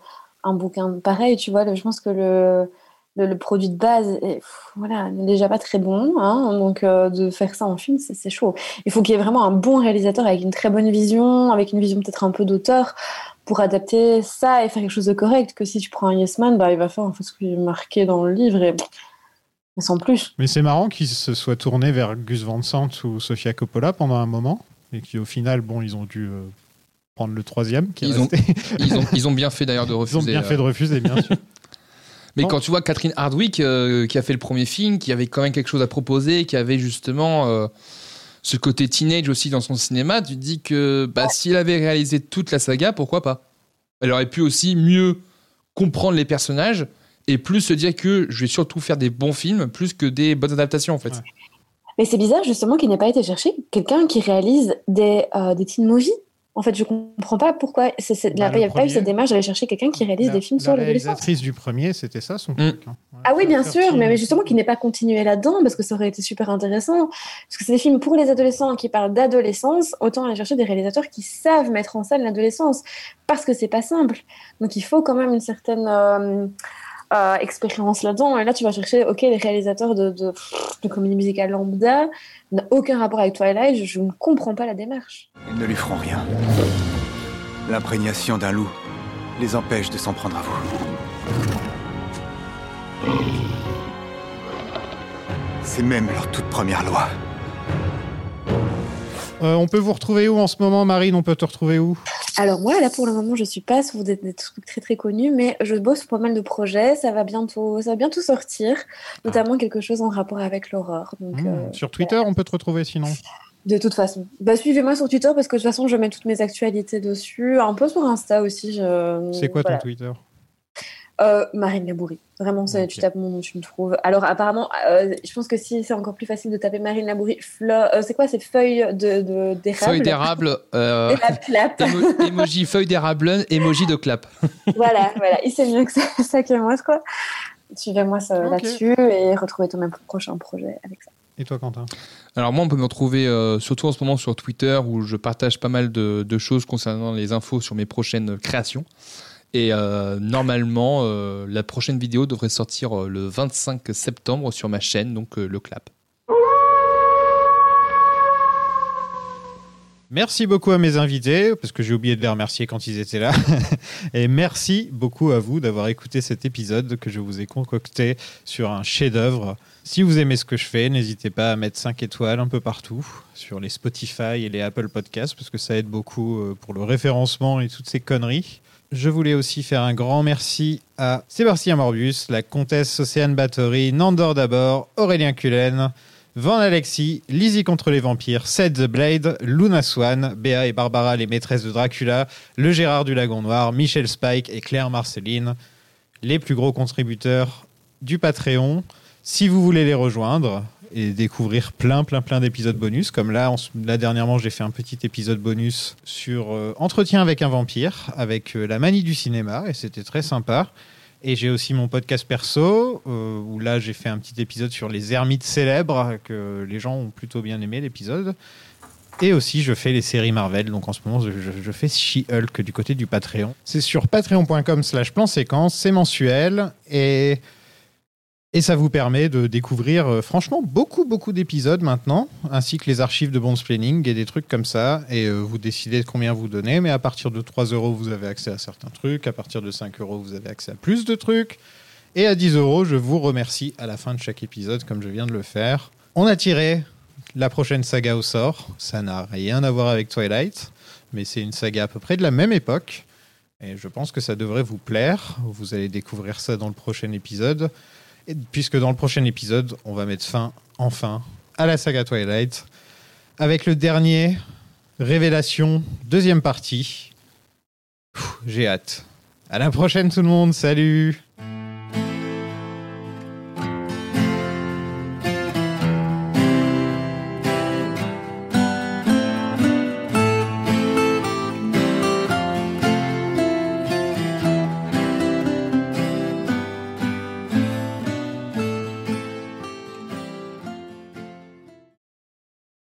[SPEAKER 5] un bouquin pareil. Tu vois, le- je pense que le, le, le produit de base est, pff, voilà, n'est déjà pas très bon. hein. donc, euh, de faire ça en film, c'est c'est chaud. Il faut qu'il y ait vraiment un bon réalisateur avec une très bonne vision, avec une vision peut-être un peu d'auteur, pour adapter ça et faire quelque chose de correct. Que si tu prends un Yes Man, bah, il va faire en fait, ce qui est marqué dans le livre et mais sans plus.
[SPEAKER 10] Mais c'est marrant qu'ils se soient tournés vers Gus Van Sant ou Sofia Coppola pendant un moment, et qui au final, bon, ils ont dû euh, prendre le troisième qui est
[SPEAKER 11] Ils ont-
[SPEAKER 10] resté.
[SPEAKER 11] ils, ont, ils ont bien fait d'ailleurs de
[SPEAKER 10] Ils ont
[SPEAKER 11] refuser.
[SPEAKER 10] bien fait de
[SPEAKER 11] euh,
[SPEAKER 10] refuser, bien sûr.
[SPEAKER 11] Mais
[SPEAKER 10] Non.
[SPEAKER 11] quand tu vois Catherine Hardwick euh, qui a fait le premier film, qui avait quand même quelque chose à proposer, qui avait justement euh, ce côté teenage aussi dans son cinéma, tu te dis que bah, si elle avait réalisé toute la saga, pourquoi pas Elle aurait pu aussi mieux comprendre les personnages et plus se dire que je vais surtout faire des bons films plus que des bonnes adaptations en fait.
[SPEAKER 5] Mais c'est bizarre justement qu'il n'ait pas été cherché quelqu'un qui réalise des, euh, des teen movies. En fait, je comprends pas pourquoi c'est- c'est-
[SPEAKER 10] Bah,
[SPEAKER 5] la- il n'y
[SPEAKER 10] le
[SPEAKER 5] a pas eu cette
[SPEAKER 10] premier. démarche
[SPEAKER 5] d'aller chercher quelqu'un qui réalise
[SPEAKER 10] La-
[SPEAKER 5] des films
[SPEAKER 10] la
[SPEAKER 5] sur l'adolescence.
[SPEAKER 10] réalisatrice du premier, c'était ça
[SPEAKER 11] Mm.
[SPEAKER 10] son truc. hein.
[SPEAKER 5] Ah oui, bien
[SPEAKER 10] faire
[SPEAKER 5] sûr,
[SPEAKER 10] teen.
[SPEAKER 5] mais justement qu'il n'ait pas continué là-dedans parce que ça aurait été super intéressant. Parce que c'est des films pour les adolescents qui parlent d'adolescence, autant aller chercher des réalisateurs qui savent mettre en scène l'adolescence parce que c'est pas simple. Donc il faut quand même une certaine euh, euh, expérience là-dedans. Et là, tu vas chercher, ok, les réalisateurs de, de, de comédie musicale lambda n'a aucun rapport avec Twilight. Je, je ne comprends pas la démarche.
[SPEAKER 2] Ils ne lui feront rien. L'imprégnation d'un loup les empêche de s'en prendre à vous. C'est même leur toute première loi.
[SPEAKER 10] Euh, on peut vous retrouver où en ce moment, Marine On peut te retrouver où
[SPEAKER 5] Alors moi, là pour le moment, je suis pas sur des, des trucs très très connus, mais je bosse sur pas mal de projets. Ça va bientôt, ça va bientôt sortir, notamment quelque chose en rapport avec l'horreur. Donc,
[SPEAKER 10] Hmm,
[SPEAKER 5] euh,
[SPEAKER 10] Sur Twitter, on peut te retrouver sinon.
[SPEAKER 5] de toute façon, bah, suivez-moi sur Twitter parce que de toute façon, je mets toutes mes actualités dessus, un peu sur Insta aussi. je-
[SPEAKER 10] C'est quoi
[SPEAKER 5] voilà.
[SPEAKER 10] ton Twitter
[SPEAKER 5] Euh, Marine Labouri. Vraiment, ça, tu tapes mon nom, tu me trouves. Alors, apparemment, euh, je pense que si c'est encore plus facile de taper Marine Labouri, fleur- euh, c'est quoi ces feuilles de, de- d'érable
[SPEAKER 11] Feuille d'érable,
[SPEAKER 5] Et
[SPEAKER 11] euh,
[SPEAKER 5] la clap.
[SPEAKER 11] émo- emoji feuille d'érable, emoji de clap.
[SPEAKER 5] voilà, voilà, il sait mieux que ça, ça que moi, quoi. Suivez-moi ça là-dessus et retrouvez ton même prochain projet avec ça.
[SPEAKER 10] Et toi, Quentin
[SPEAKER 11] Alors moi, on peut me retrouver euh, surtout en ce moment sur Twitter où je partage pas mal de, de choses concernant les infos sur mes prochaines créations. Et euh, normalement, euh, la prochaine vidéo devrait sortir euh, le 25 septembre sur ma chaîne, donc euh, le clap.
[SPEAKER 10] Merci beaucoup à mes invités, parce que j'ai oublié de les remercier quand ils étaient là. Et merci beaucoup à vous d'avoir écouté cet épisode que je vous ai concocté sur un chef-d'œuvre. Si vous aimez ce que je fais, n'hésitez pas à mettre 5 étoiles un peu partout, sur les Spotify et les Apple Podcasts, parce que ça aide beaucoup euh, pour le référencement et toutes ces conneries. Je voulais aussi faire un grand merci à Sébastien Morbius, la comtesse Océane Bathory, Nandor d'abord, Aurélien Cullen, Van Alexis, Lizzie contre les vampires, Seth the Blade, Luna Swan, Béa et Barbara les maîtresses de Dracula, le Gérard du Lagon Noir, Michel Spike et Claire Marceline, les plus gros contributeurs du Patreon. Si vous voulez les rejoindre et découvrir plein, plein, plein d'épisodes bonus, comme là, en ce- là dernièrement, j'ai fait un petit épisode bonus sur euh, Entretien avec un vampire, avec euh, la manie du cinéma, et c'était très sympa. Et j'ai aussi mon podcast perso, euh, où là j'ai fait un petit épisode sur les ermites célèbres, que les gens ont plutôt bien aimé l'épisode. Et aussi je fais les séries Marvel, donc en ce moment je, je- je fais She-Hulk du côté du Patreon. C'est sur patreon.com slash plan séquence, c'est mensuel. Et Et ça vous permet de découvrir euh, franchement beaucoup beaucoup d'épisodes maintenant, ainsi que les archives de Bones Planning et des trucs comme ça. Et euh, vous décidez combien vous donnez, mais à partir de 3 euros vous avez accès à certains trucs, à partir de 5 euros vous avez accès à plus de trucs. Et à 10 euros, je vous remercie à la fin de chaque épisode, comme je viens de le faire. On a tiré la prochaine saga au sort. Ça n'a rien à voir avec Twilight, mais c'est une saga à peu près de la même époque. Et je pense que ça devrait vous plaire. Vous allez découvrir ça dans le prochain épisode. Et puisque dans le prochain épisode, on va mettre fin, enfin, à la saga Twilight. Avec le dernier, Révélation, deuxième partie. Pff, J'ai hâte. À la prochaine tout le monde, salut